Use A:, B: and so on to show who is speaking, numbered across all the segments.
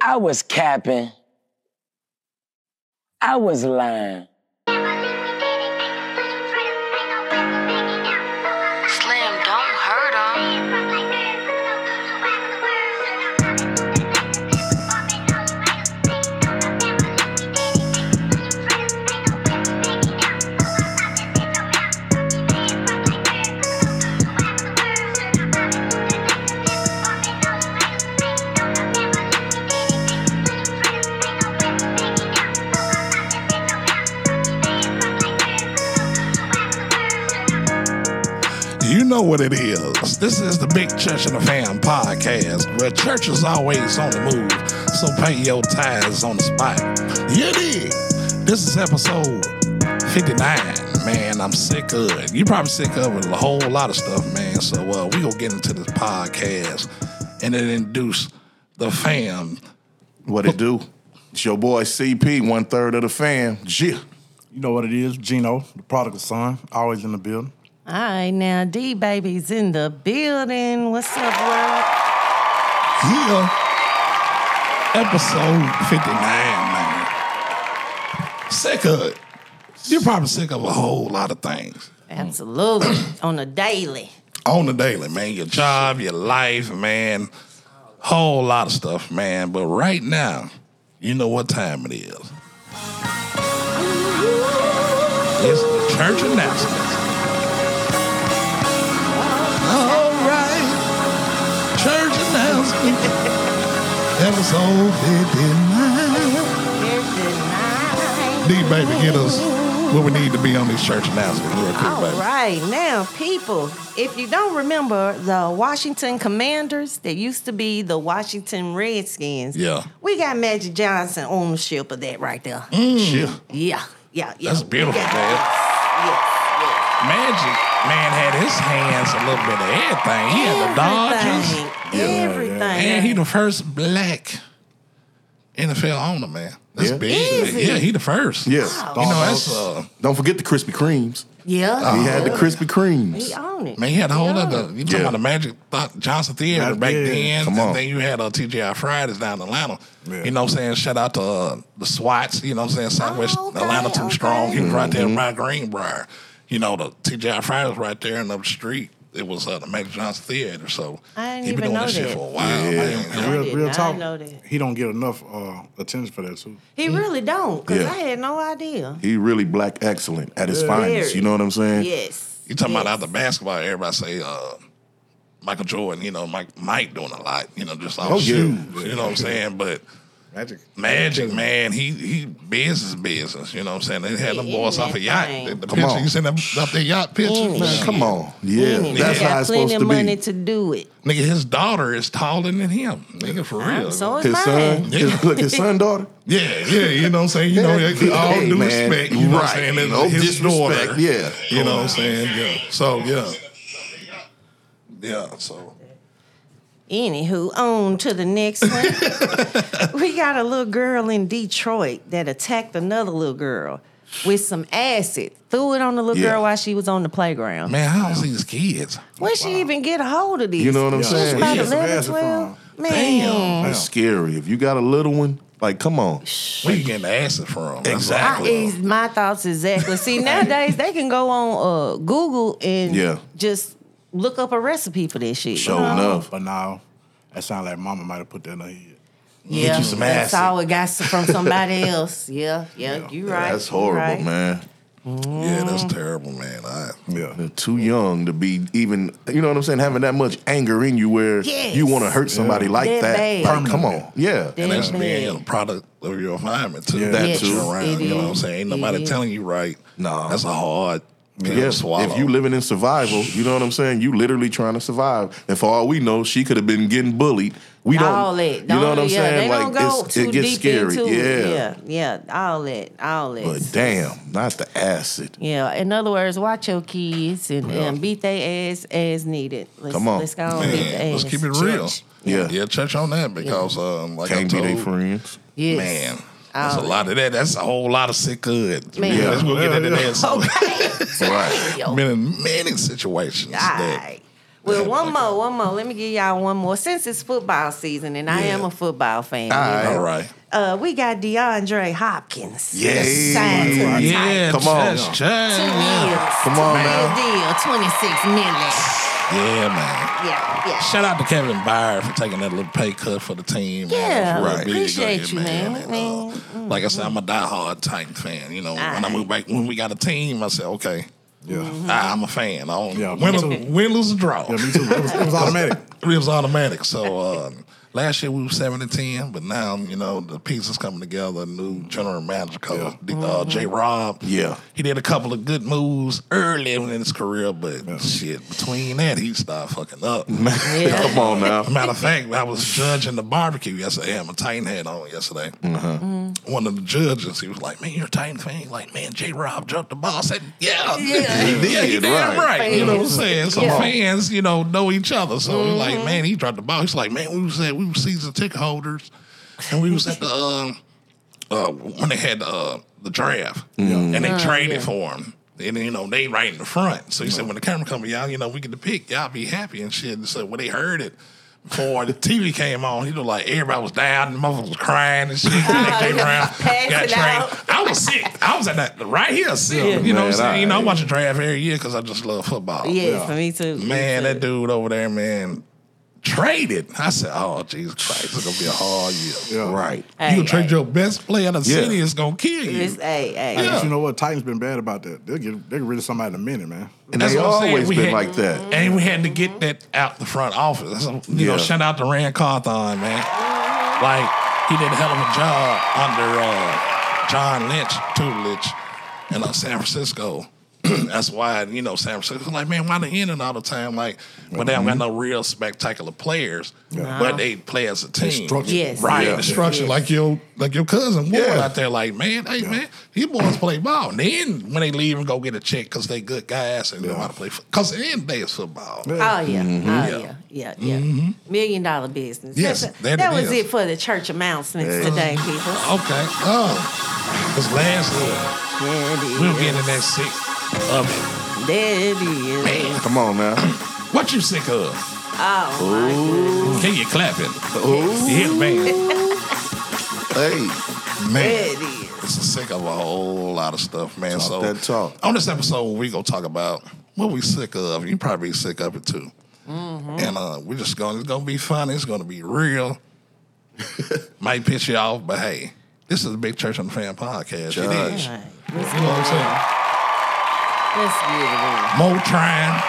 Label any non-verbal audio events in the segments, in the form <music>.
A: I was capping. I was lying.
B: Slim, don't hurt him.
C: You know what it is. This is the Big Church and the Fam podcast, where church is always on the move, so pay your tithes on the spot. You dig? This is episode 59. Man, I'm sick of it. you probably sick of it a whole lot of stuff, man. So uh, we going to get into this podcast and then introduce the fam.
D: What it do? It's your boy CP, one third of the fam. Yeah.
E: You know what it is, Gino, the prodigal son, always in the building.
F: All right, now D baby's in the building. What's up, world?
C: Yeah. Episode 59, man. Sick of it. You're probably sick of a whole lot of things
F: Absolutely, <clears throat> on a daily.
C: on the daily, man. Your job, your life, man. Whole lot of stuff, man. But right now, you know what time it is. It's the church announcements. All right. Church announcement. Episode 59.
F: Here's the night.
C: D, baby, get us what we need to be on this church announcement real quick,
F: All
C: baby.
F: right, now, people, if you don't remember the Washington Commanders that used to be the Washington Redskins,
C: Yeah.
F: we got Magic Johnson ownership of that right there.
D: Mm.
C: Yeah.
F: Yeah, yeah, yeah.
C: Mm. That's beautiful,
F: yeah.
C: man.
F: Yes,
C: Magic man had his hands a little bit of everything. He
F: yes.
C: had the Dodgers,
F: Everything, everything.
C: and he the first black NFL owner, man. That's
D: Yeah.
C: big.
F: Is
C: man.
F: he?
C: Yeah, he the first.
D: Yes.
C: you know that's uh,
D: Don't forget the Krispy Kremes.
F: yeah,
D: He had the Krispy
F: he
D: Kremes.
F: owned it.
C: Uh-huh. man. He had a whole other. You talking
D: Yeah.
C: about the Magic Th- Johnson Theater
E: Right,
C: back
E: yeah.
C: then?
D: Come
C: and
D: on.
C: then you had uh, TGI Fridays down in Atlanta.
E: Yeah.
C: You know what I'm saying? Shout out to uh, the SWATs. You know what I'm saying? Southwest
F: Oh, okay,
C: Atlanta too
F: okay.
C: strong. He was right
D: Mm-hmm.
C: there by Greenbrier. You know the TGI Fridays right there and up the street. It was uh, the Magic Johnson Theater. So
F: I didn't
C: he been
F: even
C: doing
F: know
C: this shit
F: that.
C: for a while. man.
E: And
F: I
E: real,
F: did
E: real
F: not
E: talk,
F: know that.
E: he don't get enough uh, attention for that too.
F: He really don't, because
D: Yeah.
F: I had no idea.
D: He really black excellent at his finest.
F: Very.
D: You know what I'm saying?
F: Yes.
C: You talking about
F: yes.
C: out the basketball? Everybody say uh, Michael Jordan. You know, Mike Mike doing a lot. You know, just off
D: Oh, yeah.
C: shoot. You know what I'm saying? But
E: Magic.
C: Magic man, he he business business. You know what I'm saying? They had them
F: He
C: boys
F: in
C: off a
F: that
C: yacht.
F: thing.
C: The, the
D: Come
C: picture
D: on.
C: you seen them up their yacht picture.
F: In it.
C: Man,
D: Come on. Yeah.
F: Mean it.
D: That's
F: He got
D: how it's
F: plenty
D: supposed
F: of
D: to
F: money
D: be.
F: to do it.
C: nigga, his daughter is taller than him. Nigga, for real.
F: So is
D: His
F: mine.
D: son, his, <laughs> look, his
C: <laughs>
D: son daughter.
C: yeah, yeah, you know what I'm saying. You know, all
D: Hey,
C: due
D: man.
C: respect. You know what I'm
D: Right.
C: saying? It's
D: No
C: his
D: disrespect,
C: daughter.
D: yeah.
C: you know what I'm saying. Yeah. So yeah, yeah. So
F: Anywho, on to the next
D: <laughs>
F: one. we got a little girl in Detroit that attacked another little girl with some acid. Threw it on the little
D: Yeah.
F: girl while she was on the playground.
C: man, I don't see these kids.
F: Where'd she even get a hold of this?
D: You know what I'm
E: Yeah.
D: saying?
F: About
E: Yeah.
F: 11,
E: Some acid
F: 12? Man.
C: Damn.
D: It's scary. If you got a little one, like, come on.
C: Where you getting acid from? That's
F: I,
C: all.
F: is my thoughts exactly.
D: <laughs>
F: See, nowadays they can go on uh, Google and
D: Yeah.
F: just look up a recipe for this shit.
D: Sure enough.
E: But now, that sound like mama might have put that in her head.
F: Yeah,
C: you some
F: that's
C: acid.
F: all it got from
D: <laughs>
F: somebody else. Yeah, yeah, you right.
D: That's
F: you
D: horrible,
F: right.
D: man.
C: Yeah, that's terrible, man. I,
E: Yeah.
D: They're too young to be even, you know what I'm saying, having that much anger in you where
F: Yes.
D: you want to hurt somebody like
F: That
D: that.
F: bad.
D: Like, come on. Yeah.
F: That
C: and that's being
F: bad.
C: a product of your environment too.
E: Yeah.
C: That
D: Yes,
C: you're around.
F: it
C: You know what I'm
F: is.
C: saying? Ain't
F: It
C: nobody
F: is.
C: telling you right.
D: No.
C: that's a hard pill to
D: Yes,
C: swallow.
D: if you living in survival, you know what I'm saying. You literally trying to survive, and for all we know, she could have been getting bullied. We don't,
F: all that.
D: you know what I'm
F: yeah,
D: saying.
F: They don't go
D: it's-
F: too
D: it gets
F: deep
D: scary.
F: into
D: yeah.
F: it. Yeah, yeah, all that, all that.
D: but damn, not the acid.
F: yeah, in other words, watch your kids and, and beat their ass as needed. Let's,
D: Come on.
F: let's go on and beat
C: man,
F: their
C: let's
F: ass.
C: keep it real.
F: Oh, Church.
D: Yeah,
C: Yeah, touch on that because um, like
D: can't
C: I
D: be
C: told,
D: their friends.
F: Yes. <laughs>
C: man. That's a
F: Oh.
C: lot of that. That's a whole lot of sick good.
F: Man.
C: Yeah, let's go get into that.
F: <laughs> Okay.
D: Right.
C: Been in many situations that
F: Right. Well, one more, one more. Let me give y'all one more. Since it's football season, and I am
C: Yeah.
F: a football fan.
D: All right.
C: All right.
F: Uh, we got DeAndre Hopkins.
D: Yes.
F: Signed to a
C: Yeah,
F: tight
D: Come on.
C: Chess,
F: two
C: Chess.
F: years.
D: Come on
F: Real
D: now.
F: deal, twenty six million.
C: Yeah, man.
F: Yeah, yeah.
C: Shout out to Kevin Byer for taking that little pay cut for the team. man.
F: Yeah,
C: That's real
F: I
C: big
F: appreciate
C: on
F: you, man. Mm,
C: And, uh, Like I said, I'm a diehard Titan fan. You know, when I
F: Aight.
C: moved back, when we got a team, I said, okay,
E: Yeah.
F: Mm-hmm.
C: I, am a fan. I don't,
E: Yeah, me
C: win,
E: too.
C: win, lose, or draw.
E: Yeah, me too. It was, it was automatic.
C: <laughs> It was automatic. So uh, last year we were seven and ten, but now you know the pieces coming together. New general manager coach uh, J.
F: Mm-hmm.
C: Rob.
D: Yeah.
C: he did a couple of good moves early in his career, but shit, between that he started fucking up.
E: Mm-hmm.
D: Come
C: <laughs>
D: on now.
C: Matter of fact, I was judging the barbecue yesterday. I had my Titan hat on yesterday. One of the judges, he was like, "Man, you're a Titan fan." He's like, "Man, J. Rob jumped the ball." I said, "Yeah, yeah,
D: He did,
C: he damn
D: right.
C: right." You know what I'm
F: Fans.
C: saying? So
F: Yeah.
C: fans, you know, know each other. So he's like, "Man, he dropped the ball." He's like, "Man, we was at we were season ticket holders, and we was at the um, uh, when they had uh, the draft, and
F: Uh,
C: they traded for him." And you know they right in the front, so he said when the camera come, y'all, you know we get the pick, y'all be happy and shit. And so when they heard it, before the TV came on, he looked like everybody was down, the motherfuckers was crying and
F: <laughs>
C: shit. Then they came around,
F: Passing
C: got
F: out.
C: trained. I was sick. I was at that right here sick. You know what I'm
D: Man,
C: saying? you know, I
D: I-
C: watch a draft every year because I just love football.
F: Yeah, for me too.
C: Man,
F: Me
C: that
F: too.
C: dude over there, man, traded. I said, oh, Jesus Christ, it's going to be a hard year.
E: Yeah.
D: Right.
C: you
F: Hey,
C: going to trade
F: hey.
C: your best player in the
D: Yeah.
C: city, it's going to kill you.
F: It's hey, hey.
E: But
C: Yeah.
E: you know what? Titans been bad about that. They'll get they get rid of somebody in a minute, man.
D: And
C: That's
D: they
C: what I'm saying.
D: always
C: We
D: been
C: had-
D: like that.
C: And we had to get that out the front office. So, you know,
D: Yeah.
C: shout out to Rand Carthon, man. Like, he did a hell of a job under uh, John Lynch, tutelage in uh, San Francisco. <clears throat> That's why, you know, San Francisco, like, man, why they in and all the time? Like, but they don't got
D: Mm-hmm.
C: no real spectacular players, but they play as a team.
E: Structure.
F: Yes.
C: Right,
D: Yeah.
C: destruction. Like your like your cousin Ward
D: Yeah.
C: out there, like, man, hey man, these boys play ball. And then when they leave and go get a check because they good guys and know how to play because the end of the day is football.
F: Oh yeah, oh yeah, yeah, yeah. Million dollar business.
C: Mm-hmm. Yes,
F: That's-
C: that
F: that,
C: it
F: was
C: is.
F: it for the church announcements today, people.
C: Okay. Oh. Because last year
F: Yeah, it is.
C: we were getting that sick of it.
F: There it is.
D: Come
C: <clears throat>
D: on now.
C: What you sick of?
F: Oh
C: Can you clap it?
D: Oh,
C: Yeah, man.
D: hey.
C: Man.
F: my goodness. There it is.
C: It's sick of a whole lot of stuff, man.
D: Talk
C: so
D: that talk.
C: on this episode, we gonna talk about what we sick of. You probably sick of it too. And uh, we're just gonna it's gonna be fun. It's gonna be real. Might piss you off, but hey, this is a big church on the fan podcast. It is.
D: Judge.
F: All right, let's,
C: You know what I'm saying?
F: let's get it in.
C: More trying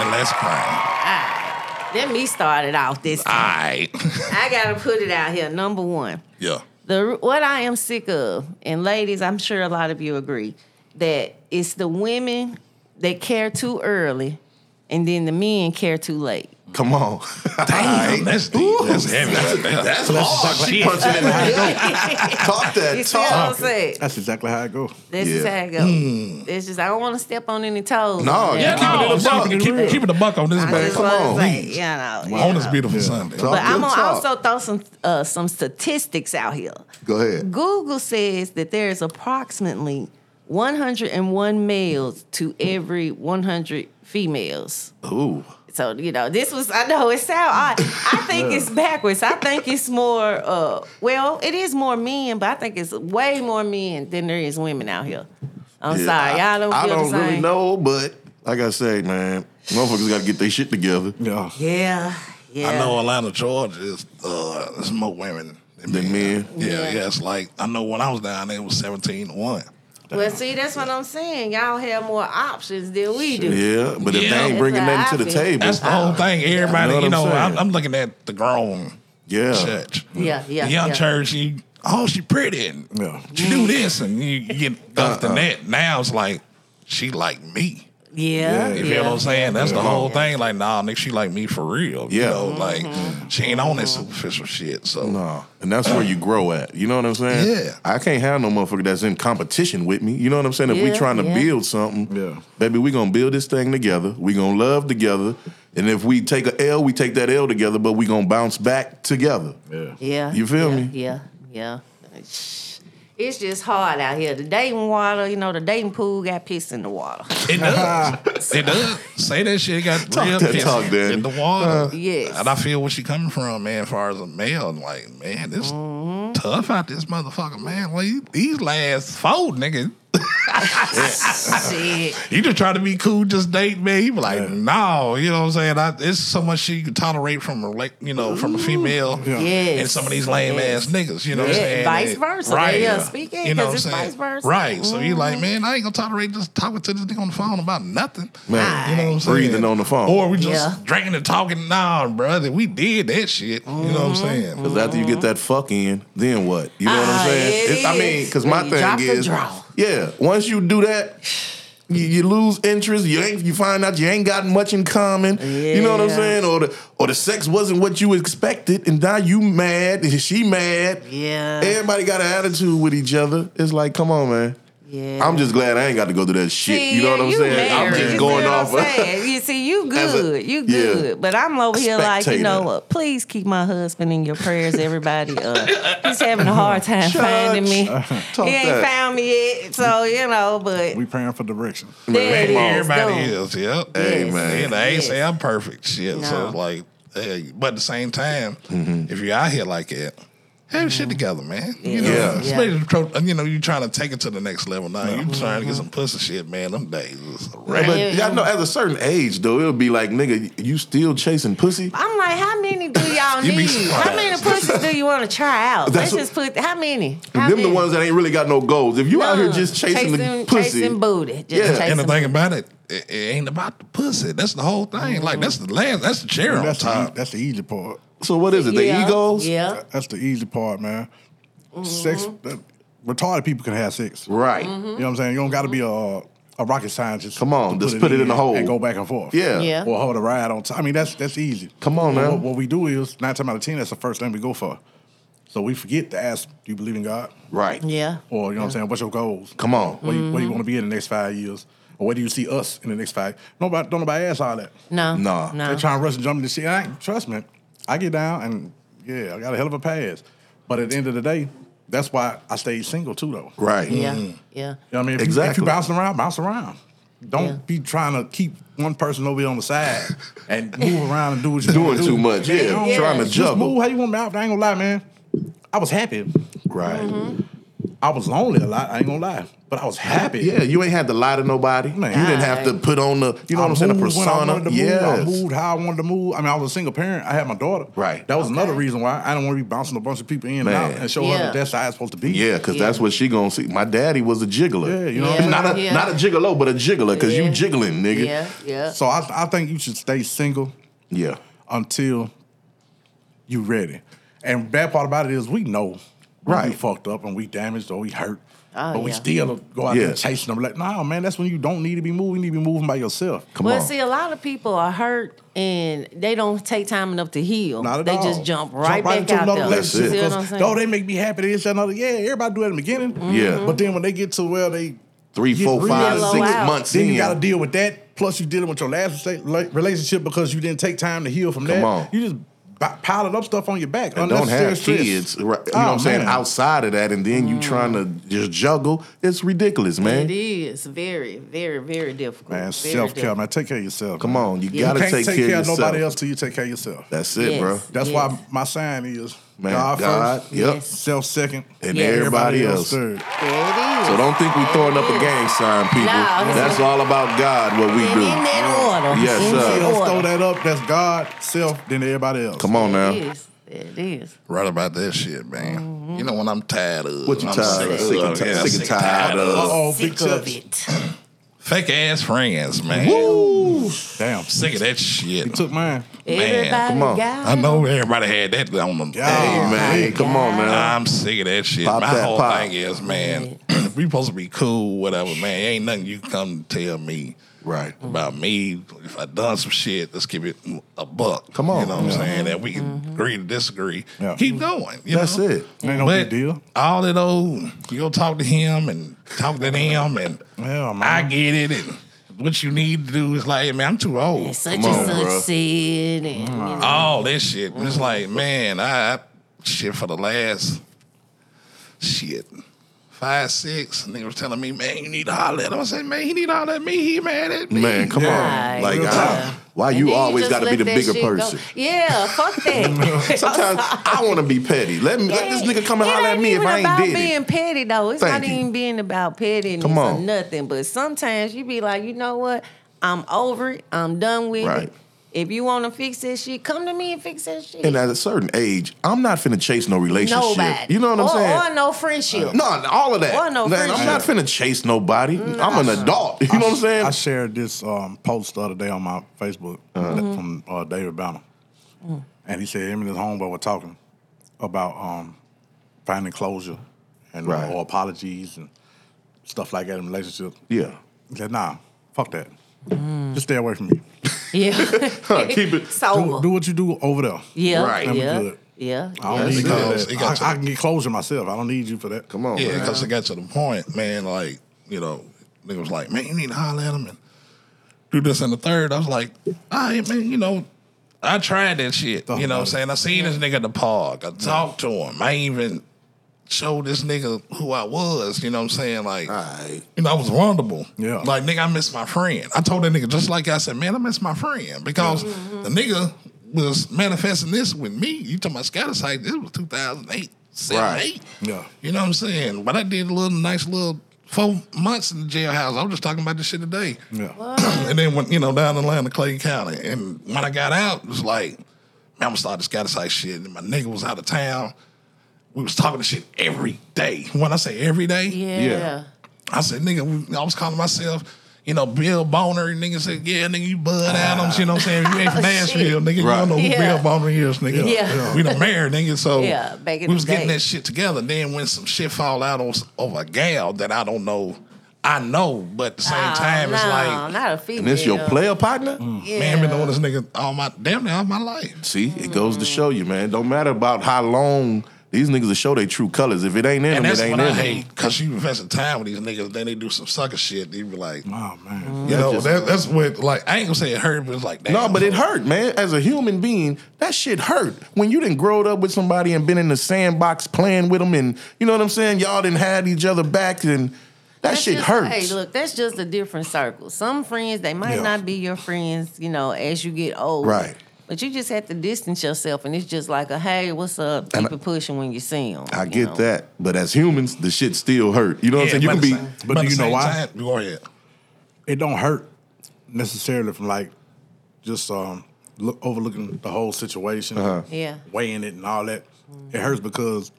C: and less crying.
F: All right. Let me start it off this
C: All
F: time.
C: right.
F: I gotta put it out here. Number one.
C: <laughs> yeah.
F: the what I am sick of, and ladies, I'm sure a lot of you agree that it's the women that care too early, and then the men care too late.
D: Come on.
C: Damn, that's deep. That's heavy. That's,
D: That's hard. She punching in the Talk
F: You
D: that
F: see what I'm
D: talk.
F: saying?
E: That's exactly how it go.
F: This is
D: Yeah. Mm.
F: how it goes. It's just I don't want to step on any toes.
D: No,
F: on
D: yeah,
F: that.
C: keep it in the buck. Keep, keep it a buck on this
F: I
C: man.
F: just
D: come
F: want
D: on.
F: to say, you know, you
C: on this
F: know.
C: beautiful
E: Yeah.
C: Sunday.
D: Talk
F: But I'm
D: good
F: gonna
D: talk.
F: also throw some uh, some statistics out here.
D: Go ahead.
F: Google says that there is approximately 101 males to every 100 females.
D: Ooh.
F: So you know, this was I know it sound odd. I think it's backwards. I think it's more uh well, it is more men, but I think it's way more men than there is women out here. I'm
D: Yeah,
F: sorry, y'all don't
D: I,
F: feel
D: I don't
F: the same.
D: really know, but like I say, man, motherfuckers got to get their shit together.
E: Yeah.
F: Yeah, yeah.
C: I know Atlanta, Georgia is uh, there's more women than
D: Than men.
C: Yeah, yeah,
F: Yeah.
C: It's like I know when I was down there, it was seventeen to one.
F: Well, see, that's what I'm saying. Y'all have more options than we do.
D: Yeah, but if
C: Yeah.
D: they ain't bringing
F: That's
D: nothing to the
F: what I feel.
D: table,
C: That's the whole thing. Everybody,
D: know what
C: you
D: I'm
C: know, I'm,
D: saying.
C: I'm looking at the grown
D: yeah,
C: church.
F: Yeah, yeah,
C: the young
F: yeah.
C: church. You, oh, she pretty. And
E: Yeah.
C: She do this, and you, you get dumped in that. Now it's like she like me.
F: Yeah, yeah.
C: You feel what I'm saying? That's the whole thing. Like, nah, nigga, she like me for real. You
D: Yeah.
C: know, like
F: Mm-hmm.
C: she ain't on that superficial shit. So
D: No, and that's where you grow at. You know what I'm saying?
C: Yeah.
D: I can't have no motherfucker that's in competition with me. You know what I'm saying? If we
F: Yeah,
D: trying to
F: yeah.
D: build something,
E: Yeah.
D: baby, we gonna build this thing together. We gonna love together, and if we take a L, we take that L together. But we gonna bounce back together.
E: Yeah.
F: Yeah.
D: You feel
F: yeah,
D: me?
F: Yeah, yeah. Shh. It's just hard out here. The dating water, you know, the dating pool got piss in the water.
C: It does. it does. Say that shit got
D: Talk
C: real
D: that
C: pissed
D: talk, Danny. Uh-huh.
C: in the water.
F: Yes.
C: And I feel where she coming from, man, as far as a male. I'm like, man, this tough out this motherfucker, man. Like, you- these last four, nigga.
F: <laughs> Shit.
C: You just try to be cool, just date man. He be like, no, you know what I'm saying? I, it's so much shit you can tolerate from a, like, you know, from a female
E: Yeah.
F: Yes.
C: and some of these lame
F: Yes.
C: ass niggas. You know what I'm
F: Yeah,
C: saying?
F: vice
C: And-
F: versa. They, uh, speak in, 'cause
C: what
F: it's
C: I'm saying?
F: vice versa. Mm-hmm.
C: Right. So you like, man, I ain't gonna tolerate just talking to this nigga on the phone about nothing.
D: Man,
C: You know what I'm saying?
D: breathing on the phone.
C: Or we just
F: Yeah.
C: drinking and talking. Nah, brother, we did that shit. You
F: Mm-hmm.
C: know what I'm saying?
D: Because after you get that fuck in, then what? You know what
F: Uh-huh. Ah,
D: I'm saying?
F: it
D: It's- I
F: is.
D: mean, because my
F: You
D: thing
F: drop the
D: is,
F: draw.
D: yeah, once you do that, you, you lose interest. You ain't you find out you ain't got much in common. You know what I'm
F: Yeah.
D: saying? Or the or the sex wasn't what you expected, and now you mad, and she mad.
F: Yeah.
D: Everybody got an attitude with each other. It's like, come on, man.
F: Yeah.
D: I'm just glad I ain't got to go through that shit.
F: See,
D: you know what
F: yeah,
D: I'm saying? I'm
F: married.
D: just
F: You
D: going
F: see what
D: off.
F: I'm saying? you see, you
D: As a-
F: good, you
D: yeah.
F: good, but I'm over here like, you know
D: Spectator.
F: what? Please keep my husband in your prayers, everybody. Uh, he's having a hard time
D: Judge.
F: finding
D: <laughs>
F: me.
D: Talk
F: he ain't
D: that.
F: found me yet, so you know. But
E: We praying for direction.
F: there it
D: come on.
F: is,
C: Everybody
F: though.
C: is, yep.
D: Hey,
F: Yes.
D: man.
C: And I ain't
F: Yes.
C: say I'm perfect. Shit. So
F: No.
C: it's like, hey, but at the same time,
D: Mm-hmm.
C: if you're out here like that, have your
F: Mm-hmm.
C: shit together, man. You know,
D: Yeah.
C: especially the tro- you know, you trying to take it to the next level now.
F: Mm-hmm.
C: You trying to get some pussy shit, man. Them days is a wrap.
D: <laughs> But y'all know, at a certain age, though, it'll be like, nigga, you still chasing pussy?
F: I'm like, how many do y'all
C: You be
F: need? How
C: surprised.
F: many pussies do you want to try out?
D: That's
F: Let's
D: what-
F: just put how many. How
D: Them
F: many?
D: the ones that ain't really got no goals. If you out here
F: No,
D: just chasing, the pussy,
F: chasing booty, just
D: Yeah.
F: chasing
C: And the thing about it, it, it ain't about the pussy. That's the whole thing. Like that's the last. That's the cherry on
E: That's the, e-
C: top.
E: that's the easy part.
D: so what is it? The
F: yeah,
D: egos,
F: Yeah.
E: That's the easy part, man. Sex,
F: Mm-hmm.
E: that, retarded people can have sex.
D: right?
E: You know what I'm saying? You don't got to be a, a rocket scientist.
D: Come on,
E: to
D: just put it in the hole.
E: and go back and forth.
D: Yeah.
F: Yeah.
E: Or hold a ride on. top. I mean, that's that's easy.
D: Come on,
E: But
D: man.
E: What, what we do is nine times out of ten, that's the first thing we go for. So we forget to ask, do you believe in God?
D: right?
F: Yeah. Mm-hmm.
E: Or you know what I'm saying? What's your goals?
D: Come on,
E: Where you, where you want to be in the next five years? Or where do you see us in the next five? Nobody, don't nobody ask all that.
F: No.
D: Nah.
F: No.
E: They're trying to rush and jump into shit. I ain't- trust me, I get down and yeah, I got a hell of a pass. But at the end of the day, that's why I stayed single too, though.
D: right?
F: Yeah. Yeah.
E: You know what I mean? If You, if
D: Exactly.
E: you bouncing around, bounce around. Don't
F: Yeah.
E: be trying to keep one person over here on
D: <laughs>
E: the side and move around and do what you're
D: Doing too much, yeah. Trying to
E: Just
D: juggle.
E: move how you want me out. I ain't gonna lie, man. I was happy.
D: Right?
F: Mm-hmm.
E: I was lonely a lot. I ain't gonna lie, but I was happy.
D: Yeah, you ain't had to lie to nobody.
E: Man.
D: You didn't have to put on the, you know what I'm saying, the
E: moved when I
D: persona.
E: wanted to move. I
D: Yes.
E: moved how I wanted to move. I mean, I was a single parent. I had my daughter.
D: Right.
E: That was another reason why I don't want to be bouncing a bunch of people in
D: Man.
E: and out and show
F: Yeah.
E: her that that's how it's supposed to be.
D: Yeah, because
F: Yeah.
D: that's what she gonna see. My daddy was a jiggler.
E: Yeah, you know what
F: Yeah.
E: I'm saying?
D: Not a
F: Yeah.
D: not a gigolo, but a jiggler, because
F: Yeah.
D: you jiggling, nigga.
F: Yeah. Yeah.
E: So I, I think you should stay single
D: Yeah.
E: until you ready. And bad part about it is we know
D: Right.
E: we fucked up and we damaged or we hurt.
F: Oh,
E: but we
F: yeah.
E: still go out
D: Yeah.
E: there chasing them. Like, nah, man, that's when you don't need to be moving. You need to be moving by yourself.
D: Come
F: well,
D: on.
F: see, a lot of people are hurt and they don't take time enough to heal.
E: Not at
F: they
E: all.
F: just jump right back
E: into
F: out
E: another
F: there.
D: That's
E: relationship
F: See what I'm
E: 'cause,
F: saying?
E: Oh, they make me happy. This and other. Yeah, everybody do it in the beginning.
D: Mm-hmm. Yeah.
E: But then when they get to where they
D: Three,
E: get
D: four,
E: real,
D: five,
F: Mellow
D: six
F: out.
D: months
E: then
D: in.
E: you got to deal with that. Plus, you dealing with your last rela- rela- relationship because you didn't take time to heal from that.
D: on.
E: You just b- piling up stuff on your back.
D: and don't
E: unnecessary
D: have
E: stress.
D: kids, right, you know
E: Oh,
D: what I'm saying,
E: man.
D: outside of that, and then you trying to just juggle, it's ridiculous, man.
F: It is very, very, very difficult.
E: Man,
F: Very
E: self care,
F: difficult.
E: man. Take care of yourself.
D: Come
E: man.
D: on, you
F: You
D: gotta
E: Can't
D: take, care, of yourself.
E: nobody else till you take care of yourself.
D: That's it,
F: Yes.
D: bro.
E: That's
F: Yes.
E: why my sign is
D: Man,
E: God,
D: God,
E: first,
D: yep.
F: Yes.
E: self second,
D: And
F: Yeah.
D: everybody, else.
F: It
E: third.
F: is.
D: So don't think we throwing up a gang sign, people.
F: Nah,
D: That's
F: it's-
D: all about God, what we
F: And
D: do.
F: in that order.
D: Yes,
F: in
D: sir.
E: If
F: that
E: you don't
F: order.
E: throw that up. That's God, self, then everybody else.
D: Come on now.
F: It is. It is.
C: Right about that shit, man.
F: Mm-hmm.
C: You know when I'm tired of
D: What you
C: I'm
D: tired of?
C: sick
D: Sick and
C: yeah,
D: tired, sick and tired
E: Uh
D: of.
E: oh, big
F: Sick of
E: touch.
F: it.
C: Fake ass friends, man.
E: Damn,
C: Sick of that shit.
E: he took mine.
F: Everybody
C: come
D: on.
F: got
C: I know everybody had that on them.
E: Yeah.
D: Hey, man, come on, man.
C: I'm sick of that shit.
D: Pop
C: My
D: that
C: whole
D: pop.
C: thing is, man, <clears throat> we supposed to be cool, whatever, man. Ain't nothing you can come tell me
D: Right.
C: about me. If I done some shit, let's give it a buck.
D: Come on.
C: you know what I'm saying? That we can agree to disagree.
E: Yeah.
C: Keep going. you
D: That's
C: know?
D: it.
E: Ain't no
C: But
E: big deal.
C: All that old, you go talk to him and talk to them, and
E: Yeah, man.
C: I get it. And what you need to do is like, man, I'm too old.
F: such
D: Come on,
F: and such
D: bruh. Ah.
F: said. And, you know,
C: all this shit. And It's like, man, I, I shit for the last shit five, six. And they was telling me, man, you need to holler at him. I said, man, he need to holler at me. He mad at me.
D: Man, come
F: Right.
D: on. Like,
C: Real
D: I-
C: talk.
D: why
B: And then
D: you always
B: just
D: got to be
B: let
D: the
B: that
D: bigger
B: shit go.
D: person? <laughs>
F: Yeah, fuck that.
D: Sometimes I want to be petty. Let me let this nigga come and
F: It
D: holler at
F: ain't
D: me if
F: even
D: I
F: about
D: ain't did
F: being
D: it.
F: petty though. It's
D: Thank
F: not
D: you.
F: even being about pettiness
D: Come
F: or
D: on.
F: nothing. But sometimes you be like, you know what? I'm over it. I'm done with
D: Right.
F: it. If you want to fix that shit, come to me and fix that shit.
D: And at a certain age, I'm not finna chase no relationship.
F: Nobody.
D: You know what I'm
F: or,
D: saying? Uh,
F: Or no friendship.
D: No, all of that.
F: Or no
D: Man, I'm not
F: friendship.
D: finna chase nobody. I'm an adult. <laughs> You know what I'm saying?
E: I shared this um, post the other day on my Facebook from uh, David Banner, and he said him and his homeboy were talking about um, finding closure and uh,
D: Right.
E: or apologies and stuff like that in relationships.
D: yeah.
E: He said, "Nah, fuck that. Just stay away from me.
D: <laughs>
F: Yeah.
D: Huh, keep it.
E: Do,
F: Sober.
E: do what you do over there.
F: yeah.
D: Right.
E: I'm
F: Yeah.
E: good.
F: Yeah.
E: I don't
F: yeah.
E: need
C: It got-
E: that.
C: it got
E: I, I
C: to-
E: can get closure myself. I don't need you for that.
D: Come on,
C: Yeah,
D: man.
C: because it got to the point, man. Like, you know, nigga was like, man, you need to holler at him and do this and the third. I was like, all right, man, you know, I tried that shit.
E: Thought
C: you know what I'm
E: about
C: saying? I seen this nigga at the park. I talked to him. I even showed this nigga who I was. You know what I'm saying? Like,
D: Aight.
C: you know, I was vulnerable.
E: Yeah.
C: Like, nigga, I miss my friend. I told that nigga, just like I said, man, I miss my friend because the nigga was manifesting this with me. You talking about Scott like this was 2008, 7,
D: Right.
C: 8.
E: Yeah.
C: You know what I'm saying? But I did a little nice little four months in the jailhouse. I was just talking about this shit today.
E: Yeah.
C: <clears throat> and then when you know down the line to Clay County, and when I got out, it was like, man, I'm gonna start this gotta site shit. And my nigga was out of town. We was talking this shit every day. When I say every day,
F: Yeah.
D: Yeah.
C: I said, nigga, we- I was calling myself, you know, Bill Boner. And nigga said, yeah, nigga, you Bud
F: Ah.
C: Adams. You know what I'm saying? You
F: <laughs>
C: ain't from Nashville, nigga. You
D: Right.
C: don't know who
F: Oh, Yeah.
C: Bill Boner is, nigga.
F: Yeah.
C: We done married, nigga. So
F: <laughs> Yeah, back in
C: we
F: the
C: was getting
F: day.
C: that shit together. Then when some shit fall out on, s- of a gal that I don't know, I know, but at the same
F: Oh,
C: time, it's
F: no,
C: like,
F: not a female.
D: And this your player partner?
F: Mm.
C: man, been knowing this nigga all my, damn near all my life.
D: See, it goes to show you, man. Don't matter about how long these niggas will show their true colors. If it ain't in
C: And
D: them, it
C: that's
D: ain't in
C: what I
D: them.
C: hate, because you invested time with these niggas, then they do some sucker shit. They be like,
E: Oh man.
C: you know,
D: just-
C: that, that's what, like, I ain't gonna say it hurt, but it's like, damn.
D: No, but it
C: hurt.
D: hurt, man. As a human being, that shit hurt. When you didn't grow up with somebody and been in the sandbox playing with them, and you know what I'm saying? Y'all didn't had each other back, and that
F: That's
D: shit
F: just-
D: hurts.
F: Hey, look, that's just a different circle. Some friends, they might
E: Yeah.
F: not be your friends, you know, as you get older.
D: Right.
F: But you just have to distance yourself, and it's just like a hey, what's up? Keep it pushing when you see them.
D: I get that, but as humans, the shit still hurt. You know what I'm saying? You can be
E: but do you know why?
C: go ahead.
E: It don't hurt necessarily from like just um look, overlooking the whole situation,
F: Yeah.
E: weighing it and all that. It hurts because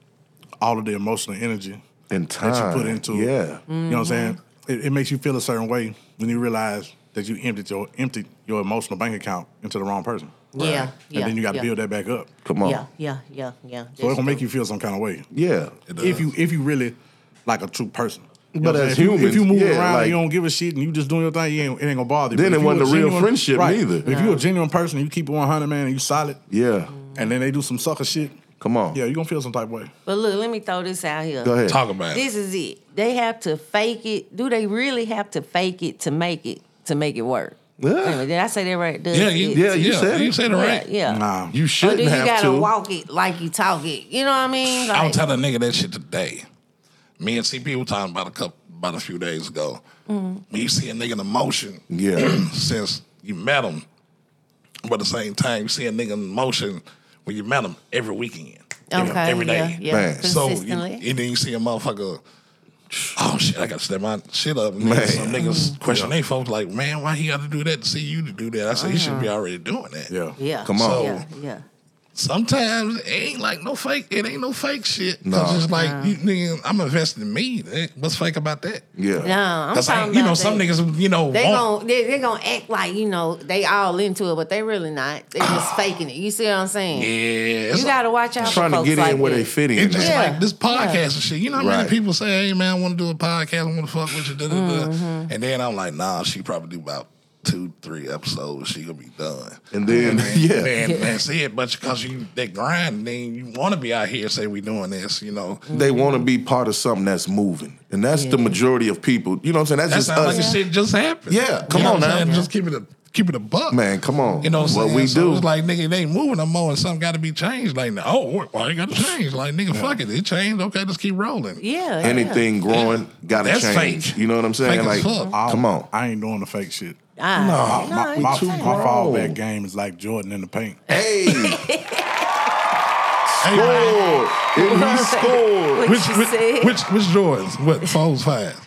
E: all of the emotional energy
D: in time.
E: that you put into it.
D: yeah.
E: You know what I'm saying?
F: Mm-hmm.
E: It, it makes you feel a certain way when you realize that you emptied your emptied your emotional bank account into the wrong person.
F: Yeah.
E: And
F: Yeah.
E: then you got to
F: yeah.
E: build that back up.
D: Come on,
F: Yeah. Yeah. Yeah. Yeah.
E: So it gonna make you feel some kind of way.
D: yeah.
E: if you if you really like a true person. You
D: But
E: know what I'm
D: as
E: saying? If you-
D: humans,
E: if you move
D: yeah,
E: around
D: like-
E: and you don't give a shit and you just doing your thing, you ain't, it ain't gonna bother you.
D: Then
E: But
D: it
E: if
D: wasn't
E: you
D: a real
E: genuine-
D: friendship
E: right.
D: neither.
E: If you're a genuine person, you keep it 100, man, and you solid,
D: yeah.
E: and then they do some sucker shit,
D: Come on,
E: yeah, you're gonna feel some type of way.
F: But look, let me throw this out here.
D: go ahead.
C: Talk about it.
F: This is it. They have to fake it. Do they really have to fake it to make it to make it work?
D: Yeah.
F: Wait a minute, Did I say that right? Does
C: Yeah, you,
F: it-
C: yeah, you
D: yeah,
C: said it.
D: you
C: You said it
F: Yeah.
C: right.
F: Yeah.
E: Nah,
D: You
F: Or do
D: shouldn't
F: Oh, you
D: have
F: gotta
D: to.
F: walk it like you talk it? You know what I mean?
C: I
F: Like,
C: was telling a nigga that shit today. Me and CP were talking about a couple, about a few days ago.
F: Mm.
C: When you see a nigga in emotion,
D: Yeah.
C: <clears throat> since you met him, but at the same time, you see a nigga in emotion when you met him every weekend, every-
F: okay,
C: every day.
F: Yeah, yeah.
D: Man.
C: So you,
F: consistently.
C: and then you see a motherfucker. Oh shit! I got to step my shit up. And then some
F: Mm-hmm.
C: niggas question they folks like, man, why he got to do that to see you to do that? I said he should
F: Uh-huh.
C: be already doing that.
E: yeah,
F: Yeah.
D: Come on.
F: Yeah. yeah.
C: Sometimes it ain't like no fake. It ain't no fake shit.
D: No.
C: Cause it's like you, nigga, I'm investing in me. Eh, What's fake about that?
D: Yeah.
F: No, I'm
C: Cause I,
F: talking
C: ain't- you
F: about
C: know some
F: they-
C: niggas, you know,
F: They
C: won't.
F: gon' they, they gonna act like you know they all into it, but they really not.
D: <sighs>
F: They just faking it. You see what I'm saying?
C: yeah,
F: You
C: it's
F: gotta watch out.
D: Trying
F: for
D: to
F: folks
D: get
F: like
D: in where
F: that.
D: they fit in.
C: It's just
D: at.
F: Yeah.
C: like this podcast and shit. You know how
D: Right.
C: many people say, "Hey man, I want to do a podcast. I want to fuck with you." Da, da, da.
F: Mm-hmm.
C: And then I'm like, "Nah, she probably do about two, three episodes. She gonna be done."
D: And then yeah.
C: And
F: <laughs>
C: that's it. But because you they grind, then you want to be out here say we doing this. You know,
D: They want to be part of something that's moving. And that's the majority of people. You know what I'm saying? That's,
C: that
D: just
C: sounds like
D: us.
C: the shit just happened.
D: Yeah, come
C: You know
D: on
C: what I'm
D: now.
C: saying? Just keep it a keep it a buck.
D: Man, come on.
C: You know what I'm
D: What
C: saying?
D: we
C: So
D: do.
C: It's like, nigga, it ain't moving no more and something got to be changed. Like, oh, well, it got to change. Like, nigga, fuck it. It changed. Okay, let's keep rolling.
F: Yeah.
D: Anything growing gotta
C: That's
D: change.
C: fake.
D: You know what I'm saying?
C: Fake
D: like,
C: as fuck.
E: I-
D: come
E: <laughs>
D: on.
E: I ain't doing the fake shit.
F: Ah,
E: My, my,
F: no,
E: my,
F: it's
E: my
F: fake.
E: fallback game is like Jordan in the paint.
D: Hey,
C: Hey, man,
D: scored. And he scored.
F: What
C: which,
F: you
C: which,
F: said. <laughs>
C: which, which Jordans? What, fours, fives?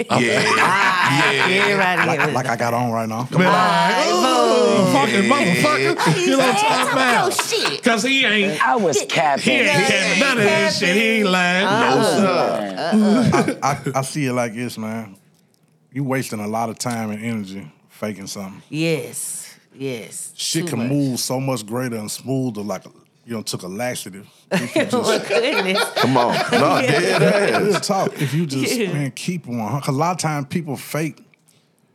D: <laughs> Yeah.
F: Ah, Everybody
E: like,
F: here.
E: like I got on right now.
C: Man, like, oh, fucking motherfucker. You know what I'm talking about? Because he ain't,
A: I was
C: he
A: capping.
C: ain't capping none of this shit. He ain't lying.
F: Uh-huh.
E: I, I see it like this, man. You wasting a lot of time and energy faking something.
F: yes. Yes.
E: Shit
F: Too
E: can
F: much.
E: move so much greater and smoother, like you know, took a laxative. If you
F: <laughs> Oh,
E: just,
F: goodness.
D: Come on. No, dead ass.
E: real talk, if you just
F: Yeah.
E: man keep on, because a lot of times people fake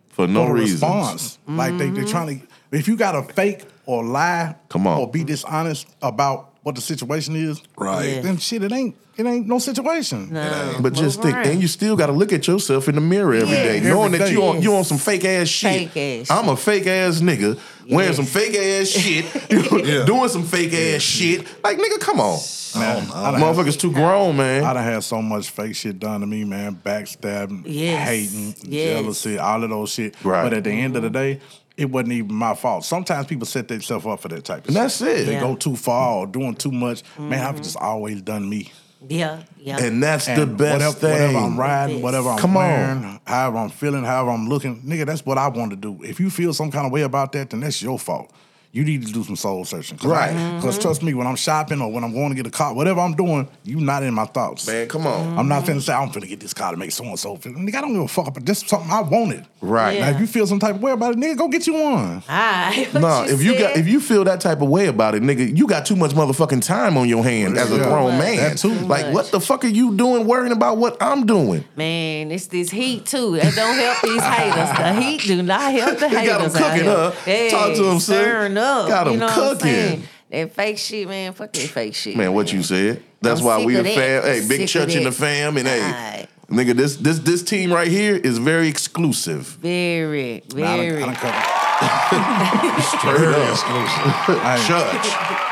D: For no
E: no
D: reason.
E: response. Like they
F: Mm-hmm.
E: they trying to. If you got to fake or lie,
D: Come on.
E: or be dishonest about what the situation is,
C: Right.
F: Yeah.
E: Then shit, it ain't it ain't no situation.
F: No,
D: But just
F: move
D: think,
F: around.
D: and you still got to look at yourself in the mirror every day, knowing
E: Every
D: that you
E: day.
D: on you on some fake ass shit.
F: Fake ass
D: I'm a fake ass nigga wearing
F: Yes.
D: some fake ass shit, <laughs> you know, doing some fake ass shit. Like nigga, come on,
E: Man, I done had-
D: motherfuckers too grown,
E: I
D: man.
E: done had so much fake shit done to me, man. Backstabbing,
F: Yes.
E: hating,
F: Yes. Mm-hmm.
E: jealousy, all of those shit.
D: Right.
E: But at the end of the day, it wasn't even my fault. Sometimes people set themselves up for that type
D: And
E: of shit.
D: that's it.
E: They
F: Yeah. Mm-hmm.
E: go too far or doing too much. Man, I've just always done me.
F: Yeah, yeah.
D: And that's the
E: And
D: best
E: whatever,
D: thing.
E: Whatever I'm riding,
F: Yes.
E: whatever I'm
D: Come on.
E: wearing, however I'm feeling, however I'm looking, nigga, that's what I want to do. If you feel some kind of way about that, then that's your fault. You need to do some soul searching. Cause
D: Right.
E: Because trust me, when I'm shopping or when I'm going to get a car, whatever I'm doing, you not in my thoughts.
D: Man, come on.
E: I'm not finna say I'm finna get this car to make so and so feel. Nigga, I don't give a fuck. But this is something I wanted.
D: Right.
E: Now, if you feel some type of way about it, nigga, go get you one.
F: <laughs> I,
D: No, if you got if you feel that type of way about it, nigga, you got too much motherfucking time on your hands as a
E: Yeah.
D: grown
F: Too
D: man.
F: much.
E: That too.
D: Like,
F: much.
D: what the fuck are you doing worrying about what I'm doing?
F: man, it's this heat too. That don't help these haters. The heat do not help the
D: <laughs> They got 'em
F: haters. out
D: cooking,
F: here.
D: huh?
F: Hey,
D: Talk to 'em, sis.
F: stirring up.
D: Got 'em
F: you know what I'm
D: cooking.
F: saying? That fake shit, man. Fuck that fake shit.
D: Man, what you said. That's
F: I'm
D: why
F: sick
D: we a
F: of that.
D: fam. Hey,
F: I'm
D: big
F: sick
D: church
F: of
D: in the
F: that.
D: fam, and hey,
F: Aight.
D: nigga, this this this team right here is very exclusive.
F: Very,
E: Nah, I done,
F: very.
E: I done cut,
D: Straight
C: Very
D: up,
C: exclusive.
E: I done-
D: <laughs> church.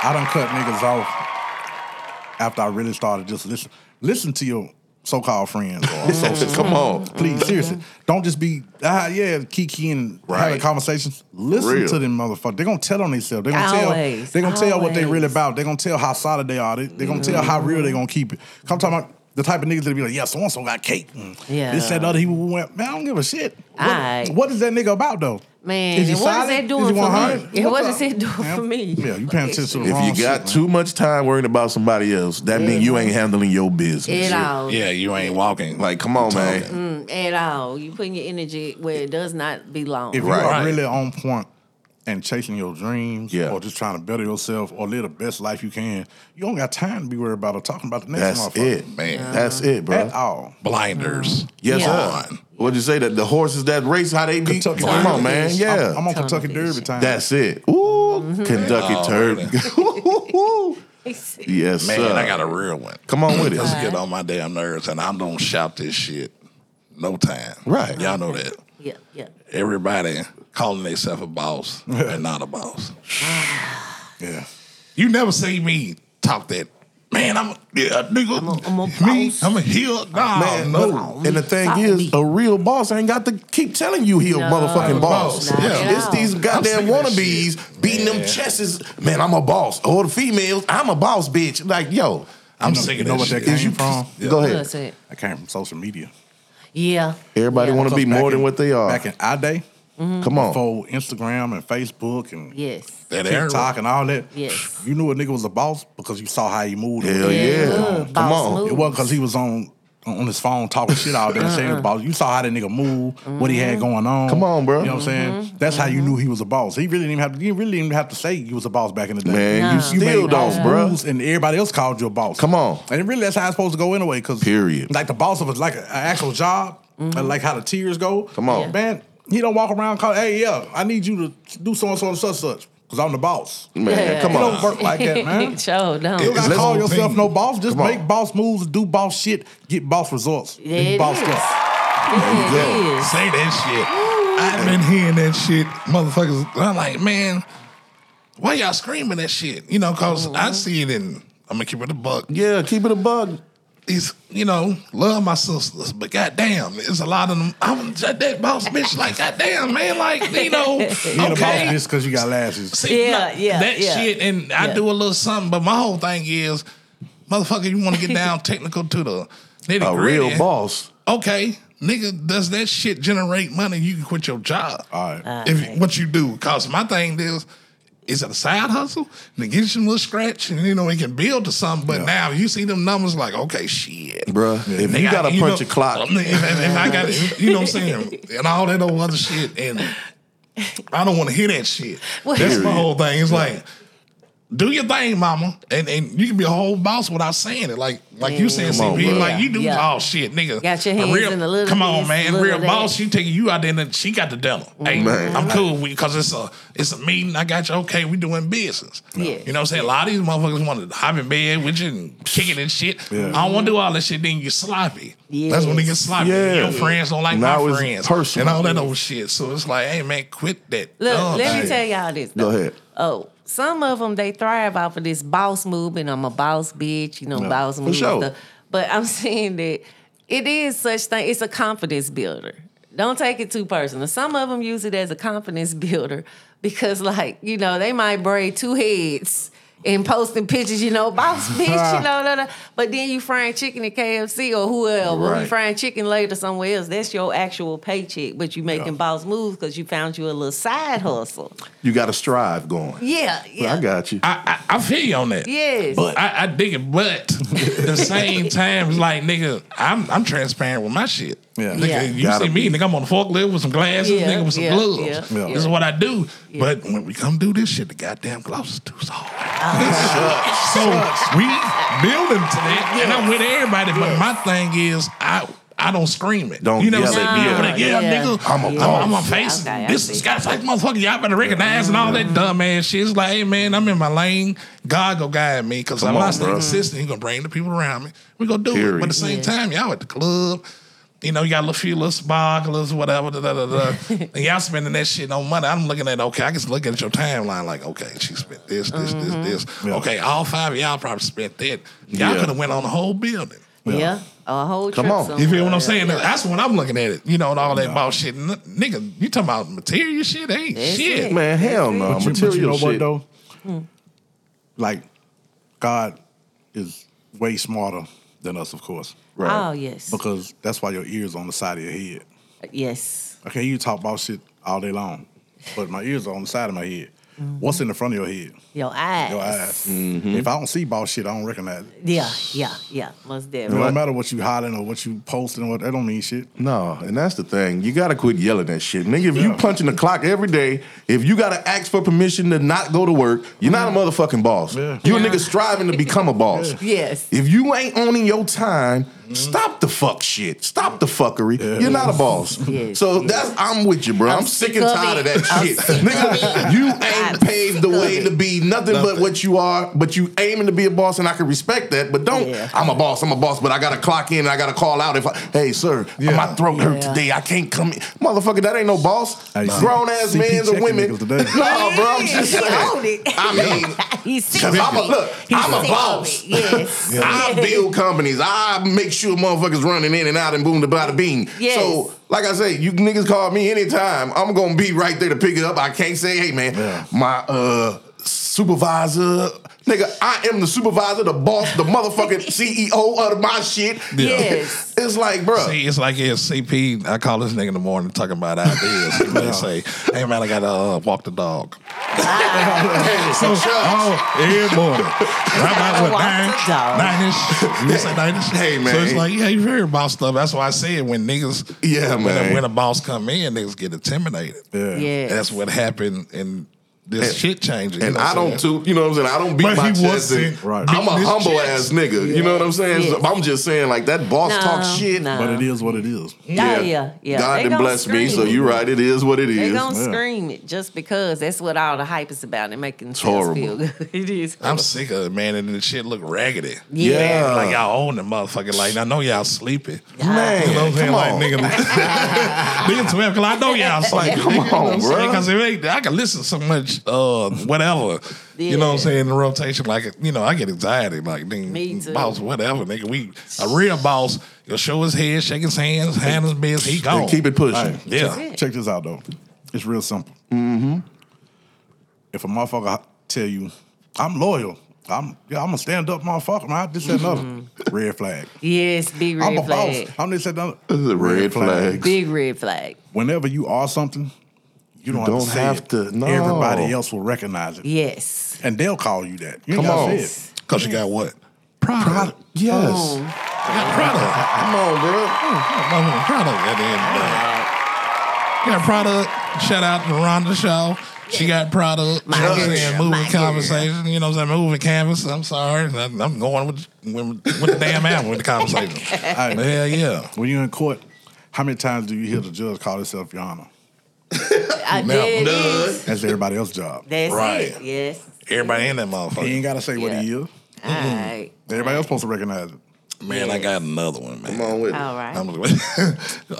E: I done cut niggas off after I really started just listen. Listen to your so-called friends or so
D: Come on,
F: Mm-hmm.
E: Please, seriously, don't just be ah yeah, kiki and having
D: Right.
E: conversations. Listen
D: Real.
E: to them motherfuckers. They're gonna tell on themselves. They're gonna tell.
F: Always,
E: They're gonna tell what they
F: always.
E: really about. They're gonna tell how solid they are. They're they are going to tell how real they're gonna keep it. Come talking about the type of niggas that be like, yeah, so and so got cake. Mm.
F: Yeah.
E: This that other he went. Man, I don't give a shit. What-
F: Aight.
E: what is that nigga about though?
F: Man,
E: he
F: and what is
E: solid?
F: that
E: he
F: doing for me?
E: 100?
F: Yeah, what
E: the-
F: is that doing
E: Yeah.
F: for me?
E: Yeah, you
F: Look
E: paying
F: at
E: attention to the
F: you.
E: wrong
D: If you got
E: shit, man.
D: too much time worrying about somebody else, that mean you ain't handling your business.
F: It all.
C: Yeah, you ain't walking.
D: Like, come on, man.
F: At all. You putting your energy where it does not belong.
E: If you
D: Right.
E: are really on point and chasing your dreams
D: Yeah.
E: or just trying to better yourself or live the best life you can, you don't got time to be worried about or talking about the next
F: Mm.
D: That's
E: motherfucker.
D: it, man. That's it, bro.
E: At all.
C: Blinders.
D: Yes,
F: Yeah.
D: sir. What'd you say that the horses that race how they be?
E: Kentucky
D: Come
E: Derby.
D: on, man.
F: I'm-
D: Yeah,
E: I'm, I'm on
F: Tunnel
E: Kentucky Derby
F: vision.
E: time.
D: that's it. Ooh,
F: Mm-hmm.
D: Kentucky
C: Oh,
D: Derby. <laughs> yes,
C: Man,
D: sir.
C: I got a real one.
D: Come on with it.
C: Let's get on my damn nerves, and I don't shout this shit no time.
D: Right.
C: Y'all know that.
F: <laughs> yeah, yeah.
C: Everybody calling themselves a
E: <laughs>
C: boss and not a boss.
E: <sighs> Yeah.
C: You never see me talk that. Man, I'm a, yeah, nigga.
F: I'm a- I'm a
C: me,
F: boss."
C: I'm a heel. Nah,
D: Man,
C: no.
D: but- and the thing is, a real boss ain't got to keep telling you he a
F: No.
D: motherfucking
F: No,
D: boss.
C: not
D: Yeah.
C: at
D: It's
F: all.
D: these goddamn
C: I'm sick of that
D: wannabes beating them
C: Yeah.
D: chests. Man, I'm a boss. Or the females, I'm a boss, bitch. Like, yo,
C: I'm
E: You know-
C: sick
E: you
C: of
E: know
C: that
E: what
C: shit.
E: that came from?
D: <laughs> go
F: That's
D: ahead.
F: it.
E: I came from social media.
F: Yeah.
D: Everybody
F: yeah.
D: wanna
E: So
D: be
E: back
D: more than
E: in-
D: what they are.
E: Back in our day,
F: Mm-hmm.
D: Come on.
E: for Instagram and Facebook and
F: Yes.
C: That era.
E: TikTok and all that,
F: Yes.
E: you knew a nigga was a boss because you saw how he moved.
D: Hell yeah.
F: Yeah.
D: Come
F: Boss
D: on.
F: move.
E: It wasn't because he was on on his phone talking shit all day and
F: Uh-huh.
E: saying he was a boss. You saw how that nigga move, what he
F: Mm-hmm.
E: had going on.
D: Come on, bro.
E: You know what I'm saying? That's how you knew he was a boss. He really didn't even have to, he really didn't even have to say he was a boss back in the day.
D: Man,
F: Nah.
D: you
F: You
D: still
E: made
D: don't,
E: those
D: bro.
E: moves and everybody else called you a boss.
D: Come on.
E: And really, that's how it's supposed to go anyway. Cause
D: Period.
E: like the boss of a, like an actual job,
F: Mm-hmm.
E: and like how the tears go.
D: Come on. Yeah.
E: man. He don't walk around calling, hey, yeah, I need you to do so and so and such such because I'm the boss.
D: Man,
F: Yeah.
D: come
E: It don't
D: on.
E: work like that,
F: <laughs>
E: man.
F: Show no.
E: You don't
C: It's
E: gotta call
C: less
E: yourself
C: routine.
E: no boss. Just
D: Come on.
E: make boss moves, do boss shit, get boss results.
F: Yeah,
E: and
F: it
E: boss
F: is.
E: stuff.
F: Yeah,
D: go.
F: it is.
C: Say that shit. I've been hearing that shit, motherfuckers. and I'm like, man, why y'all screaming that shit? You know, because I see it in, I'm going to keep it a buck.
D: Yeah, keep it a bug.
C: These, you know, love my sisters, but goddamn, it's a lot of them. I'm just that boss bitch, like, goddamn, man, like,
F: <laughs>
C: you know,
E: You the boss
C: okay.
E: bitch because you got lashes.
C: See,
F: Yeah,
C: no,
F: yeah,
C: That
F: yeah.
C: shit, and I
F: Yeah.
C: do a little something, but my whole thing is, motherfucker, you want to
F: <laughs>
C: get down technical to the nitty
D: A
C: gritty.
D: real boss.
C: Okay, nigga, does that shit generate money? You can quit your job.
E: All right.
F: Ah,
C: If what you do, cause my thing is, is it a side hustle? And it gives you a little scratch, and you know it can build to something. But now you see them numbers, like okay, shit,
D: Bruh, if
C: They
D: you gotta punch
C: know,
D: a clock.
C: If, if- if I got, you know what I'm saying, and all that old other shit, and I don't want to hear that shit.
F: Well-
C: That's my
D: Period.
C: whole thing. It's like. Do your thing, mama, and and you can be a whole boss without saying it. Like like you saying,
D: Come on,
C: CP,
D: bruh.
C: like you do
F: Yeah.
C: all shit, nigga.
F: Got your
C: A
F: hands
C: real-
F: in the little
C: Come on,
F: this,
C: man.
F: little
C: Real
F: that.
C: boss, she taking you out there, and then she got the devil. Hey,
D: Man.
C: I'm cool because it's a it's a meeting. I got you. Okay, we doing business.
F: Yeah.
C: You know what I'm saying? A lot of these motherfuckers want to hop in bed with you and kick it and shit.
E: Yeah.
C: I don't want to do all that shit. Then you sloppy. That's when they get sloppy.
D: Yeah.
C: Your friends don't like
D: Now
C: my
D: it's
C: friends
D: personal.
C: and all that old shit. So it's like, hey man, quit that.
F: Look,
C: dumb
F: let
C: shit.
F: me tell y'all this.
D: Oh, Go
F: though.
D: ahead.
F: Oh, some of them they thrive off of this boss movement. I'm a boss bitch, you know, boss move.
D: sure.
F: stuff. But I'm <laughs> saying that it is such thing. It's a confidence builder. Don't take it too personal. Some of them use it as a confidence <laughs> builder because, like, you know, they might braid two heads and posting pictures. You know, boss bitch. You know, da, da. but then you frying chicken at KFC or whoever. Or you
D: Right.
F: frying chicken later somewhere else. That's your actual paycheck, but you making boss moves because you found you a little side hustle.
D: You got to strive going.
F: Yeah, yeah.
D: I got you.
C: I, I I feel you on that.
F: Yes.
C: But I, I dig it,
D: <laughs>
C: but the same time, it's like nigga, I'm I'm transparent with my shit.
E: Yeah.
C: Nigga,
F: Yeah.
C: you
D: Gotta
C: see me, nigga, I'm on the forklift with some glasses,
F: Yeah,
C: nigga, with some
F: yeah,
C: gloves.
F: yeah,
E: Yeah.
C: This is what I do. But when we come do this shit, the goddamn gloves is too soft.
D: Uh-huh.
C: so we building to that, and I'm with everybody. But my thing is, I. I don't scream it.
D: Don't
C: you know what I'm
D: yell
C: saying?
D: at
C: Be
D: me.
C: over there, Yeah,
F: Yeah.
C: nigga.
D: I'm a
C: I'm, I'm a
D: boss.
C: face.
F: Okay, I
C: this
F: see.
C: is got like motherfucker. Y'all better recognize and all that dumb ass shit. It's like, hey man, I'm in my lane. God go guide me because I'm
D: on,
C: not staying
D: bruh.
C: consistent. He gonna bring the people around me. We gonna do it.
D: Period.
C: But at the same time, y'all at the club. You know, you got a little few little sparklers, whatever, da, da, da, da. and y'all spending that shit on money. I'm looking at okay, I can look at your timeline like, okay, she spent this, this,
F: Mm-hmm.
C: this, this.
E: Yeah.
C: Okay, all five of y'all probably spent that. Y'all
D: Yeah.
C: could have went on the whole building.
F: yeah. a whole
D: Come
F: trip
D: on.
F: somewhere.
C: You feel what I'm saying? That's when I'm looking at it. You know, and all that about shit. N- nigga, you talking about material shit? Ain't
F: That's
C: shit.
F: it.
D: Man, hell no.
E: But you- but you,
D: Material
E: know
D: shit.
E: what though?
F: Hmm.
E: Like, God is way smarter than us, of course,
F: Oh yes,
E: because that's why your ears on the side of your head.
F: yes,
E: Okay, you talk about shit all day long, but my ears are on the side of my head.
F: Mm-hmm.
E: What's in the front of your head?
F: your eyes.
E: Your eyes.
D: Mm-hmm.
E: If I don't see boss shit, I don't recognize it.
F: Yeah, yeah, yeah. Most
E: No
F: definitely.
E: matter what you hollering or what you posting, or what that don't mean shit.
D: No, and that's the thing. You gotta quit yelling that shit, nigga. If you
E: Yeah.
D: punching the clock every day, if you gotta ask for permission to not go to work, you're not a motherfucking boss.
E: Mm-hmm.
D: You
E: Yeah.
D: a nigga striving to become a boss.
F: Yes.
D: If you ain't owning your time, stop the fuck shit. Stop the fuckery. You're not a
F: <laughs>
D: boss.
F: Yes.
D: So that's I'm with you, bro. I'm, sick and
F: sick of
D: tired of
F: it.
D: that
F: I'm
D: shit,
F: sick of
D: nigga.
F: it.
D: You
F: I'm
D: ain't paved the
F: sick of
D: way
F: it.
D: to be nothing, but what you are. But you aiming to be a boss, and I can respect that. But don't.
F: Yeah.
D: I'm a boss. I'm a boss, but I gotta clock in. and I gotta call out if I. Hey, sir, uh, my throat hurt
F: Yeah.
D: today. I can't come. in. Motherfucker, that ain't no boss.
E: Hey, C-
D: Grown ass
E: CP
D: men or
E: checking
D: women.
E: niggas
D: No,
E: today.
D: bro. I'm just
F: <laughs> He
D: saying.
F: owned it.
D: I
F: <laughs>
D: mean.
F: He's sick
D: Cause
F: of
D: I'm a-
F: it.
D: look,
F: He's
D: I'm a
F: sick
D: boss.
F: of it.
D: <laughs>
F: Yes.
D: I build companies. I make sure motherfuckers running in and out and boom the bada bing.
F: Yes.
D: So, like I say, you niggas call me anytime. I'm gonna be right there to pick it up. I can't say, hey man,
E: Yeah.
D: my uh supervisor. Nigga, I am the supervisor, the boss, the
F: <laughs>
D: motherfucking CEO of my shit.
F: Yes.
D: It's like, bruh. <laughs>
C: See, it's like if CP, I call this nigga in the morning talking about ideas. He
D: <laughs>
C: might say, hey man, I gotta uh, walk the dog.
D: So,
C: Oh, every
D: <laughs>
C: morning. Right about
F: Walk
C: what,
F: the
C: nine?
F: dog.
C: Nine-ish? You
D: <laughs>
C: say nine-ish?
D: Hey, man.
C: So it's like, yeah, you hear about stuff. That's why I said when niggas,
D: Yeah,
C: when, a-
D: man.
C: when a boss come in, niggas get intimidated.
E: Yeah.
F: Yes.
C: That's what happened in This
D: And-
C: shit changing. you
D: And
C: know
D: I
C: what
D: don't
C: I'm saying?
D: toot, you know what I'm saying? I don't beat
C: But
D: my
C: he
D: chest. and-
C: wasn't
E: Right.
D: I'm a
C: beating his
D: humble
C: chest.
D: ass nigga. You know what I'm saying? So
F: Yeah.
D: I'm just saying, like that boss
F: No,
D: talk shit.
F: no.
E: But it is what it is.
F: Yeah, yeah, yeah.
D: God
F: They
D: done
F: gonna
D: blessed me, so
F: scream.
D: you're right. It is what it
F: They
D: is.
F: gonna
E: yeah.
F: scream it just because that's what all the hype is about and making it's
D: horrible.
F: feel good. <laughs> it is.
C: I'm sick of it, man. And the shit look raggedy.
D: Yeah.
C: Like y'all own the motherfucker. Like I know y'all sleeping.
D: Man,
C: You know what I'm saying?
D: come
C: Like,
D: on.
C: nigga,
D: <laughs>
C: nigga, twelve. Cause I know y'all sleeping.
D: come
C: nigga, you know
D: on,
C: what I'm saying?
D: bruh.
C: Cause it ain't, I can listen to so much, uh, whatever. You know what I'm
F: Yeah.
C: saying? In the rotation, like, you know, I get anxiety. Like, nigga,
F: Me too.
C: boss, whatever, nigga. We a real boss. He'll show his head, shake his hands, hand his biz. He gone.
D: And keep it pushing.
E: Hey,
C: Yeah.
E: Check, check this out though. It's real simple.
D: Mm-hmm.
E: If a motherfucker h- tell you, I'm loyal, I'm yeah, I'm a stand up motherfucker, man. I just said nothing. Red flag.
F: Yes, big Mm-hmm. red
E: I'm a
F: flag.
E: boss. I'm just said nothing.
D: This is a red flag.
F: Big red flag.
E: Whenever you are something, you don't,
D: don't
E: have to say
D: have
E: it.
D: to. No.
E: Everybody else will recognize it,
F: Yes.
E: and they'll call you that. You
D: Come
E: Come
D: on.
E: on. Say
C: Cause you got what? Pride.
D: Yes.
C: You got pride.
D: Come on, bro.
C: Motherfucking product at the end of the day. Got product. Shout out to Rhonda Shaw. She got product.
F: My
C: you know what I'm
F: girl,
C: saying?
F: my
C: Moving
F: girl.
C: conversation. You know what I'm saying? Moving canvas. I'm sorry. I'm I'm going with, with, with the damn album with the
F: <laughs>
C: conversation.
E: it. Hey,
C: Hell yeah.
E: when you're in court, how many times do you hear the judge call himself your honor?
F: I
C: Now,
F: did.
E: That's everybody else's job.
F: That's
C: Right.
F: it. Yes.
C: Everybody in that
E: He
C: motherfucker.
E: ain't got to say what he
F: Yeah.
E: is.
F: All right.
E: Everybody else supposed to recognize it.
C: Man, I got another one, man.
D: Come on with it.
F: All right.
C: I'm,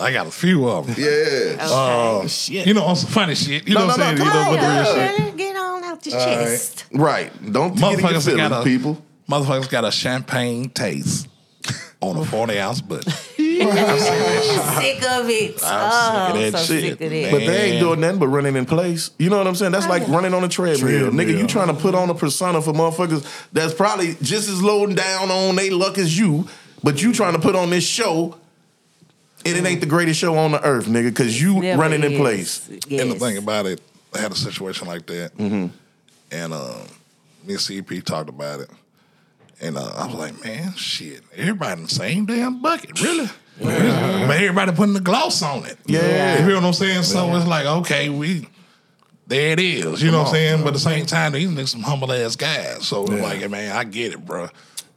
C: <laughs> I got a few of them. Uh,
D: Yeah.
F: okay.
C: You know, on some funny shit. You
D: No,
C: know what
D: no,
C: I'm
D: no,
C: saying?
D: come
C: You know, with the
D: on,
C: real
D: yeah.
C: shit.
F: Get on out your chest.
D: Right. Don't get in your
C: Motherfuckers
D: feelings,
C: got a
D: people.
C: Motherfuckers got a champagne taste on a forty ounce butt. I've seen that shit.
F: Sick of it.
C: I'm sick
F: oh,
C: of that
F: I'm so
C: shit,
F: sick of it.
D: But they ain't
C: Man.
D: doing nothing but running in place. You know what I'm saying? That's like running on a treadmill.
E: Treadmill.
D: Nigga, you trying to put on a persona for motherfuckers that's probably just as low down on they luck as you, but you trying to put on this show, and it ain't the greatest show on the earth, nigga, because you
F: Never
D: running in
F: is.
D: place.
F: Yes.
C: And the thing about it, I had a situation like that,
D: Mm-hmm.
C: and um, me and CP talked about it, and uh, I was like, man, shit, everybody in the same damn bucket, really. But everybody putting the gloss on it.
D: Yeah.
C: You feel what I'm saying? So it's like, okay, we there it is. You know what I'm saying? But at the same time, these niggas some humble ass guys. So I'm like, man, I get it, bro.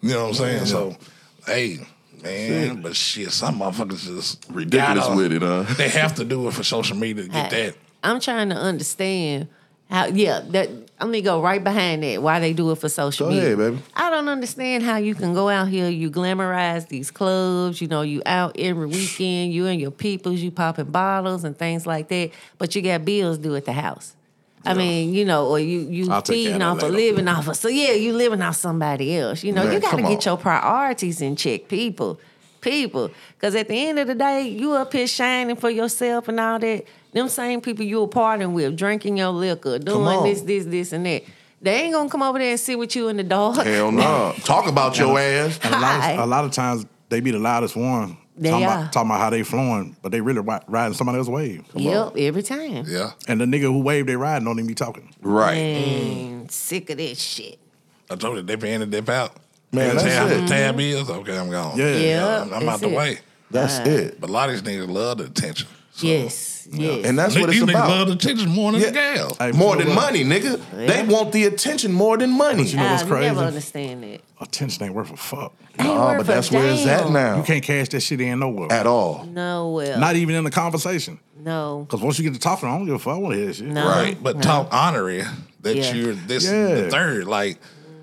C: You know what I'm saying? So, hey, man, but shit, some motherfuckers just
D: Ridiculous
C: gotta-
D: with it, huh?
C: They have to do it for social media to get that.
F: I'm trying to understand how. Yeah, that. I'm gonna go right behind that. Why they do it for social
D: Go
F: media?
D: ahead, baby.
F: I don't understand how you can go out here, you glamorize these clubs. You know, you out every weekend, you and your peoples, you popping bottles and things like that. But you got bills due at the house. I mean, you know, or you you
E: I'll take care of
F: feeding
E: that
F: off or
E: later.
F: living off of. So yeah, you living off somebody else. You know,
D: Man,
F: you got to
D: come on.
F: get your priorities in check, people, people. Because at the end of the day, you up here shining for yourself and all that. Them same people you were partying with, drinking your liquor,
D: on.
F: doing this, this, this, and that. They ain't gonna come over there and sit with you in the dog. <laughs>
D: Hell no. Uh, Talk about your ass.
E: And a lot,
F: Hi.
E: of, a lot of times they be the loudest one.
F: They
E: talking,
F: are.
E: About, talking about how they flowing, but they really ri- riding somebody else's wave.
F: Yep, every time.
C: Yeah.
E: And the nigga who waved they riding don't even be talking.
D: Right.
F: And sick of this shit.
C: I told you they been in and dip out. Man,
D: Man, that's
C: tab,
D: it.
C: tab is okay. I'm gone.
E: Yeah.
F: Yeah,
C: I'm, I'm out
F: that's
C: the
F: it.
C: way.
D: That's it.
C: But a lot of these niggas love the attention.
F: Yes, yes.
D: And that's what
C: these
D: it's
C: niggas
D: about.
C: love the attention more than
D: Yeah.
C: the gal.
E: Hey,
D: More
E: you know
D: than
E: what?
D: money, nigga. They want the attention more than money.
E: you know- what's
F: I
E: crazy?
F: never understand that.
E: Attention ain't worth a fuck.
D: Oh, but that's where it's at now.
E: You can't cash that shit in nowhere.
D: At all.
F: No, well,
E: Not even in the conversation.
F: no,
E: Because once you get to talking, I don't give a fuck. I want to hear that shit.
F: no.
C: Right. But
F: no.
C: talk honorary that
F: Yeah.
C: you're this
E: Yeah.
C: the third. Like,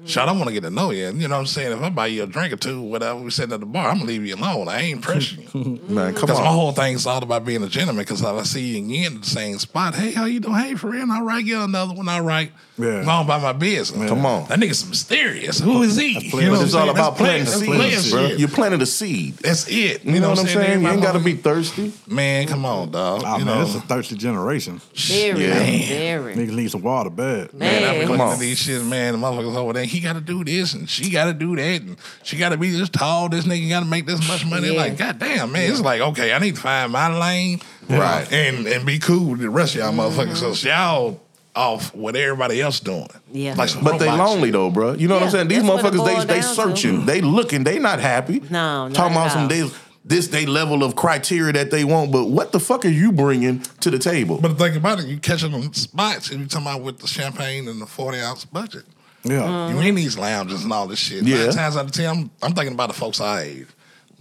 C: shot, I want to get to know you. You know what I'm saying? If I buy you a drink or two, whatever, we sitting at the bar, I'm going to leave you alone. I ain't pressuring
D: <laughs>
C: you.
D: Man, come
C: Because my
D: on.
C: whole thing's all about being a gentleman. Because if I see you again in the same spot, hey, how you doing? Hey, for real? All right, get another one. All right.
E: Yeah.
C: I'm on by my business.
D: Come on.
C: That nigga's mysterious. Who is he?
E: playing-
C: what
D: But it's
C: I'm
D: all
C: saying?
D: about
C: That's playing-
D: planting
C: that's
D: seeds, bro.
C: playing shit.
D: You're planting a seed.
C: That's it.
D: You know what I'm saying? You ain't got to be
C: Everybody-
D: thirsty.
C: Man, come on, dog.
E: Ah,
C: you
E: man,
C: know,
E: this is a thirsty generation.
F: Very,
D: Yeah.
F: very.
E: Niggas need some water bad.
F: Man,
C: And I be
F: Come
C: looking
D: on.
C: at these shit, man. The motherfuckers over there, he got to do this and she got to do that, and she got to be this tall. This nigga got to make this much money.
F: Yeah.
C: Like, goddamn, man, it's like, okay, I need to find my lane, uh,
D: Right.
C: and and be cool with the rest of y'all
F: Mm-hmm.
C: motherfuckers. So y'all off what everybody else doing.
F: Yeah.
C: like some
D: But they
C: robots.
D: lonely though, bro. You know what I'm
F: Yeah,
D: saying? These
F: that's what it
D: motherfuckers, they
F: boiled
D: they
F: down to.
D: searching, they looking, they not happy.
F: No, not
D: talking about
F: at
D: some
F: all.
D: days. this they level of criteria that they want, but what the fuck are you bringing to the table?
C: But think about it, you catching them spots and you talking about with the champagne and the 40 ounce budget.
E: Yeah.
C: You in these lounges and all this shit.
D: Yeah.
C: Nine times out of ten, I'm, I'm thinking about the folks I ate.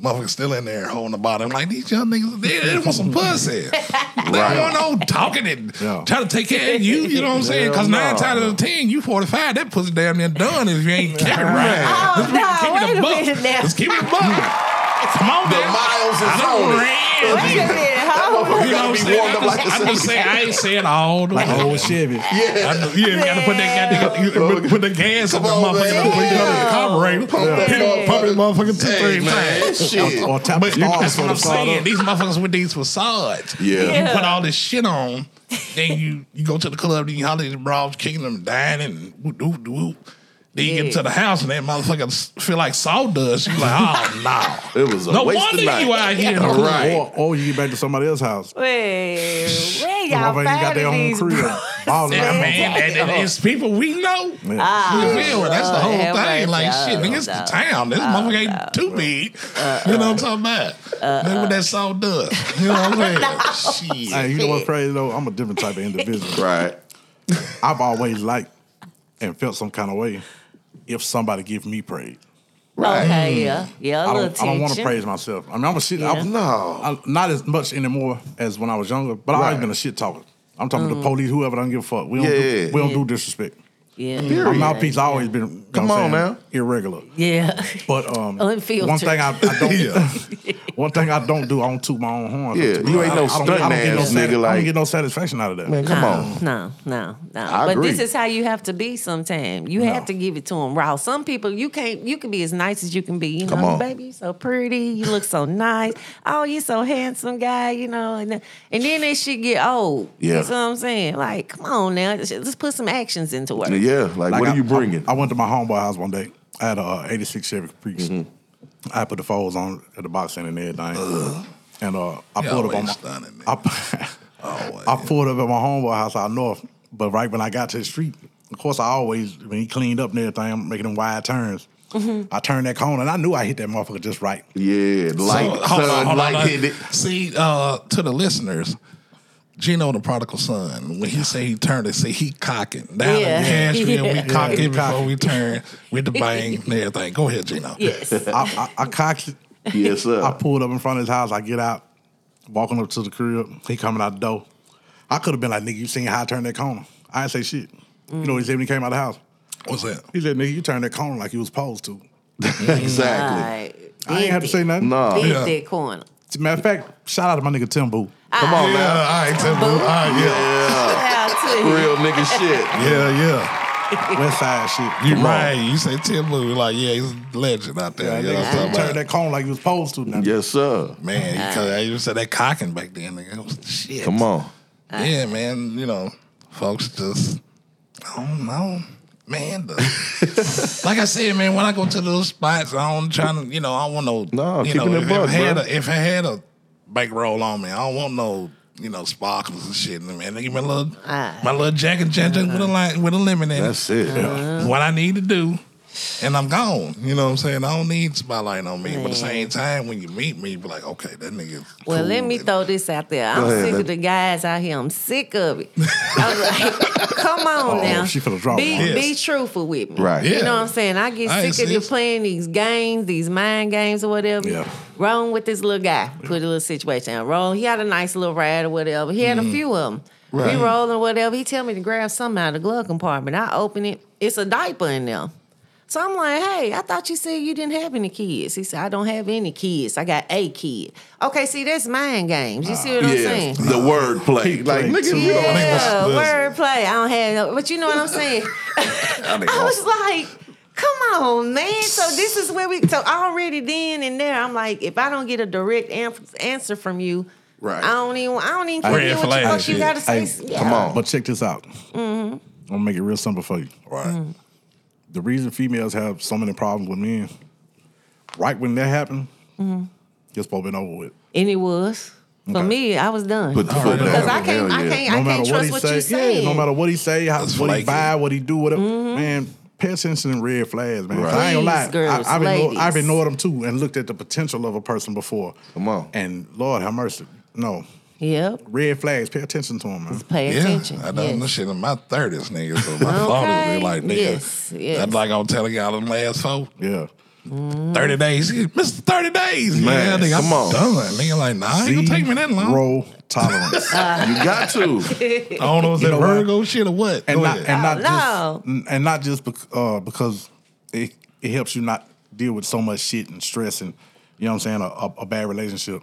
C: Motherfuckers still in there holding the bottom. Like, these young niggas, they, they want some
D: <laughs>
C: pussy. They want no talking and
E: Yeah.
C: trying to take care of you. You know what I'm saying? Because
D: Hell
C: nine
D: no.
C: times out of ten, you 45, that pussy damn near done if you
D: <laughs>
C: ain't kept it right.
F: Oh, no, wait a minute now.
C: Let's keep it a buck. Come on,
D: Hmm. The
C: man.
D: miles is
C: I done
D: on it.
C: ran.
F: Wait a minute. Hold on.
D: Motherfucker
C: You know what
D: gotta
C: I'm
D: be warmed
C: saying?
D: up
C: I
D: like
C: just,
D: the
C: I just
D: <laughs>
C: say I ain't saying all the way.
D: oh,
E: Old
F: <laughs>
E: Oh, Chevy.
C: I know- Yeah, we gotta put that goddamn you- put, put the gas on the
D: Come on,
C: motherfucking pump,
D: man.
C: the carburetor.
D: that
C: Hit it, Pump it, motherfucking two,
D: Hey,
C: three
D: man,
C: times.
D: shit.
E: Or tap
C: But
E: stars
C: that's
E: for
C: what
E: the
C: I'm
E: start
C: saying.
E: up.
C: These motherfuckers with these facades.
D: Yeah.
C: You put all this shit on, then you you go to the club, then you holler at the bras, kicking them, dining, and whoop, whoop, whoop. Then you get to the house and that motherfucker s- feel like sawdust. You like, oh no,
D: It was a
C: no
D: waste of
C: wonder
D: night.
C: you out here. in the
D: All
C: club.
D: right.
E: Or, or you get back to somebody else's house.
F: Wait, where y'all
E: Motherfuckers got
F: found
E: their own
F: these
E: crib.
F: <laughs>
E: All
C: Yeah, man, and, and
E: <laughs>
C: it's people we know.
E: Yeah.
F: Ah.
C: You feel me? That's the whole
F: have
C: thing.
F: mercy.
C: Like
F: Oh,
C: shit, nigga, it's the
F: no. Oh, Uh,
C: town. This motherfucker ain't too big. you know what I'm talking about? Look what that saw does. You know what I'm
F: <laughs>
C: saying?
E: Hey,
C: Shit.
E: you know what's crazy though? I'm a different type of individual.
D: Right.
E: I've always liked and felt some kind of way if somebody give me praise.
D: Oh,
F: Okay, yeah, yeah, a
E: I
F: little
E: don't, I don't want to
F: tension.
E: praise myself. I mean, I'm a shit. I,
D: No.
E: I, not as much anymore as when I was younger, but I've always
D: Right.
E: been a shit talker. I'm talking
F: Mm.
E: to the police, whoever. I don't give a fuck. We don't,
D: Yeah,
E: do,
D: yeah, yeah.
E: we don't do disrespect.
F: Yeah,
E: My mouthpiece always been you know
D: Come
E: what I'm
D: on
E: saying,
D: now.
E: irregular.
F: yeah.
E: But um, one
F: Unfiltered.
E: thing I,
D: <laughs>
E: I don't, <laughs> one thing I don't do, I don't toot my own horn.
D: Yeah, you ain't no
E: I don't get- I don't get
D: stunting
E: no
D: ass
E: sati-
D: nigga
E: I
D: like-
E: don't get no satisfaction out of that.
D: Man, come
F: no,
D: on.
F: No, no, no.
D: I
F: but this
D: agree.
F: is how you have to be sometimes. You have to give it to them raw. Some people you can't you can be as nice as you can be. You
D: Come
F: know,
D: on.
F: baby, you so pretty, you look so nice. Oh, you so handsome guy, you know, and then- and then that shit get old.
D: Yeah.
F: You know what I'm saying? Like, come on now. Let's- Let's put some actions into work.
D: Yeah, like, what
E: Like,
D: are you
E: I-
D: bringing?
E: I, I went to my homeboy house one day. I had a uh, 86 Chevy Caprice.
D: Mm-hmm.
E: I put the folds on at the box end and everything. And uh, I
C: You
E: pulled up on
C: always
E: my
C: stunning, man.
E: I,
C: Always.
E: <laughs> I pulled up at my homeboy house out north. But right when I got to the street, of course I always when he cleaned up and everything, I'm making them wide turns.
D: Mm-hmm.
E: I turned that corner and I knew I hit that motherfucker just right.
D: Yeah, light,
C: So,
D: sun,
C: hold on, hold
D: light
C: on.
D: hit it.
C: See, uh, to the listeners, Gino the prodigal son, when he say he turned it, say he cocking. Down
F: Yeah.
C: in Nashville, we
F: <laughs> Yeah.
C: cock
E: Yeah,
C: it before
E: cocking.
C: we turn with the
F: <laughs>
C: bang and everything. Go ahead, Gino.
F: Yes.
E: I, I, I cocked it.
D: <laughs> Yes, sir.
E: I pulled up in front of his house. I get out, walking up to the crib. He coming out the door. I could have been like, nigga, you seen how I turned that corner. I didn't say shit. You know what he said when he came out of the house?
C: What's that?
E: He said, nigga, you turned that corner like you was supposed to.
D: exactly.
F: Like,
E: I ain't had to say nothing.
D: No.
F: Big
C: Yeah.
F: that corner.
E: As a matter of fact, shout out to my nigga Tim Boo.
F: Uh,
D: Come on,
C: Yeah,
D: man.
C: all right, Tim. All right, yeah.
D: Yeah.
F: Yeah, too.
D: Real nigga shit.
C: Yeah, yeah.
E: West side shit.
C: You
E: Come on.
C: right. You say Tim Blue, like, yeah, he's a legend out there.
E: Yeah,
C: you know what I'm
E: nigga, you
C: talking
E: turned
C: about?
E: that corner like you was supposed to. Now.
D: Yes, sir.
C: Man, you could- I used to say that cocking back then, nigga. It was the shit.
D: Come on.
C: Yeah, man. You know, folks just, I don't know. Man, the- like I said, man, when I go to those spots, I don't try to, you know, I don't want no,
D: No,
C: you
D: keeping
C: know,
D: it
C: if, if I
D: buck,
C: had
D: bro.
C: a, if I had a bankroll on me, I don't want no, you know, sparkles and shit. Man, they give me a little,
F: Ah.
C: my little jacket, jacket with a line, with a lemon in it
D: That's it.
F: Uh-huh.
C: what I need to do, and I'm gone. You know what I'm saying? I don't need spotlight on me. But at the same time, when you meet me, you be like, okay, that nigga.
F: Well,
C: cool.
F: let me
C: <laughs>
F: throw this out there. I'm
D: Go ahead,
F: sick
D: baby.
F: of the guys out here. I'm sick of it. I'm like, <laughs> come on
E: Oh,
F: now.
E: she finna drop
F: be,
E: one.
F: be truthful with me.
D: Right.
C: Yeah.
F: You know what I'm saying? I get
C: I ain't
F: sick of you
C: sis.
F: playing these games, these mind games or whatever.
E: Yeah.
F: Wrong with this little guy. Put a little situation out. Roll. He had a nice little ride or whatever. He had a few of them.
C: Right.
F: We rolling whatever. He tell me to grab something out of the glove compartment. I open it. It's a diaper in there. So I'm like, hey, I thought you said you didn't have any kids. He said, I don't have any kids. I got a kid. Okay, see, that's mind games. You see what I'm
D: Yeah.
F: saying?
D: The word play. Like,
E: play,
D: nigga,
E: too.
D: you <laughs> don't
C: I think
F: Yeah,
C: that's- that's-
F: wordplay. I don't have no, but you know what I'm saying?
D: I think
F: I
D: that's-
F: was like, come on, man. So this is where we, so already then and there, I'm like, if I don't get a direct am- answer from you,
D: Right.
F: I don't even, I don't even
C: Red
F: care what
C: flag
F: the fuck
C: shit.
F: you gotta say.
E: Hey,
F: Yeah. Mm-hmm.
D: Come on.
E: But check this out. I'm gonna make it real simple for you.
C: Right.
F: Mm,
E: The reason females have so many problems with men, right when that happened,
F: Mm-hmm.
E: it's supposed to been over with.
F: And it was. For
E: Okay.
F: me, I was done. <laughs>
D: Put the
C: All
D: foot
C: right.
D: down.
F: Because I
D: Hell
F: can't, I
D: yeah.
F: can't, I can't trust what, you
E: say,
F: say. Mm-hmm.
E: yeah, no matter what he say, how,
C: That's
E: what
C: flaky.
E: he buy, what he do, whatever. Man, pay attention to red flags, man.
D: Right.
E: 'Cause I ain't gonna lie.
F: Please, girls,
E: I, I've, ignored,
F: ladies.
E: I've ignored them too and looked at the potential of a person before.
D: Come on.
E: And Lord have mercy. No.
F: Yep.
E: Red flags, pay attention to them, man.
F: Pay
C: Yeah,
F: attention.
C: I done
F: Yes.
C: this shit in my thirties, nigga. So my father
F: Okay.
C: be like, nigga,
F: Yes, yes. Mm.
C: that's like I'm telling y'all them last four.
E: Yeah.
C: Thirty days, He- Mister Thirty Days,
D: Man,
C: man. Yeah, nigga,
D: come
C: I'm
D: on.
C: done, nigga. Like, nah, it ain't gonna take me that long.
E: Roll tolerance.
D: You got to.
F: <laughs>
C: I don't know if
E: You
C: that
E: know what?
C: Virgo shit or what.
E: and
C: Go
E: not,
C: ahead.
E: and not
F: Oh,
E: just n- and not just bec- uh, because it it helps you not deal with so much shit and stress and you know what I'm saying a, a, a bad relationship,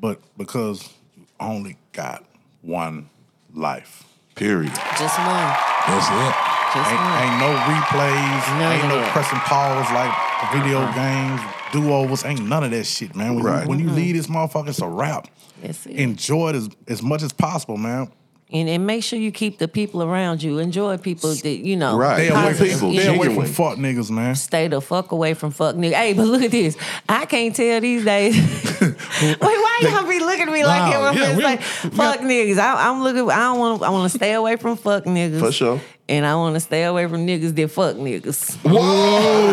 E: but because you only got one life.
D: Period.
F: Just one.
C: That's it.
F: Just
E: Ain't,
F: one.
E: ain't no replays.
F: None
E: ain't
F: of
E: no
F: that.
E: pressing pause like video games, do overs. Ain't none of that shit, man. When
D: Right.
E: you,
F: Mm-hmm.
E: when you leave this motherfucker, it's a wrap.
F: That's it.
E: Enjoy it as, as much as possible, man.
F: and, and make sure you keep the people around you. Enjoy people that you know.
D: Right.
E: Stay
D: Good
E: away,
F: positive,
D: people,
F: you
E: stay
F: know.
E: away from
D: genuine.
E: fuck niggas, man.
F: Stay the fuck away from fuck nigga. Hey, but look at this. I can't tell these days. Wait, why y'all be looking at me like
C: Wow,
F: that?
C: yeah,
F: Yeah,
C: we-
F: like
C: we
F: fuck niggas. I, I'm looking. I don't want. I want to stay away from fuck niggas.
D: For sure.
F: And I want to stay away from niggas that fuck niggas.
E: <laughs>
C: Whoa.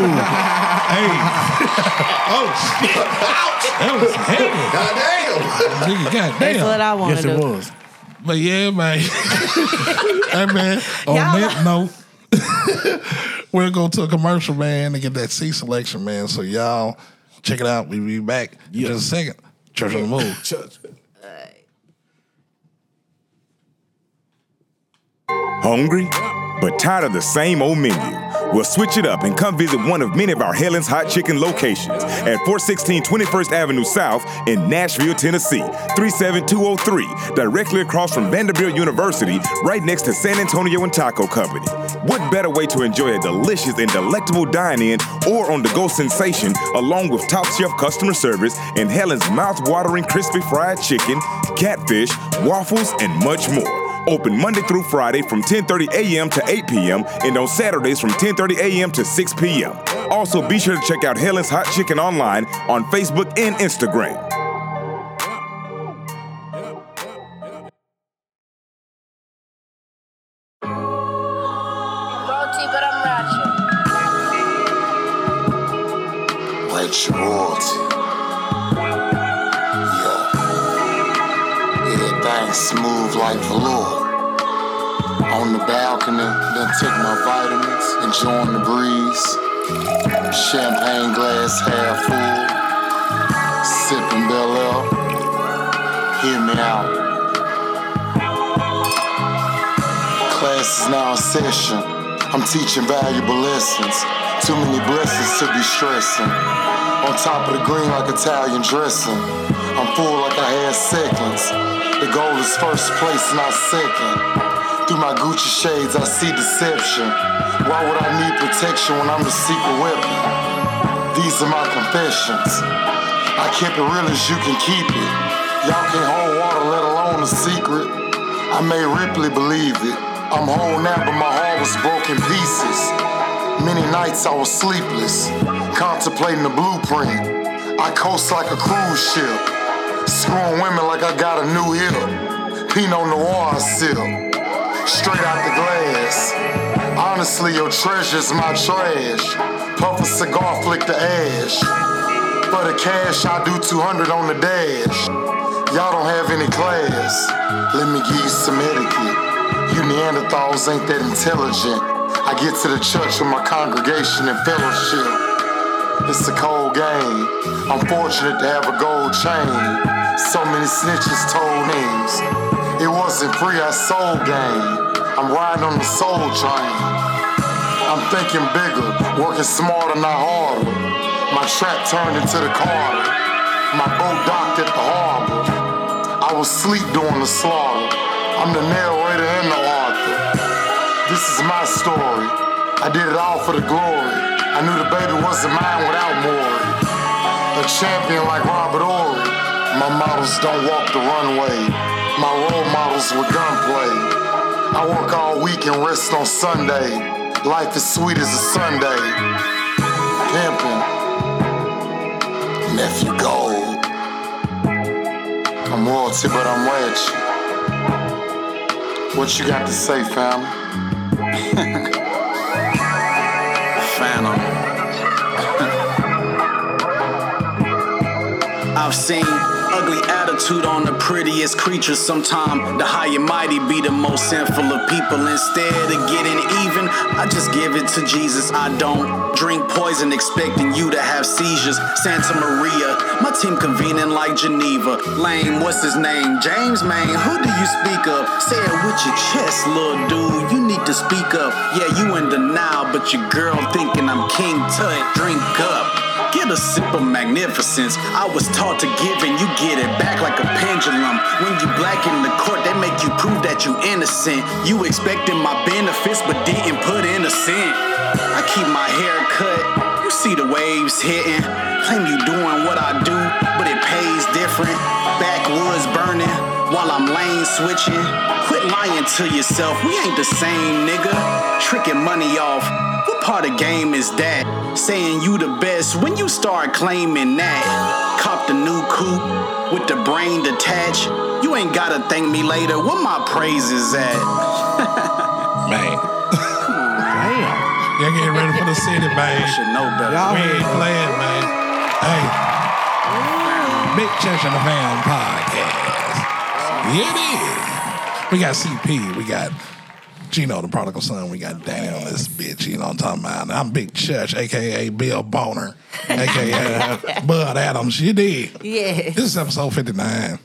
C: hey. <laughs> oh shit. That was heavy.
D: God
C: Nigga, goddamn.
F: That's what I want
E: Yes,
F: to do.
E: it was.
C: But yeah, man. hey, man. On
F: Y'all-
C: that note, <laughs> we'll go to a commercial, man, and get that C selection, man. So y'all check it out. We'll be back in just a second. Church on the move.
D: damn.
G: Hungry? But tired of the same old menu? Well, switch it up and come visit one of many of our Helen's Hot Chicken locations at 416 21st Avenue South in Nashville, Tennessee, 37203, directly across from Vanderbilt University, right next to San Antonio and Taco Company. What better way to enjoy a delicious and delectable dine-in or on-the-go sensation along with top chef customer service and Helen's mouth-watering crispy fried chicken, catfish, waffles, and much more. Open Monday through Friday from 10:30 a.m. to 8 p.m. and on Saturdays from 10:30 a.m. to 6 p.m. Also, be sure to check out Helen's Hot Chicken online on Facebook and Instagram.
B: Royalty, but I'm ratchet.
H: White royalty. Yeah. Everything smooth like velour. On the balcony, then took my vitamins, enjoying the breeze. Champagne glass half full. Sipping Bel Air. Hear me out. Class is now in session. I'm teaching valuable lessons. Too many blessings to be stressing. On top of the green like Italian dressing. I'm full like I had seconds. The goal is first place, not second. Through my Gucci shades, I see deception. Why would I need protection when I'm the secret weapon? These are my confessions. I kept it real as you can keep it. Y'all can't hold water, let alone a secret. I made Ripley believe it. I'm whole now, but my heart was broken pieces. Many nights I was sleepless, contemplating the blueprint. I coast like a cruise ship, screwing women like I got a new hip. Pinot Noir I sip, straight out the glass. Honestly, your treasure's my trash. Puff a cigar, flick the ash. For the cash, I do 200 on the dash. Y'all don't have any class. Let me give you some etiquette. You Neanderthals ain't that intelligent. I get to the church with my congregation and fellowship. It's a cold game. I'm fortunate to have a gold chain. So many snitches told names. It wasn't free, I sold game. I'm riding on the soul train. I'm thinking bigger, working smarter, not harder. My trap turned into the Carter. My boat docked at the harbor. I was asleep during the slaughter. I'm the narrator and the author. This is my story. I did it all for the glory. I knew the baby wasn't mine without Maury. A champion like Robert Ory. My models don't walk the runway. My role models were gunplay. I work all week and rest on Sunday. Life is sweet as a Sunday. Pimpin'. Nephew Gold. I'm royalty, but I'm ratchet. What you got to say, fam?
I: I've seen ugly attitude on the prettiest creature. Sometime the high and mighty be the most sinful of people. Instead of getting even, I just give it to Jesus. I don't drink poison, expecting you to have seizures. Santa Maria, my team convening like Geneva. Lame, what's his name? James, man, who do you speak of? Say it with your chest, little dude. You need to speak up. Yeah, you in denial, but your girl thinking I'm King Tut. Drink up. Get a sip of magnificence. I was taught to give and you get it back like a pendulum. When you black in the court, they make you prove that you innocent. You expecting my benefits, but didn't put in a cent. I keep my hair cut. You see the waves hitting. Claim you doing what I do, but it pays different. Backwoods burning while I'm lane switching. Quit lying to yourself. We ain't the same, nigga. Tricking money off. What part of game is that? Saying you the best when you start claiming that. Cop the new coupe with the brain detached. You ain't gotta thank me later. Where my praise is at?
C: Man. <laughs> Y'all getting ready for the city, man.
I: Should know better.
C: We ain't playing, man. Hey. Big Church and the Fam podcast. Yeah, it is. We got CP. We got Gino, the prodigal son. We got Daniel, in this bitch. You know what I'm talking about? I'm Big Church, a.k.a. Bill Boner, a.k.a. Bud Adams. You did.
F: Yeah.
C: This is episode 59.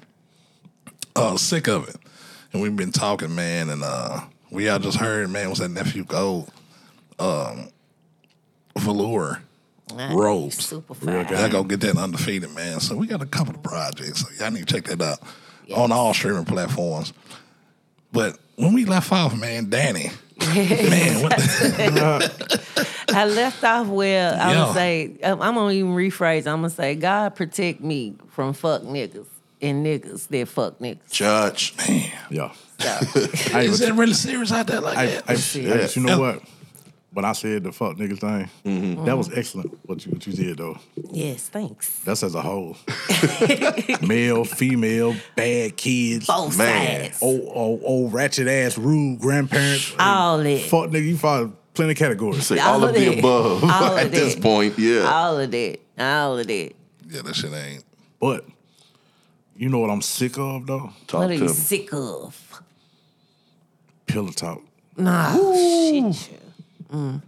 C: Uh, sick of it. And we've been talking, man, and uh, we all just heard, man, was that nephew Gold, um, velour robes.
F: Super
C: Y'all
F: fine.
C: go get that undefeated, man. So we got a couple of projects. So y'all need to check that out on all streaming platforms. But when we left off, man, Danny, man, what <laughs> the,
F: I left off well. I'm
C: Yeah.
F: gonna say um, I'm I'm gonna even rephrase. I'm gonna say God protect me from fuck niggas and niggas that fuck niggas.
D: Judge.
C: man,
E: Yeah.
F: So,
E: Hey,
C: is
E: but
C: that really serious out there like
E: Hey,
C: that?
E: hey, hey, but you know what? When I said the fuck niggas thing, that was excellent. What you what you did though?
F: yes, thanks.
E: That's as a whole. Male, female, bad kids,
F: Both
D: Man.
F: sides.
E: old, old, old ratchet ass, rude grandparents.
F: All that.
E: Fuck nigga, you follow plenty of categories.
D: Say
F: All
D: all,
F: of
D: of the
F: that.
D: above
F: All
D: <laughs>
F: of
D: at this
F: that.
D: point. Yeah.
F: All of that. All of that.
C: yeah, that shit ain't.
E: But you know what I'm sick of though?
D: Talk
F: What are
D: to
F: you
D: him.
F: sick of?
E: Pillow talk.
F: Nah, shit. yeah. Mm.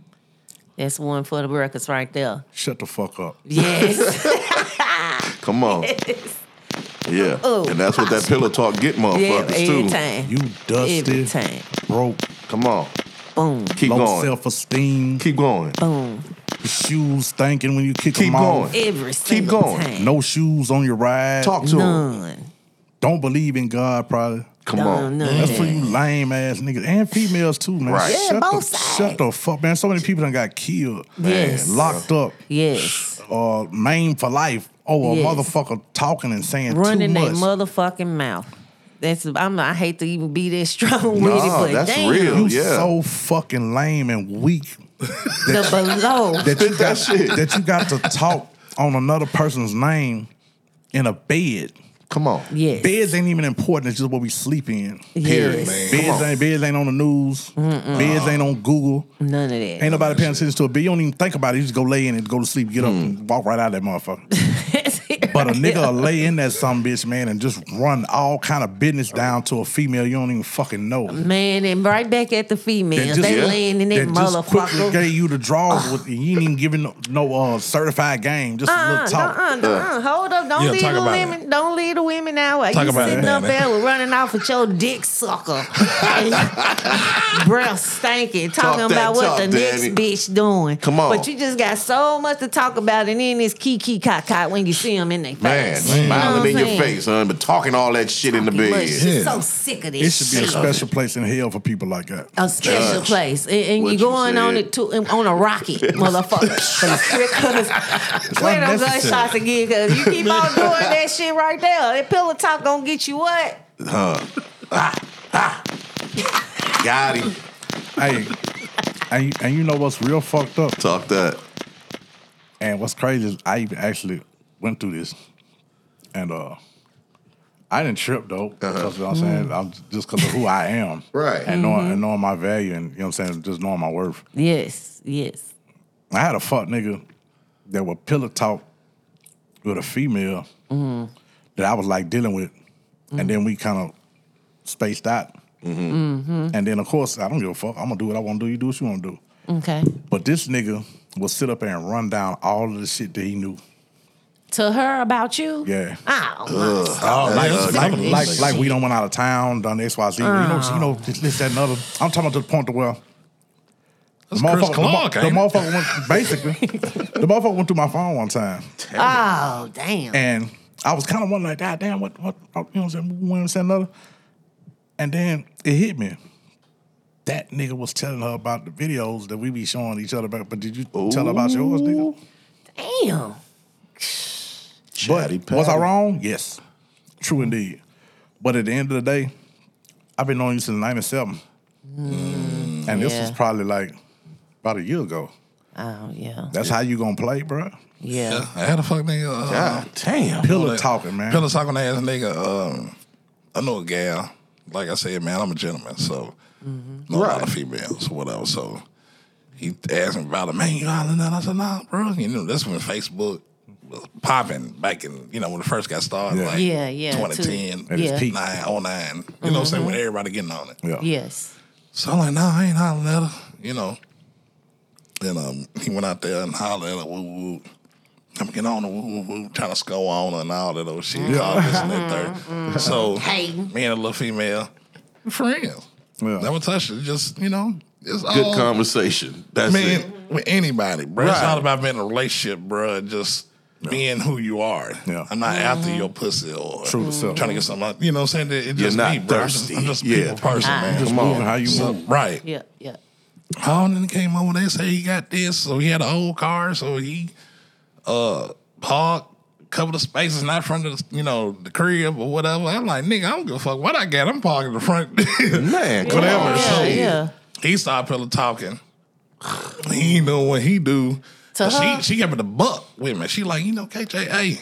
F: That's one for the records right
E: <laughs>
F: there.
E: Shut the fuck up.
F: Yes.
D: Come
F: <laughs>
D: on. Yeah.
F: Oh,
D: and that's what that pillow talk get
F: yeah,
D: motherfuckers
F: every
D: too.
F: time.
E: You dusty,
F: Every time.
E: broke,
D: Come on.
F: Boom.
D: Keep
E: low
D: going.
E: self esteem,
D: Keep going.
F: Boom.
E: shoes stinking when you kick
D: Keep
E: them off.
D: going.
F: Every single
D: going.
F: time.
E: No shoes on your ride.
D: Talk to him.
F: None.
E: Don't believe in God, probably.
D: Come
F: None.
D: on.
F: None.
E: That's for you lame ass niggas and females too, man.
D: Right.
F: Yeah,
E: shut,
F: both
E: the,
F: sides.
E: shut the fuck, man. So many people done got killed,
F: Yes.
E: locked up,
F: Yes.
E: uh, maimed for life. Oh, a
F: Yes.
E: motherfucker talking and saying
F: Running
E: too
F: that
E: much.
F: motherfucking mouth. That's I'm I hate to even be that <laughs> strong with it,
D: Nah,
F: but
D: Ah, that's
F: damn,
D: real.
E: you
D: yeah.
E: so fucking lame and weak
F: the below.
E: <laughs> that you
D: Spit
E: got
D: that shit.
E: that you got to talk on another person's name in a bed.
D: Come on.
F: Yes.
E: Beds ain't even important. It's just what we sleep in.
F: yes.
D: Come
E: Beds
D: on.
E: ain't beds ain't on the news. Beds ain't on Google.
F: None of that.
E: Ain't nobody paying attention to it. But you don't even think about it. You just go lay in and go to sleep, get up,
F: Mm.
E: and walk right out of
F: <laughs>
E: that motherfucker. But a nigga will lay in that some bitch, man, and just run all kind of business down to a female you don't even fucking know.
F: Man, and right back at the females.
E: just-
F: They
E: Yeah.
F: laying in that,
E: just quickly
F: motherfucker.
E: gave you
F: <sighs>
E: the draws with you ain't even giving no, no uh, certified game, just a
F: Uh-uh,
E: little talk.
F: uh-uh, uh-uh. Hold up. Don't
C: Yeah,
F: leave
C: talk
F: the
C: about it.
F: women. Don't leave the women out. While
C: Talk
F: you
C: about it,
F: sitting up
C: man.
F: there with running off with your dick sucker.
D: <laughs>
F: Breath stinking. Talking
D: that
F: about what
D: talk,
F: the next
D: Danny.
F: bitch doing.
D: Come on.
F: But you just got so much to talk about, and then it's kiki cock when you see them in their
D: Man,
F: face. You know what I'm
D: smiling in your
F: saying?
D: face, son, but talking all that shit in the
F: Much.
D: bed.
F: She's so sick of this.
E: It should be a
F: shit.
E: special place in hell for people like that. <laughs>
F: a special
D: Judge.
F: place, and, and
D: What
F: you
D: you
F: going on
D: said.
F: it to on a rocket, motherfucker. Where them
E: unnecessary.
F: gunshots again? Because you keep on doing that shit right there. That pillow talk gonna get you what?
D: Got him.
E: hey, and you, and you know what's real fucked up?
D: Talk that.
E: And what's crazy is I even actually went through this, and uh, I didn't trip though. Because you know what I'm saying I'm just because of who I am,
D: Right.
E: And knowing and knowing my value, and you know what I'm saying, just knowing my worth.
F: Yes, yes.
E: I had a fuck nigga that would pillow talk with a female that I was like dealing with, and then we kind of spaced out. Mm-hmm. And then of course I don't give a fuck. I'm gonna do what I want to do. You do what you want to do.
F: Okay.
E: But this nigga will sit up there and run down all of the shit that he knew.
F: To her about you?
E: Yeah.
F: Oh, my
E: Oh,
C: uh,
E: like,
F: that's
E: like,
F: ugly
E: like,
F: shit.
E: like we done went out of town, done X, Y, Z. You know, you know, this, this, that, and other. I'm talking about to the point to where the
C: That's Chris
E: motherfucker, the mo-
C: Clark,
E: the,
C: ain't it?
E: motherfucker went basically. the motherfucker went through my phone one time,
F: Oh, damn.
E: and I was kind of wondering, like, God damn, what, what, you know, what I'm saying, one and another. And then it hit me. That nigga was telling her about the videos that we be showing each other back. But did you tell her about yours, nigga?
F: Damn.
E: But
D: Chatty
E: was I
D: patty.
E: wrong? Yes. True indeed. But at the end of the day, I've been knowing you since 97. and this
F: Mm, yeah.
E: was probably like about a year ago.
F: Oh, yeah.
E: That's how you gonna play, bro?
F: Yeah.
C: I had a fuck nigga. Uh,
D: God damn.
E: Pillow talking, man.
C: Pillow talking ass nigga. Um, I know a gal. Like I said, man, I'm a gentleman, so
E: Mm-hmm.
C: know a lot of females or whatever. So he asked me about it, man, you out and I said, nah, bro. You know, that's when Facebook was popping back in, you know, when it first got started,
E: Yeah.
C: like
F: Yeah, yeah, too. Mm-hmm.
C: 2010,
E: At its
F: Yeah.
E: peak.
C: 909. You know what I'm saying? When everybody getting on it.
E: Yeah.
F: Yes.
C: So I'm like, nah, I ain't hollering at her, you know. Then um, he went out there and hollered at her, woo woo. I'm getting on her, woo woo woo, trying to score on her and all that old shit. All this and that third. So me and a little female, we're friends.
E: Yeah.
C: Never touched it. Just, you know, it's
D: Good
E: Oh.
C: all
D: conversation. That's
C: man,
D: it.
C: with anybody, bro. It's
D: Right.
C: not about being in a relationship, bro. Just being who you are.
E: Yeah.
C: I'm not after your pussy or
E: True to self.
C: trying to get something. out- You know what I'm saying? It- It's
D: You're
C: just
D: not
C: me, bro. I'm just-
D: thirsty.
C: I'm just a
D: Yeah.
C: people person,
F: Ah.
C: man.
E: Just
D: Come on.
E: moving how you
C: So-
E: move.
C: right.
F: Yeah, yeah.
C: Home and came over. They say he got this, so he had an old car, so he uh parked a couple of spaces not front of the, you know the crib or whatever. I'm like, nigga, I don't give a fuck what I got. I'm parking the front. <laughs>
G: Mm-hmm.
D: Man,
C: whatever.
F: Yeah,
C: so
F: yeah.
C: he started pillow talking. He ain't know what he do.
F: To
C: But
F: her?
C: She she gave me the buck with me. She like, you know, KJ, hey, um,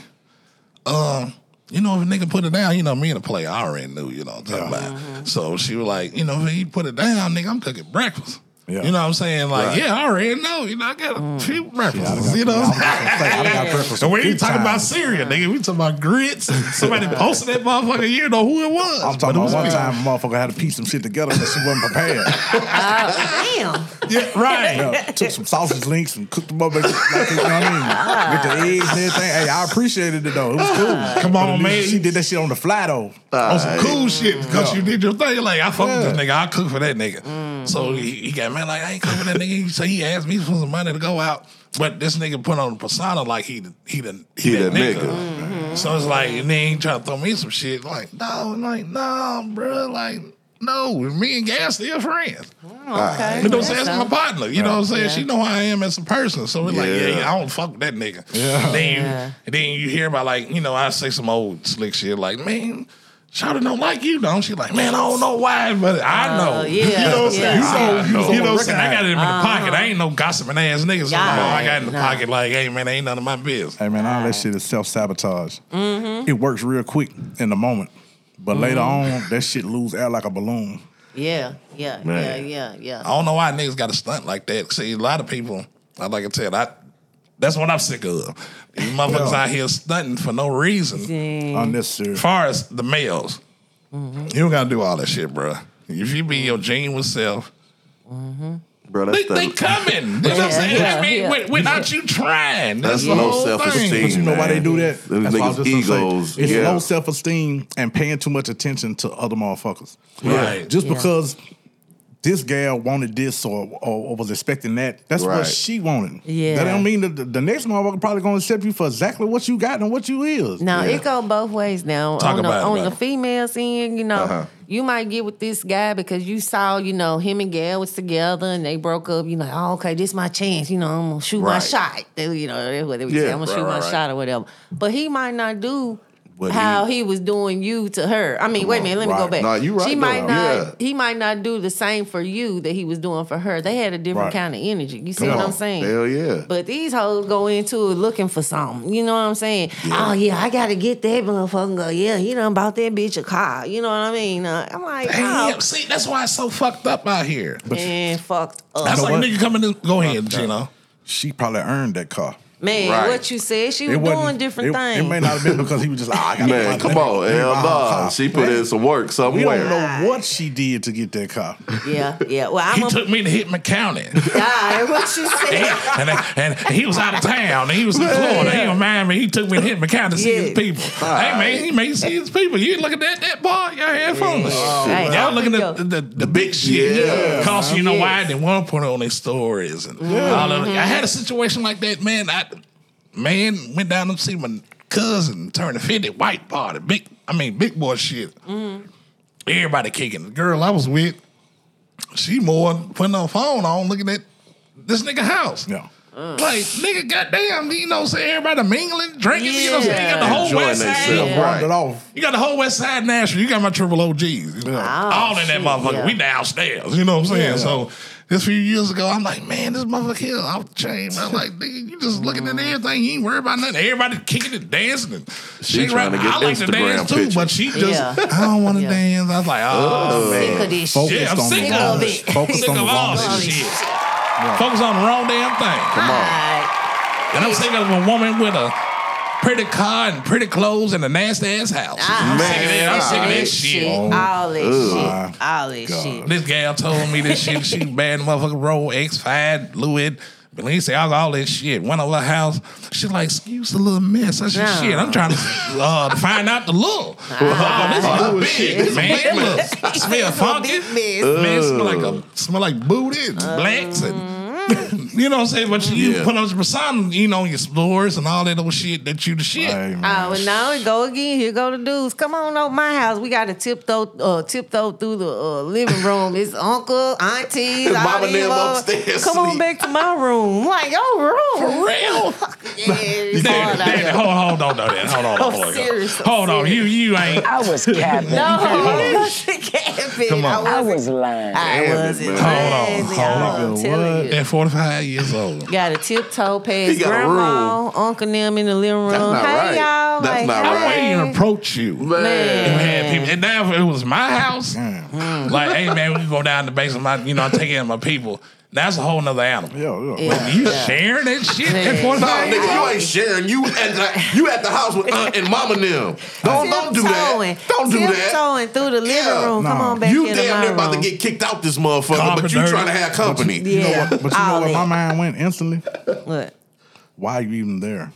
C: you know, if a nigga put it down, you know, me and the player, I already knew, you know what I'm talking about.
F: Uh-huh.
C: So she was like, you know, if he put it down, nigga, I'm cooking breakfast.
E: Yeah.
C: You know what I'm saying? Like,
D: Right.
C: yeah, I already know. You know, I got a
F: Mm.
C: few breakfasts. you
E: I
C: know,
E: was gonna say, I done got breakfast
C: and <laughs> we
E: three
C: ain't talking about
E: times.
C: cereal, nigga. We talking about grits. and
E: <laughs>
C: Somebody posted that motherfucker. You know who it was.
E: I'm
C: but
E: talking
C: it was
E: about one
C: me.
E: time, motherfucker had to piece some shit together because she wasn't prepared.
F: Oh, Damn.
C: Yeah, right.
E: Yeah, took some sausage links and cooked them up, like, like, you know what I mean? With the eggs and everything. Hey, I appreciated it though. It was cool.
C: Come on, man.
E: She did that shit on the fly though.
C: on some cool shit because you did your thing. Like I fuck
E: Yeah.
C: with this nigga, I cook for that nigga. So he, he got mad like I ain't cooking that nigga. So he asked me for some money to go out, but this nigga put on a persona like he the- he the he,
D: He
C: that
E: Mm,
D: that
C: nigga.
D: nigga.
C: So it's like and then he trying to throw me some shit like no, I'm like no, bro, like no, me and Gas still friends.
F: Okay.
C: You know what I'm saying? That's my partner. You know what I'm saying?
F: Yeah.
C: She know who I am as a person. So we're like,
D: Yeah.
C: yeah, yeah, I don't fuck with that nigga. Then,
F: Yeah.
C: and then you hear about like, you know, I say some old slick shit like, man, Shawty don't like you, don't she? Like, man, I don't know why, but I know.
F: Oh,
C: <laughs>
F: yeah,
C: you know what I'm saying?
F: yeah.
C: You know,
D: I know.
C: you know what I'm saying? I got it in my pocket. I ain't no gossiping ass nigga. So
F: Yeah.
C: like, oh, I got in the
F: No.
C: pocket like, hey, man, ain't none of my business.
E: Hey man, all that shit is self sabotage. It works real quick in the moment, but later on, that shit lose air like a balloon.
F: Yeah, yeah, yeah,
D: Man.
F: yeah, yeah.
C: I don't know why niggas got a stunt like that. See, a lot of people, I like I said, I that's what I'm sick of. These motherfuckers out here stunting for no reason.
E: Unnecessary.
C: far as the males, you don't gotta do all that shit, bro. If you be your genuine self,
D: Bro, that's
C: they, they
D: the,
C: coming. You know what I'm saying?
F: Yeah,
C: I mean,
F: yeah.
C: with- without you trying, that's,
D: that's
C: the
D: low
C: whole
D: self
C: thing.
D: esteem.
E: But you know why they do that?
D: Those
E: That's why I was
D: niggas'
E: just gonna say,
D: egos.
E: It's
D: yeah.
E: low self esteem and paying too much attention to other motherfuckers.
C: Right.
E: Just
F: Yeah.
E: because this gal wanted this or or, or was expecting that, that's what
D: Right.
E: she wanted.
F: Yeah.
E: That don't mean that the, the next motherfucker probably gonna accept you for exactly what you got and what you is.
F: Now it go both ways. Now
C: Talk
F: on the
C: about it,
F: on the
C: brother.
F: female's end, you know,
D: Uh-huh.
F: you might get with this guy because you saw, you know, him and Gail was together and they broke up. You like, oh, okay, this my chance. You know, I'm gonna shoot my
D: Right.
F: shot. They- you know, that's what they would say.
D: Yeah,
F: I'm gonna
D: right,
F: shoot my
D: right, right.
F: shot or whatever. But he might not do.
D: What
F: how
D: he-
F: he, was doing you to her. I mean, wait a minute, let me go
E: right.
F: back.
D: No, you right,
F: She might
D: though.
F: not.
D: Yeah.
F: He might not do the same for you that he was doing for her. They had a different
E: Right.
F: kind of energy. You see
E: Come
F: what
E: on.
F: I'm saying?
D: Hell yeah.
F: But these hoes go into it looking for something. You know what I'm saying? Oh yeah, I gotta get that motherfucker. Go, yeah, he done bought that bitch a car. You know what I mean? Uh, I'm like,
C: Damn,
F: oh,
C: see, that's why it's so fucked up out here.
F: man, fucked up.
C: That's
E: know
C: like
E: what?
C: nigga coming in. Go ahead, Gino.
E: She probably earned that car.
F: Man,
D: Right.
F: what you said, she was
E: It wasn't-
F: doing different
E: it,
F: things.
E: It may not have been because he was just like, "Ah, I got
D: Man, come on, hell nah. She put in some work
E: We
D: somewhere.
E: don't know what she did to get that car.
F: Yeah, yeah. Well,
C: He
F: I'm a
C: took me to Hitman County.
F: <laughs> die. What you said?
C: <laughs> and, and he was out of town. He was in Florida. He in Miami. He took me to Hitman County to see
F: Yeah.
C: his people. Hey, man, he may see his people. You look at that, that boy, your headphones.
F: Hey,
C: Y'all
F: off
C: looking
F: we
C: at the,
F: go.
C: the, the big shit.
F: Yeah.
C: Cause you know
F: Yeah.
C: why? They want to put on their stories. And all of it. I had a situation like that, man. I man went down to see my cousin turn a 50 white party. Big, I mean, big boy shit. Everybody kicking. The girl I was with, she more putting her phone on looking at this nigga house.
E: Yeah.
F: Uh.
C: Like, nigga, goddamn, you know, so everybody mingling, drinking, you know, so you got the whole
D: Enjoying
C: West Side.
D: themselves.
E: Yeah,
D: Right.
E: it off.
C: You got the whole West Side Nashville. You got my triple OGs. you know, all in that
F: shit,
C: motherfucker.
F: Oh, yeah.
C: We downstairs. You know what I'm saying? So this few years ago, I'm like, man, this motherfucker here off the chain. man. I'm like, nigga, you just looking
F: Mm.
C: at everything. You ain't worried about nothing. Everybody kicking and dancing. And
D: She
C: shit
D: trying to
C: around.
D: get
C: I like
D: Instagram
C: to dance too,
D: pictures.
C: but she just,
F: Yeah.
C: I don't want to
F: Yeah.
C: dance. I was like, oh,
F: Sick of this
E: Focused
F: shit.
C: yeah, I'm
E: on
C: sick
E: the
C: of
E: wrong,
F: it.
C: <laughs>
E: Focused
C: sick
E: on
C: of
E: the
C: all
E: wrong.
C: this
F: shit.
C: shit. Focus on the wrong damn thing.
F: All right.
C: And I'm sick of a woman with a pretty car and pretty clothes and a nasty ass house.
F: Ah.
C: I'm sick of that. I'm sick of
F: All
C: that
F: this
C: shit.
F: shit. All this
E: my
F: shit. All this shit.
C: This gal told me this <laughs> shit. She bad motherfucker roll X5, Fluid, Balenciaga, all that shit. Went over her house. She like, excuse the little mess. I said,
F: No.
C: shit, I'm trying to uh, to find out the <laughs> look. Oh, this is big, man. Look, smell funky.
F: mess.
C: Man, smell like a smell like booty and blacks and <laughs> you know what I'm saying? But you
D: Yeah.
C: put on your persona, you know, your stores and all that old shit that you the shit.
E: Hey, man.
F: Oh, and now we go again. Here go the dudes. Come on over my house. We got to tiptoe, uh, tiptoe through the uh, living room. It's uncle, aunties,
D: <laughs>
F: all
D: mama
F: them
D: them
F: uh,
D: upstairs
F: Come on
D: sleep.
F: back to my room. Like your room.
C: Real.
F: <laughs>
D: <laughs>
F: Yeah, it's
C: Danny,
F: hard out
C: Danny,
F: here.
C: hold on, Oh, don't do that. Hold on,
F: I'm
C: hold on.
F: serious, I'm
C: Hold on, you
F: serious.
C: you ain't
A: I
C: <laughs>
A: was capping.
F: No, it can't
C: Come
F: Come
C: on.
F: on.
A: I
F: I wasn't.
A: was lying.
F: I
D: Damn it,
F: wasn't.
D: man.
C: Hold on,
F: crazy.
C: hold
F: I'm
E: on.
F: telling
E: What?
F: you.
C: at 45 years old.
F: Got a tiptoe past
D: He got a
F: grandma, uncle them in the living room.
D: That's not
F: hey
D: right.
F: y'all,
D: That's
F: like,
C: <laughs>
D: not
C: I
D: right.
C: wouldn't
F: hey.
C: even approach you.
D: Man.
C: You had people, and now if it was my house, Mm. like, hey man, we can go down to the basement. My, you know, I take in my people. That's a whole nother animal.
E: Yo, yo.
F: Yeah.
C: You sharing that shit at
F: Yeah.
C: 45?
D: No, nigga, you ain't sharing. You at the, you at the house with aunt and mama and them. Don't don't do
F: Tiptoeing.
D: that. Don't do that.
F: Tiptoeing through the living
D: Yeah.
F: room. Come
E: Nah.
F: on back
D: you
F: in
D: damn
F: my
D: near about
F: room.
D: to get kicked out this motherfucker,
C: Carpet
D: but you
C: dirty.
D: trying to have company.
F: yeah.
E: But you know
F: All
E: what? My
F: that.
E: mind went instantly.
F: What?
E: Why you even there?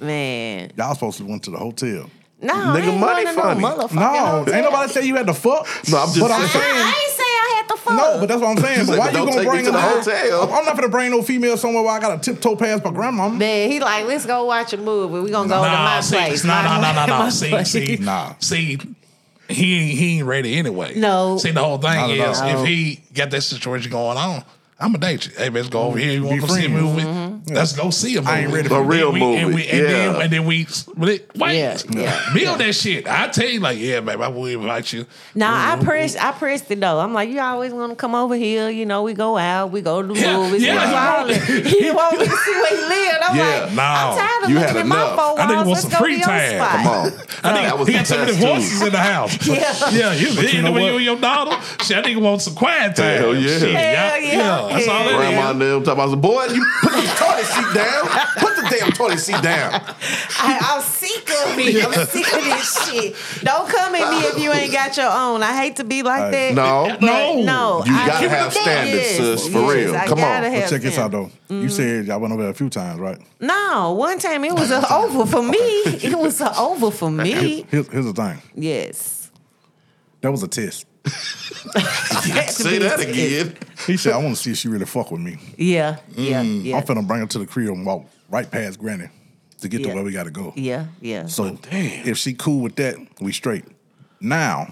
F: Man.
E: Y'all supposed to went to the hotel.
F: No, I
D: Nigga,
F: ain't
D: money
F: going to no
D: funny.
F: motherfucking
E: No,
F: hotel.
E: ain't nobody say you had to fuck.
D: No, I'm just
E: But I'm
D: saying.
E: saying.
F: I ain't say I had to fuck.
E: No, but that's what I'm saying. But
D: said,
E: why you
D: "Don't
E: gonna
D: take me
E: bring
D: to the
E: a-
D: hotel."
E: I'm not gonna bring no female somewhere where I got a tiptoe past my grandma.
F: Man, he like, let's go watch a movie. We gonna go to
C: Nah,
F: my
C: see,
F: place.
C: nah,
F: My-
C: nah,
F: <laughs>
C: nah, nah, nah.
F: my
C: See,
F: place.
C: see,
E: Nah.
C: see, he ain't- he ain't ready anyway.
F: No.
C: see, the whole thing
E: Not at
C: is
E: all.
C: if he got that situation going on. I'm gonna date you. Hey, let's go over here. You want
E: Be
C: to see a
E: friends.
C: movie?
F: Mm-hmm.
C: Let's go see a movie.
E: ain't ready
D: for A that. real
C: And we- And, we,
D: movie.
C: and, then,
D: Yeah.
C: and then we split. Wait,
F: Yeah, yeah,
C: build that shit. I tell you, like, yeah, babe, I will invite you.
F: Nah,
D: Mm-hmm.
F: I pressed, I pressed it though. I'm like, you always want to come over here. You know, we go out, we go to the
C: Yeah,
F: movies.
C: yeah,
F: we
C: you
F: all
C: want-
F: that.
C: <laughs>
F: you want me to see where he lived? I'm
D: Yeah,
F: like,
C: nah,
F: I'm tired of
D: you
F: looking
D: had
F: at my
D: enough.
F: four
C: I think it
F: walls.
C: was
F: Let's
C: some
F: go
C: free
F: to your
C: time.
F: spot.
D: Come on.
C: I think
D: that was
C: he
D: the
C: got some of the
D: test, too.
C: horses in the house.
F: <laughs> Yeah.
C: yeah, you, you,
E: know
C: know when
E: what?
C: you and your daughter, shit, I think want some quiet time.
D: Hell yeah.
C: Shit,
F: Hell
C: yeah,
F: yeah.
C: yeah, that's all it is.
D: Grandma and them talking about, boy, you put the toilet seat down. Put the damn toilet seat down.
F: I, I'm sick of it. I'm sick of this shit. Don't come at me if you ain't got your own. I hate to be like that.
D: No.
F: but
C: No.
F: no.
D: You
F: I-
D: gotta
F: Keep it
D: have
F: a buck.
D: standards,
F: Yes,
D: sis, for
F: yes,
D: real.
F: I
D: Come on. But
F: gotta
E: But
F: have
E: check this out
F: standards.
E: though.
F: Mm-hmm.
E: You said y'all went over there a few times, right?
F: No, one time it was a over for me. It was a over for
E: <laughs>
F: me.
E: Here's, here's the thing.
F: Yes.
E: That was a test.
D: Say that again.
E: He said, "I want to see if she really fuck with me.
F: Yeah, yeah,
D: Mm.
F: yeah.
E: I'm finna bring her to the crib and walk right past Granny to get
F: Yeah.
E: to where we gotta go."
F: Yeah, yeah.
E: So if she cool with that, we straight.
F: <laughs>
E: Now,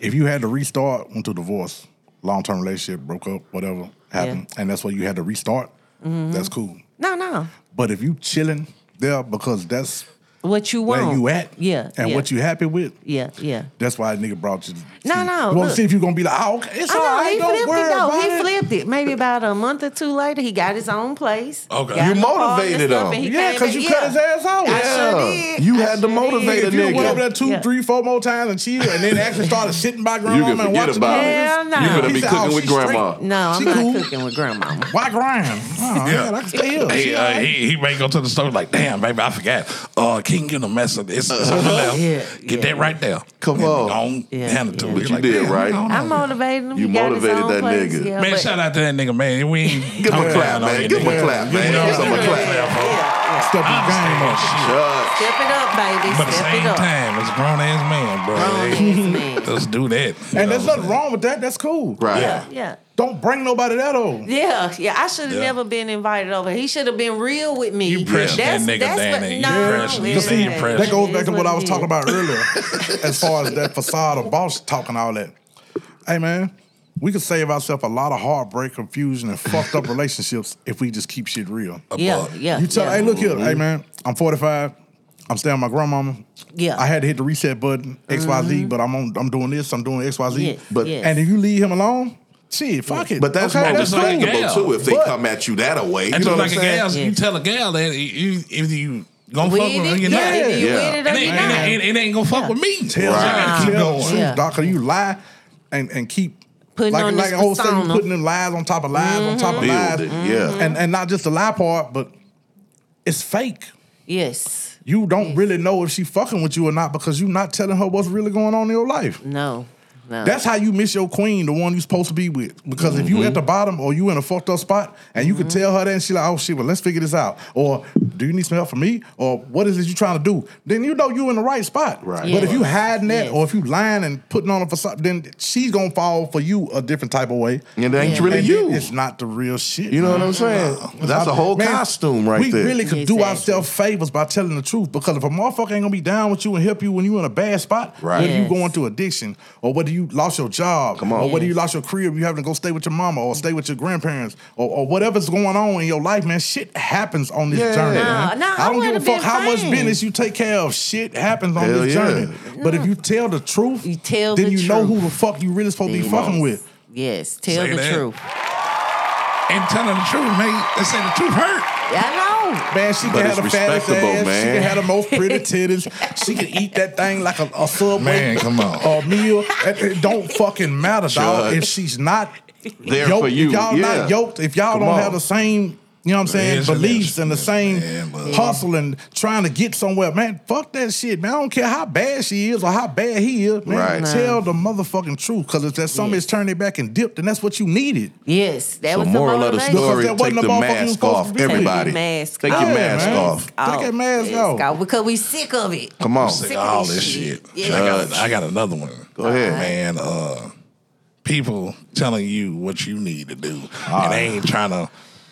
E: if you had to restart, went to divorce, long term relationship, broke up, whatever happened, and that's why you had
F: Mm-hmm.
E: to restart, that's cool.
F: no, no.
E: But if you chilling there because that's
F: What you want?
E: where you at
F: Yeah.
E: and
F: yeah,
E: what you happy with.
F: Yeah. Yeah.
E: That's why a nigga brought you. To
F: No,
E: see-
F: no,
E: You want
F: look.
E: to see if you're gonna be like, oh, okay, it's
F: I
E: all
F: know
E: right.
F: he
E: Don't
F: flipped
E: worry
F: it though.
E: about
F: He
E: it.
F: flipped it. Maybe about a month or two later, he got his own place.
C: Okay.
F: got
C: You
F: an apartment
D: motivated
F: stuff,
D: him.
F: and he
E: Yeah,
F: came
E: because
F: back-
E: you cut his ass off.
F: I sure
D: Yeah.
F: did.
D: You
F: I
D: had to
F: sure
D: motivate
F: did.
E: If
D: a
E: you done
D: nigga.
E: went over there two, three,
F: Yeah.
E: four more times and cheated, and then actually started sitting by
D: You
E: grandma
D: can
E: and
D: forget
E: watching
D: about it.
F: Hell no.
D: You gonna be
E: He said,
D: cooking
E: "Oh,
D: with
E: she straight."
D: grandma.
F: No, I'm
E: She
F: not
E: cool.
F: cooking with
E: <laughs>
F: grandma.
E: Why grind? Oh, yeah, I can stay here.
C: Hey,
E: She
C: uh,
E: all right.
C: he, he may go to the store like, damn, baby, I forgot. Uh, can you get a message? It's, it's over there.
F: Yeah,
C: get
F: yeah.
C: that right there.
D: Come
C: And
D: on.
C: Don't
F: Yeah,
C: hand it to
F: yeah.
C: him.
F: But
C: He's
D: you did,
C: damn,
D: right?
C: I don't
F: I
C: know.
F: motivated him.
D: You
F: He got his
D: motivated
F: own
D: that
F: place.
D: nigga.
F: Yeah,
C: Man,
F: but-
C: shout out to that nigga, man. We ain't
D: Give him
C: I'm crying
D: a clap,
C: on
D: man.
C: that
D: Give him a
C: nigga.
D: clap,
C: You
D: man.
C: know,
D: Give
C: I'm
D: him a
C: a
D: clap.
C: clap.
F: Yeah, yeah.
E: Step your game up.
C: I understand that shit.
D: Judge.
F: Step it up, baby.
C: But at the
F: Step it
C: same
F: up.
C: time, it's a grown ass man, bro.
F: Grown ass man.
C: Let's do that. You
E: And
C: know
E: there's
C: what I'm
E: nothing
C: saying?
E: wrong with that. That's cool.
D: Right.
F: Yeah, yeah.
E: Don't bring nobody that old.
F: Yeah, yeah. I should have
C: Yeah.
F: never been invited over. He should have been real with me.
C: You pressed that
F: That's-
C: nigga,
F: that's what-
C: Danny. You
F: no,
C: pressed- you
F: it
C: saying
F: ain't.
C: pressed.
E: That goes
F: It
E: back
F: is
E: to what I was
F: it
E: talking
F: is.
E: about earlier, as far as that facade of boss talking all that. Hey man, we could save ourselves a lot of heartbreak, confusion, and fucked up relationships if we just keep shit real.
F: Yeah, yeah.
E: You tell,
F: yeah.
E: hey, look here, hey man, I'm 45. I'm staying with my grandmama.
F: Yeah.
E: I had to hit the reset button, X Y Z, but I'm on, I'm doing this, I'm doing X Y Z.
F: Yes, But- yes.
E: and if you leave him alone, shit, fuck it.
D: But that's
E: okay,
D: more
E: that's
C: like a
E: cool.
C: gal.
D: respectable too if they
E: But-
D: come at you that way. You
C: And
D: know
C: just
D: what I'm
C: like a
D: saying?
C: gal,
F: saying?
C: you
F: Yeah.
C: tell a gal that you, if you gonna
F: With
C: fuck with her,
F: it,
C: you're
F: yeah.
C: not.
F: If you
D: Yeah.
F: with it
C: It
F: or you
C: ain't, it,
F: not.
C: ain't, it ain't gonna fuck with me. So
E: Tell
C: I
E: the
C: gotta
E: truth,
C: keep
E: tell the
C: going.
E: truth,
F: Yeah.
E: doc. 'cause you lie and and keep
F: Putting
E: like
F: on
E: like
F: this
E: old saying,
F: persona.
E: putting in lies on top of lies on top of
D: Mm-hmm. Build
E: lies,
D: it, yeah.
E: and and not just the lie part, but it's fake.
F: Yes.
E: You don't really know if she fucking with you or not because you're not telling her what's really going on in your life.
F: No. No.
E: That's how you miss your queen, the one you supposed to be with. Because if
D: Mm-hmm.
E: you at the bottom or you in a fucked up spot and you can tell her that and she like, oh shit, well let's figure this out. Or do you need some help from me? Or what is it you trying to do? Then you know you in the right spot.
D: Right.
E: But if you
F: Yes.
E: hiding that
F: Yes.
E: or if you lying and putting on a facade, then she's gonna fall for you a different type of way.
D: And it ain't
F: Yeah.
D: really
E: And then
D: you.
E: It's not the real shit.
D: You know what I'm saying? That's a whole
E: Man,
D: costume right
E: we
D: there.
E: really could do
F: Exactly.
E: ourselves favors by telling the truth because if a motherfucker ain't gonna be down with you and help you when you in a bad spot,
D: Right.
E: whether you
F: Yes.
E: going through addiction or whether you lost your job,
D: Come on.
E: or whether you
F: Yes.
E: lost your career, you having to go stay with your mama or stay with your grandparents or, or whatever's going on in your life, man, shit happens on this
D: Yeah.
E: journey.
D: No,
E: man.
F: no, I
E: I don't give a
F: would've
E: fuck
F: been
E: how much
F: fine.
E: business you take care of. Shit happens on
D: Hell
E: this
D: yeah.
E: journey. But if you tell the truth,
F: You tell
E: then
F: the
E: you know who
F: truth.
E: the fuck you really supposed to be
F: Yes.
E: fucking with.
F: Yes. Tell
C: Say
F: the
C: that.
F: truth.
C: And telling the truth, man. They say the truth hurt.
F: I know.
E: Man, she
D: But
E: can
D: it's
E: have the fattest
D: respectable,
E: ass. She
D: man.
E: can have the
F: <laughs>
E: most pretty titties. she can eat that thing like a, a subway.
C: Man, come on.
E: A meal. Uh, It, it don't fucking matter, dog.
D: Judge.
E: If she's not
D: There
E: yoked,
D: for you,
E: if y'all
D: yeah.
E: not yoked, if y'all
D: Come
E: don't
D: on.
E: have the same, you know what I'm saying,
C: Listen,
E: beliefs and the same
C: listen, man, but-
E: hustle and trying to get somewhere, man, fuck that shit, man. I don't care how bad she is or how bad he is, man.
D: Right. Nah.
E: Tell the motherfucking truth, because if that somebody's turned their back and dipped, then that's what you needed.
F: Yes. That
D: So
F: was the
D: moral of the
F: motivation.
D: story:
E: Because that
D: take
E: wasn't
D: the
E: the motherfucker you
D: mask
E: supposed
D: off,
E: to be.
D: everybody.
F: Take your mask
D: Take
F: off.
D: your
E: Yeah,
D: mask
E: man.
D: off.
E: Take that mask off.
F: Oh, Because we sick of it.
D: Come on.
C: Sick
F: Sick
C: of
F: of
C: all
F: this
C: this shit.
F: shit. Yeah.
C: I, got,
D: Judge.
C: I got another one. Go
D: ahead.
C: man. Uh, people telling you what you need to do, and they ain't trying to,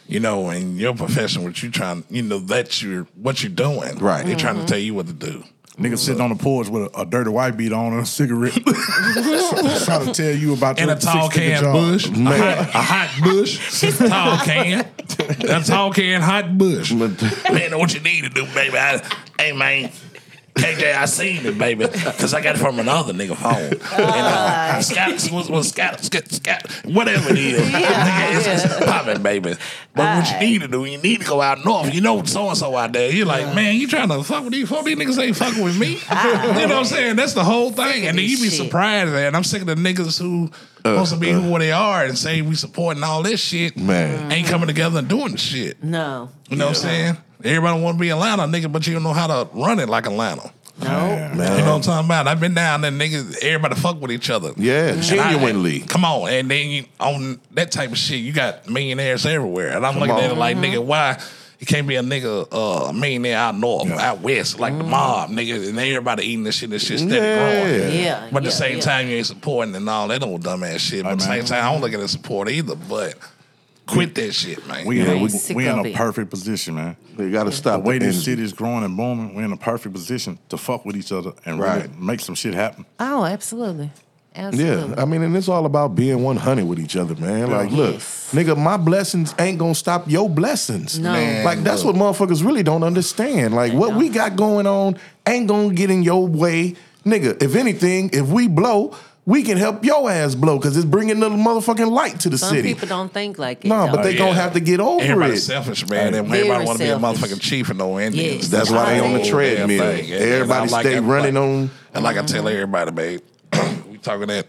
C: you know, in your profession, what you trying, you know, that's your what you're doing.
D: Right.
C: They're trying to tell you what to do.
E: Nigga sitting on the porch with a, a dirty white beat on and a cigarette, <laughs> trying to tell you about
C: And
E: your
C: a tall
E: six-figure
C: can
E: job.
C: bush, a hot, a hot bush, tall can, <laughs> a tall can, hot bush. man, what you need to do, baby? I, hey, man. KJ, I seen it, baby, because I got it from another nigga phone. And, uh, Scott, was, was Scott, Scott, Scott, whatever it is,
F: Yeah,
C: <laughs> nigga, it's, it's popping, baby. But what you need to do, you need to go out north. You know so and so out there. You're like, man, you trying to fuck with these folks? These niggas ain't fucking with me. you know what I'm saying? That's the whole thing. And then you be
F: Shit.
C: surprised, and I'm sick of the niggas who
D: Uh,
C: supposed to be who they are and say we supporting all this shit.
D: Man.
C: ain't coming together and doing the shit.
F: No.
C: You know what I'm saying? Everybody want to be Atlanta nigga, but you don't know how to run it like Atlanta.
F: No.
C: You know what I'm talking about? I've been down there, niggas. Everybody fuck with each other.
D: Yeah,
C: And I-
D: genuinely.
C: come on, and then you, on that type of shit, you got millionaires everywhere, and I'm looking at it
D: on.
C: like,
F: Mm-hmm.
C: nigga, why? It can't be a nigga uh, a millionaire out north, out west, like the mob, nigga, and everybody eating this shit. This shit steady growing.
F: Mm. Yeah.
C: But at
F: yeah,
C: the same
F: yeah.
C: time, you ain't supporting and all that old dumbass shit. But at the
E: Hey,
C: same
E: man.
C: time, I don't look at it support either. But quit that shit, man.
E: We,
F: Yeah,
E: in, a,
F: we
E: we,
F: sick
E: we in
F: of
E: a
F: it.
E: perfect position, man.
D: You gotta
E: The
D: stop
E: way
D: the
E: this
D: energy.
E: city is growing and booming, we're in a perfect position to fuck with each other and really
D: Right.
E: make some shit happen.
F: Oh, absolutely. Absolutely.
D: Yeah, I mean, and it's all about being 100 with each other, man. Like, look,
F: Yes.
D: nigga, my blessings ain't gonna stop your blessings.
F: No. Man,
D: like, that's what motherfuckers really don't understand. Like, what we got going on ain't gonna get in your way, nigga. If anything, if we blow, we can help your ass blow because it's bringing the motherfucking light to the
F: Some
D: city.
F: people don't think like it.
D: No, but
F: though.
D: they gonna have to get over
C: Everybody's
D: it.
C: selfish, man. And
F: Very
C: everybody want to be a
F: selfish.
C: motherfucking chief and no Indians.
F: Yes.
D: That's why they on the treadmill. Everybody stay running on-
C: And like I
E: Mm-hmm.
C: tell everybody, babe, <clears throat> we talking that,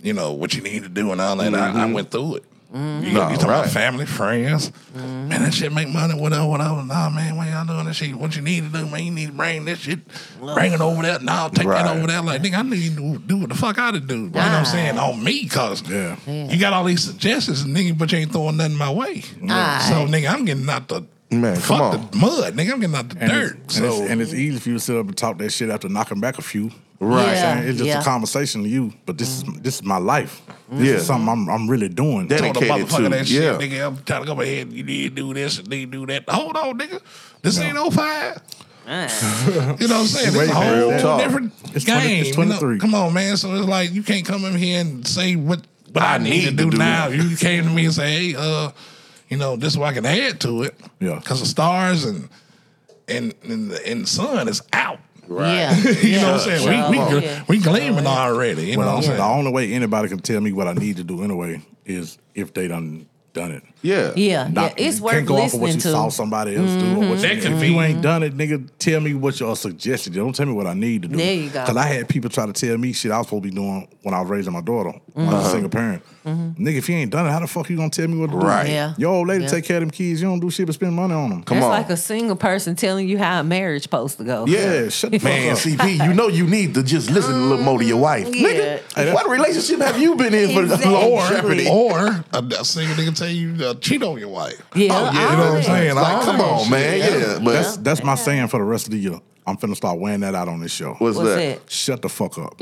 C: you know, what you need to do and all that.
E: Mm-hmm.
C: I, I went through it. You, know, you talking about
D: right.
C: family, friends.
E: Mm-hmm.
C: Man, that shit make money, whatever, whatever. Nah, man, why y'all doing this shit? What you need to do, man, you need to bring this shit, bring it over there. Nah, take that
D: Right.
C: over there. Like, nigga, I need to do what the fuck I to do. You know what I'm saying? On me, cuz.
E: Yeah. Yeah.
C: You got all these suggestions, nigga, but you ain't throwing nothing my way.
F: Aye.
C: So, nigga, I'm getting out the
D: Man,
C: fuck
D: come on.
C: the mud, nigga. I'm getting out the
E: And
C: dirt.
E: It's, and,
C: so
E: it's, and it's easy for you to sit up and talk that shit after knocking back a few.
F: Right. Yeah,
E: Saying It's just
F: yeah.
E: a conversation to you, but this is this is my life. This
D: Yeah.
E: is something I'm I'm really doing.
D: That-
C: told the
D: dedicated
C: motherfucker
D: to,
C: that
D: yeah.
C: shit, nigga. I'm trying to go ahead. You need to do this and need to do that. Hold on, nigga. This ain't 05.
F: Ah,
C: You know what I'm saying? It's
E: Wait,
C: a whole
D: real talk.
C: different
E: It's 20
C: game.
E: it's
C: you know?
E: 23.
C: Come on, man. So it's like you can't come in here and say what, what I, need, to do, now. You came to me and say, hey, uh, you know, this is what I can add to it.
E: Yeah.
C: Because the stars and and and the, and the sun is out. <laughs>
F: Yeah.
C: you know what I'm saying? we we,
F: Yeah.
C: gl- we gleaming already. You know
E: Well,
C: what I'm saying?
E: the only way anybody can tell me what I need to do anyway is if they done done it.
D: Yeah.
F: yeah, yeah.
E: Not-
F: It's
E: you
F: worth
E: can't go off of what
F: listening
E: you saw
F: to. Mm-hmm.
E: somebody else do or what
C: That
E: you,
C: could
E: if
C: be-
E: you ain't done it, nigga. Tell me what y'all suggested. Don't tell me what I need to do.
F: There you go.
E: Cause I had people try to tell me shit I was supposed to be doing when I was raising my daughter. When
F: Mm-hmm.
E: I was a single parent. Nigga, if you ain't done it, how the fuck you gonna tell me what to do?
D: Right.
F: Yeah.
E: Your old lady
F: Yeah.
E: take care of them kids. You don't do shit but spend money on them.
D: Come
F: That's
D: on.
F: like a single person telling you how a marriage supposed to go.
E: Yeah, shut the fuck
D: <laughs> Man,
F: <laughs>
E: up.
D: CP, you know you need to just listen a little more to your wife.
F: yeah.
D: Nigga, what relationship have you been in for
F: Exactly.
D: long
C: or
D: jeopardy?
C: or a, a single nigga tell you uh, cheat on your wife.
F: Yeah,
D: Oh, yeah,
F: all
D: you know what I'm
F: that.
D: saying? Like,
F: All
D: come
F: that
D: on,
F: shit.
D: man. Yeah, but
E: That's that's my saying for the rest of the year. I'm finna start wearing that out on this show.
D: what's,
F: What's
D: that?
F: that?
E: Shut the fuck up.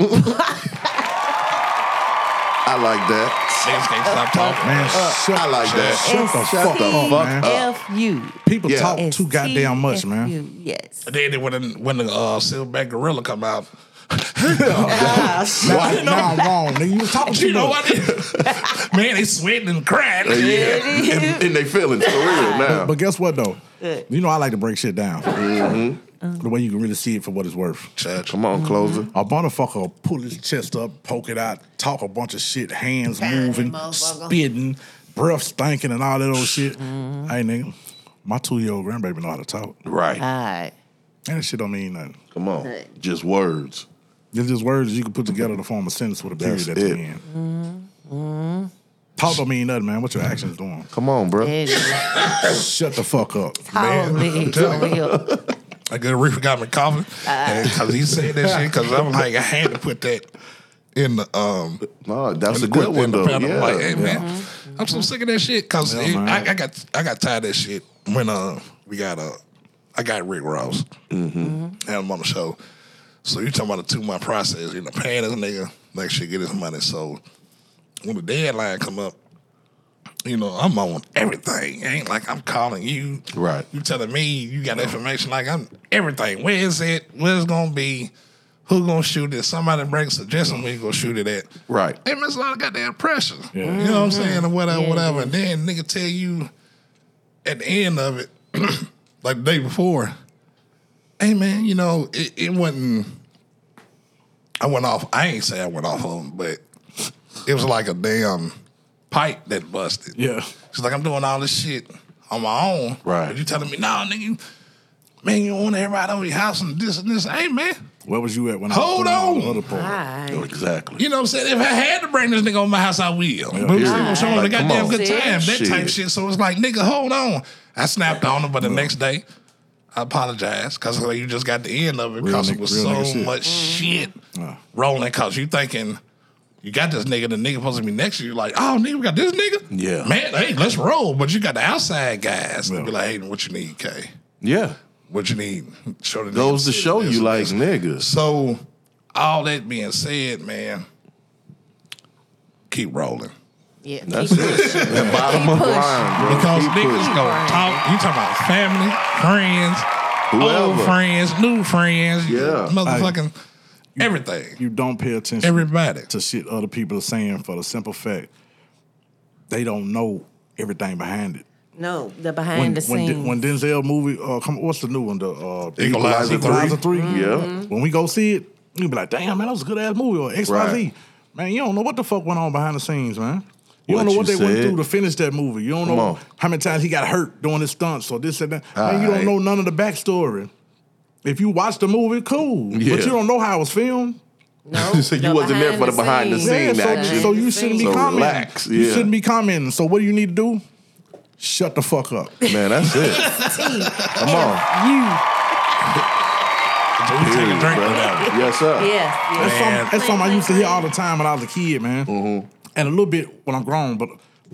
D: I like that.
C: Niggas can't stop talking.
E: Man, shut,
D: Uh, I like that.
E: Shut the
D: Shut
E: fuck
D: the
E: up,
D: fuck
E: man.
D: up.
F: F-U.
E: People
D: Yeah.
E: talk too goddamn much, man.
F: S-T-F-U.
D: <laughs>
F: Yes.
C: And then when when the uh, silverback gorilla come out,
D: Ah,
E: <laughs> Now, now I'm wrong, nigga. You
D: <laughs>
E: was talking too
C: you know
E: much.
C: what? <laughs> Man, they sweating and crying.
D: Yeah, and, and they feelings for <laughs> real now.
E: But guess what though? You know I like to break shit down. The way you can really see it for what it's worth. Mm-hmm.
D: Church, Mm-hmm. Come on, closer.
E: A motherfucker will pull his chest up, poke it out, talk a bunch of shit, hands moving,
F: motherfucker.
E: spitting, breath stinking, and all that old shit. Hey, nigga, my two year old grandbaby know how to talk.
D: Right.
F: All right.
E: And that shit don't mean nothing.
D: Come on. Just words.
E: It's just words you can put together to form a sentence with a period
D: That's
E: at the
D: it.
E: end. Talk don't mean nothing, man. What your actions doing?
D: Come on, bro.
F: It is
E: Shut the fuck up.
F: totally for real.
C: I good reefer got me coughing because he said that shit because I'm like I had to put that in the um
D: No, that's
C: in
D: a
C: the grip,
D: good
C: in
D: one
C: the
D: though.
C: pedal. I'm like, hey
D: Yeah.
C: man, I'm so sick of that shit because
E: man.
C: I, I got I got tired of that shit when uh we got uh I got Rick Ross
D: Mm-hmm.
C: and I'm on the show. So you talking about a two month process? You know, paying this nigga, make sure he get his money. So when the deadline come up, you know I'm on everything. It ain't like I'm calling you.
D: Right.
C: You telling me you got information like I'm everything. Where is it? Where's it gonna be? Who gonna shoot it? Somebody brings suggestion where you gonna shoot it at.
D: Right.
C: It makes a lot of goddamn pressure. You know what I'm saying? Or whatever, whatever. And then nigga tell you at the end of it, <clears throat> like the day before, hey man, you know, it, it wasn't I went off I ain't say I went off on, but it was like a damn pipe that busted.
E: Yeah.
C: She's like, I'm doing all this shit on my own.
D: Right.
C: But you telling me, no, nigga, you- man, you want everybody over your house and this and this. Hey, man.
E: Where was you at when
C: Hold
E: I was
C: on.
E: doing all the other part?
F: Right.
D: Exactly.
C: You know what I'm saying? If I had to bring this nigga on my house, I will. But we
D: yeah.
C: still gonna show him
D: Like,
C: a
D: come
C: goddamn
D: on.
C: good
F: See?
C: time, that type
D: Shit.
C: shit. So it's like, nigga, hold on. I snapped on him, but the next day, I apologized because like, you just got the end of it because it
E: nigga-
C: was
E: real
C: so
E: nigga shit.
C: much shit rolling. Because you thinking you got this nigga, the nigga supposed to be next to you, like, oh, nigga, we got this nigga.
D: Yeah.
C: man, hey, let's roll. But you got the outside guys to be like, hey, what you need, K?
D: Yeah.
C: What you need? <laughs> Show the nigga
D: Goes to
C: shit,
D: show
C: this
D: you,
C: and
D: like,
C: this.
D: niggas.
C: So, all that being said, man, keep rolling.
F: Yeah.
D: That's
F: keep
D: it.
F: pushing.
D: The bottom
F: Keep
D: of the
F: pushing.
D: line, bro.
C: Because
D: Keep
C: niggas
D: pushing.
C: gonna
F: Right.
C: talk. You talking about family, friends, old
D: Whoever.
C: friends, new friends,
D: Yeah.
C: motherfucking Everything.
E: You don't pay attention
C: Everybody.
E: to shit other people are saying for the simple fact they don't know everything behind it.
F: No, the behind
E: When
F: the
E: when,
F: scenes.
E: Den- when Denzel movie, uh, come, what's the new one? The uh,
C: Equalizer
E: Equalizer
C: three.
E: three.
F: Mm-hmm.
D: Yeah.
E: When we go see it, you be like, damn man, that was a good ass movie or X Y Z.
D: Right.
E: Man, you don't know what the fuck went on behind the scenes, man. You
D: What
E: don't know what
D: you
E: they went
D: said.
E: through to finish that movie. You don't
D: Come
E: know
D: on.
E: how many times he got hurt doing his stunts or this and that. Man, you
D: Aight.
E: don't know none of the backstory. If you watch the movie, cool.
D: Yeah.
E: But you don't know how it was filmed.
F: no,
D: So <laughs> you
F: the
D: wasn't there for the behind the scene
F: scenes.
E: so,
D: action.
E: so you shouldn't be
D: So
E: commenting.
D: relax,
E: You
D: yeah.
E: shouldn't be commenting. So what do you need to do? Shut the fuck up.
D: Man, that's
F: <laughs>
D: it. Come on.
C: We take a drink
D: Bruh.
C: with that.
D: Yes, sir.
F: Yeah, yeah.
E: That's something,
C: Man.
E: that's something I used to hear all the time when I was a kid, man.
D: Mm. Mm-hmm.
E: And a little bit when I'm grown, but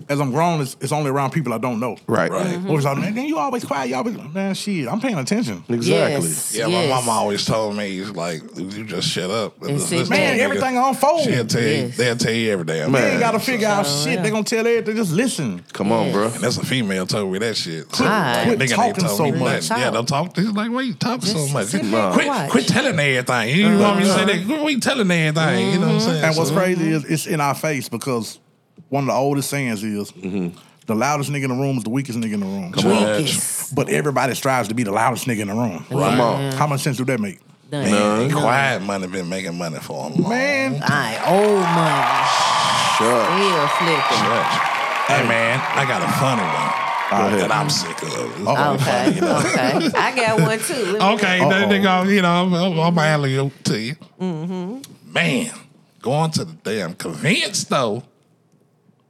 E: as I'm grown, it's, it's only around people I don't know.
D: Right. Right.
F: Mm-hmm.
E: Always like, man, then you always quiet. You always, man, shit, I'm paying attention.
D: Exactly.
F: Yes,
C: Yeah,
F: yes.
C: my mama always told me, "It's like, you just shut up.
F: And sit
C: Listen,
E: Man,
F: Yeah.
E: everything unfolds.
C: She'll
E: You
C: tell you,
F: Yes.
C: they'll tell you every damn
D: Man.
C: thing.
E: ain't got to figure out
F: Oh,
E: shit.
F: yeah.
E: They're going to tell everything. Just listen.
D: Come on, bro.
C: And that's a female told me that shit. So,
F: Right.
C: like,
E: Quit
C: nigga
E: talking
C: ain't told
E: so
C: me
E: much.
C: nothing. Yeah, don't talk. It's like, why you talking so
F: Just
C: much?
F: sit back and
C: quit,
F: watch.
C: quit telling everything. You want me to say that? Quit, quit telling everything. You
F: Mm-hmm.
C: know what I'm saying?
E: And what's
C: So-
E: crazy is it's in our face because one of the oldest sayings is the loudest nigga in the room is the weakest nigga in the room.
F: Weakest.
E: But everybody strives to be the loudest nigga in the room.
D: Come on.
E: How much sense do that make?
F: Done.
C: Man, quiet money been making money for a long
E: Man.
F: Aight, old money.
D: Sure.
F: Oh, Still flipping.
C: stretch. Hey man, I got a funny one uh,
D: ahead.
C: that I'm sick of. Uh,
F: Okay, okay. I got one too. Let me-
C: Okay, then they go, you know, I'm, I'm, I'm alley oop to you. Man, going to the damn convenience store,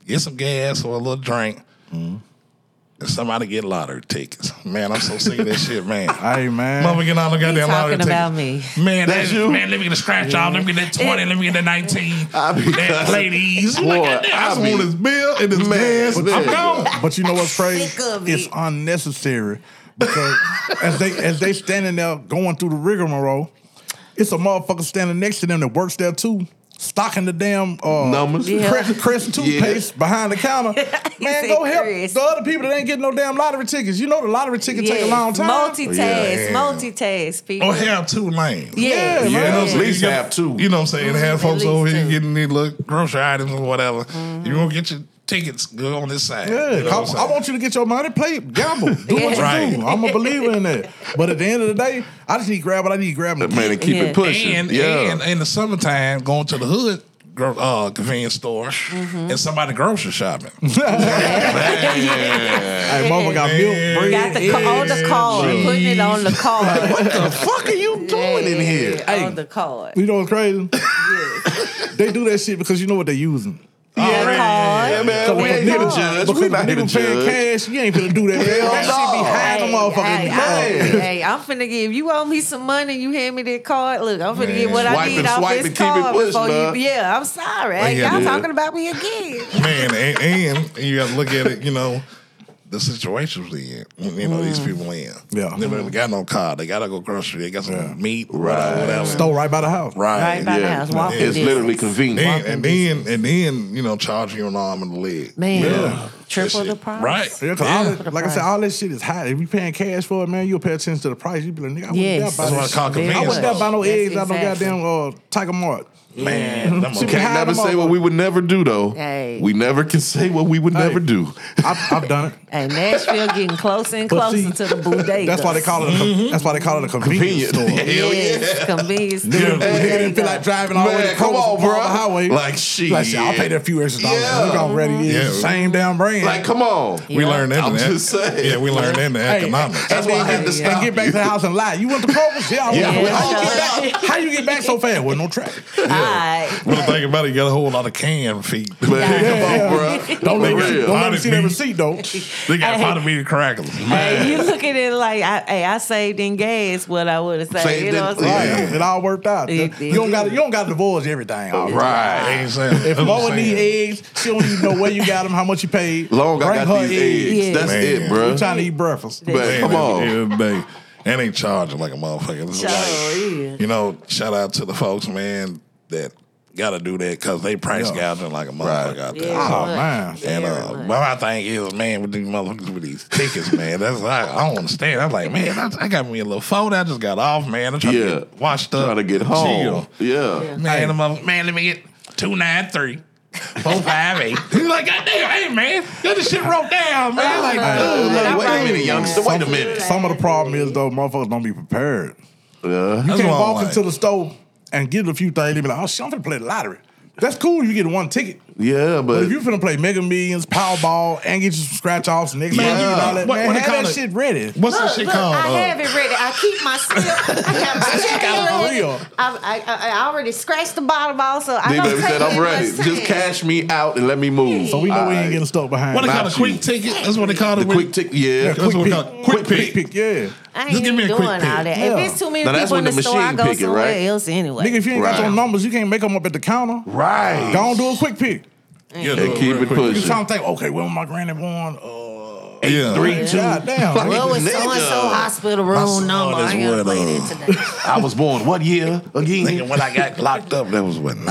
C: get some gas or a little drink, Mm-hmm. and somebody get lottery tickets. Man, I'm so sick of this shit, <laughs> man.
E: Hey man.
C: Mama get all the
F: You
C: goddamn lottery
F: talking
C: tickets.
F: about me?
C: Man,
D: That's
C: that,
D: you?
C: man, let me get a scratch off. Let me get that 20. let me get that 19.
D: <laughs> I be-
C: that ladies. I'm
D: Boy,
C: like,
D: I
C: I just
D: be-
C: want this
D: <laughs>
C: bill and this
D: Man,
C: gas. I'm
D: man.
C: gone.
E: But you know what's crazy?
F: Sick of
E: it's
F: it.
E: unnecessary
F: <laughs>
E: because as they as they standing there going through the rigmarole, it's a motherfucker standing next to them that works there too, stocking the damn uh,
D: Numbers.
F: Yeah.
E: Crest, Crest toothpaste behind
F: <laughs>
E: the counter. Man,
F: said
E: go help
F: Crest.
E: the other people that ain't getting no damn lottery tickets. You know the lottery ticket take a
F: Yes,
E: long time.
F: Multitask,
C: Yeah.
F: multitask, people.
C: Or Oh, have two lanes.
F: yeah, Mm-hmm.
E: Yeah,
C: You know
E: man.
C: what I'm
D: At
C: saying?
D: least
C: You got-
D: have two.
C: You know what I'm saying? Have folks
F: least
C: over here
F: two. Mm-hmm.
C: getting their little grocery items or whatever. You're going to get your tickets go on this side.
E: Yeah,
C: You know what
E: I,
C: I'm
E: I
C: saying?
E: want you to get your money, play, gamble, do what you
C: Right.
E: do. I'm a believer in that. But at the end of the day, I just need to grab what I need to grab. and
D: Man, and keep
F: Yeah.
D: it pushing.
C: and,
D: yeah.
C: and in the summertime, going to the hood gro- uh, convenience store
F: Mm-hmm.
C: and somebody grocery shopping.
F: <laughs>
E: Hey, mama got
C: Yeah.
E: milk, bread,
F: Got the ca- on the
E: eggs.
F: card, putting it on the card.
E: <laughs>
F: what the
D: fuck are you doing in here?
F: On the card.
E: You know what's crazy? <laughs> they do that shit because you know what they're using.
F: The card.
D: Yeah, man, we
E: when
D: ain't here to
E: niggas-
D: judge.
E: Because
D: We
E: when
D: not here to
E: niggas paying
D: judge.
E: cash, you ain't finna do
D: <laughs>
E: that. that shit be high in the
F: Hey,
E: motherfucker.
F: hey,
E: <laughs>
D: Man.
F: hey, I'm finna give you owe me some money. You hand me that card. Look, I'm finna
C: Man.
F: get what I
D: Swipe
F: need
D: and
F: off
D: swipe
F: this
D: and keep it
F: card
D: pushing,
F: before
D: huh?
F: you. Yeah, I'm sorry. Hey,
C: yeah,
F: y'all
C: yeah.
F: talking about me again?
C: Man, and, and you got to look at it, you know, the situation we in. You know, these people in.
E: Mm. Yeah.
C: They really got no car. They got to go grocery. They got some meat,
D: Right.
C: whatever, whatever.
E: Stole right by the house.
C: Right.
F: Right by the
D: Yeah.
F: house, walking
D: It's
F: distance.
D: literally convenient.
C: Then, and then, and then, you know, charge you an arm and a leg.
F: Man,
E: Yeah.
F: triple
C: That
F: the
C: shit.
F: price.
C: Right.
E: Yeah, 'cause
C: Yeah.
E: all that- like I said, all that shit is high. If you paying cash for it, man, you'll pay attention to the price. You be like, nigga,
F: Yes.
E: I wasn't there
C: That's
E: by
C: why I
E: that.
C: call
E: shit. I
C: convenience.
E: wasn't there by no
F: That's
E: eggs. I
F: exactly.
E: no goddamn uh, Tiger Mart.
C: Man, them
E: Super
C: motherfuckers-
E: high.
D: Can't never
E: them
D: say what we would never do, though.
F: Hey.
D: We never can say what we would never do.
E: I've, I've done it.
F: And Nashville getting closer and
E: But
F: closer
E: see,
F: to the bodegas.
E: That's why they call it. A,
F: Mm-hmm.
E: con- That's why they call it a <laughs> convenience store.
D: Convenient. <laughs>
E: Nigga
D: Hell
F: yes, convenience. store,
E: didn't-
F: bodega.
E: nigga didn't feel like driving all the way to
D: Man, come
E: Columbus
D: on,
E: up
D: bro.
E: the highway.
D: Like, shit.
E: Like, shit, I'll pay that few extra dollars.
D: Yeah.
E: Look already, it's
C: Yeah.
E: the same damn brand.
D: Like, come
E: <laughs>
D: on.
C: We learned that.
D: I'm
C: in the-
D: just saying.
C: Yeah, we learned that in the
E: Hey,
C: economics.
E: and
D: why I
E: then
D: had
E: get-
D: to stop
E: And get back to the house and lie. You went to Clovis? Yeah, I went.
F: Yeah.
E: How, you
F: <laughs>
E: get back, how you get back so fast? Well, no traffic.
F: Alright.
C: When I think about it, you got a whole lot of canned feet. <laughs>
D: Man,
E: Yeah.
D: come on,
E: <laughs>
D: bro.
E: Don't let, me, don't let me
C: Potted
E: see that
C: meat.
E: receipt though.
C: They got
F: Hey.
C: potted meat and crackers. Man.
F: Hey, you looking at it like, I, hey, I saved in gas. What I would have saved,
D: Saved
F: you know
D: in-
F: what I'm
E: Right.
F: saying?
E: It all worked out.
F: It
E: You
F: did.
E: don't got you don't got to divorce everything. All right.
D: Right.
C: Ain't saying-
E: If
C: I'm
E: Lola
C: saying.
E: need eggs, she don't even know where you got them, how much you paid.
D: Long I
E: Bring
D: got
E: her
D: these eggs.
F: Yeah.
D: That's
C: Man.
D: it,
E: I'm
D: bro.
E: trying to eat breakfast.
D: Man, come
C: Man,
D: on.
C: yeah, they- And they charging like a motherfucker. This is
F: Sure
C: like,
F: is.
C: you know, shout out to the folks, man, that Gotta do that because they price
E: Yeah.
C: gouging like a motherfucker out there.
F: Yeah.
E: Oh
F: Much.
E: man.
C: And
F: Very
C: uh, but
F: much.
C: my thing is, man, with these motherfuckers with these tickets, man, that's I, I don't understand. I'm like, man, I, I got me a little phone. I just got off, man. I'm trying
J: Yeah.
C: to get washed up,
J: Trying to get home.
C: chill.
J: Yeah.
C: Man, the mother, man, let me get two nine three. Four five eight. <laughs> He's like, God damn, hey man, get this shit wrote down, man. like,
J: Uh,
C: dude,
J: look,
C: like,
J: wait a minute, youngster. Wait a minute.
E: Some of the problem is though, motherfuckers don't be prepared.
J: Yeah.
E: You can't
C: what I
E: walk
C: like.
E: into the store and get a few things and be like, oh shit, I'm finna play the lottery. That's cool, you get one ticket.
J: Yeah,
E: But
J: but
E: if you finna play Mega Millions, Powerball, and get you some scratch offs, niggas, man, you get all that,
C: What-
E: man,
C: what they
E: have
C: call
E: that
C: it?
E: shit ready.
C: what's
F: Look,
C: that shit
F: look,
C: called?
F: I
C: Uh,
F: have it ready. I keep my slip. I got my <laughs> slip
E: got it
F: in.
E: real.
F: I, I, I already scratched the bottom off, so I
J: they
F: don't
J: better
F: take
J: said, I'm
F: that
J: ready.
F: much
J: Just
F: time.
J: cash me out and let me move.
E: So we know we ain't
J: Alright.
E: getting stuck behind.
C: what they
E: it.
C: call a
J: Not
C: quick
J: you.
C: ticket? That's what they call it.
J: the quick tick. Yeah.
C: That's what they call it. Quick pick.
E: pick, pick, yeah.
F: I ain't
C: Just give me
F: even
C: a
F: doing
C: quick
F: all
C: pick.
F: that.
E: Yeah.
F: If it's too many
J: Now, that's
F: people in
J: when
F: the,
J: the
F: store, I
J: machine
F: go
J: pick it,
F: somewhere
J: right?
F: else anyway.
E: Nigga, if you ain't got
J: Right.
E: your numbers, you can't make them up at the counter.
J: Right.
E: Go on, do a quick pick.
C: Yeah,
J: And keep it
E: You
J: pushing.
E: trying to think, okay, well, my granny won. Uh,
C: Yeah.
J: Three, two.
E: God damn.
J: Fuck
E: Well,
F: Well, Oh, it's
J: nigga.
F: so and so hospital room number.
C: is
F: I ain't gonna
C: what,
F: play
C: uh,
F: that today.
J: I was born what year
C: Nigga,
J: again?
C: when I got locked up, that was what nineteen.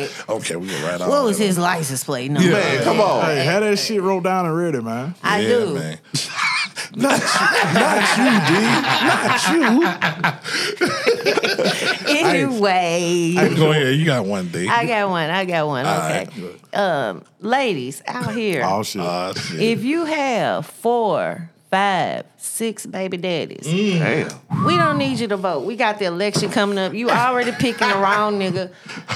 F: Right.
C: Okay, we can right on.
F: What was his license plate number?
J: Man, come on.
E: Hey, had that shit rolled down and ready, man.
F: I
C: Yeah,
F: do.
C: man.
F: Anyway,
C: Go ahead, you got one day.
F: I got one. I got one. Okay, um, ladies out here,
E: Oh, shit.
C: Uh, shit.
F: if you have four, five, six baby daddies,
J: Damn.
F: we don't need you to vote. We got the election coming up. You already picking the wrong nigga.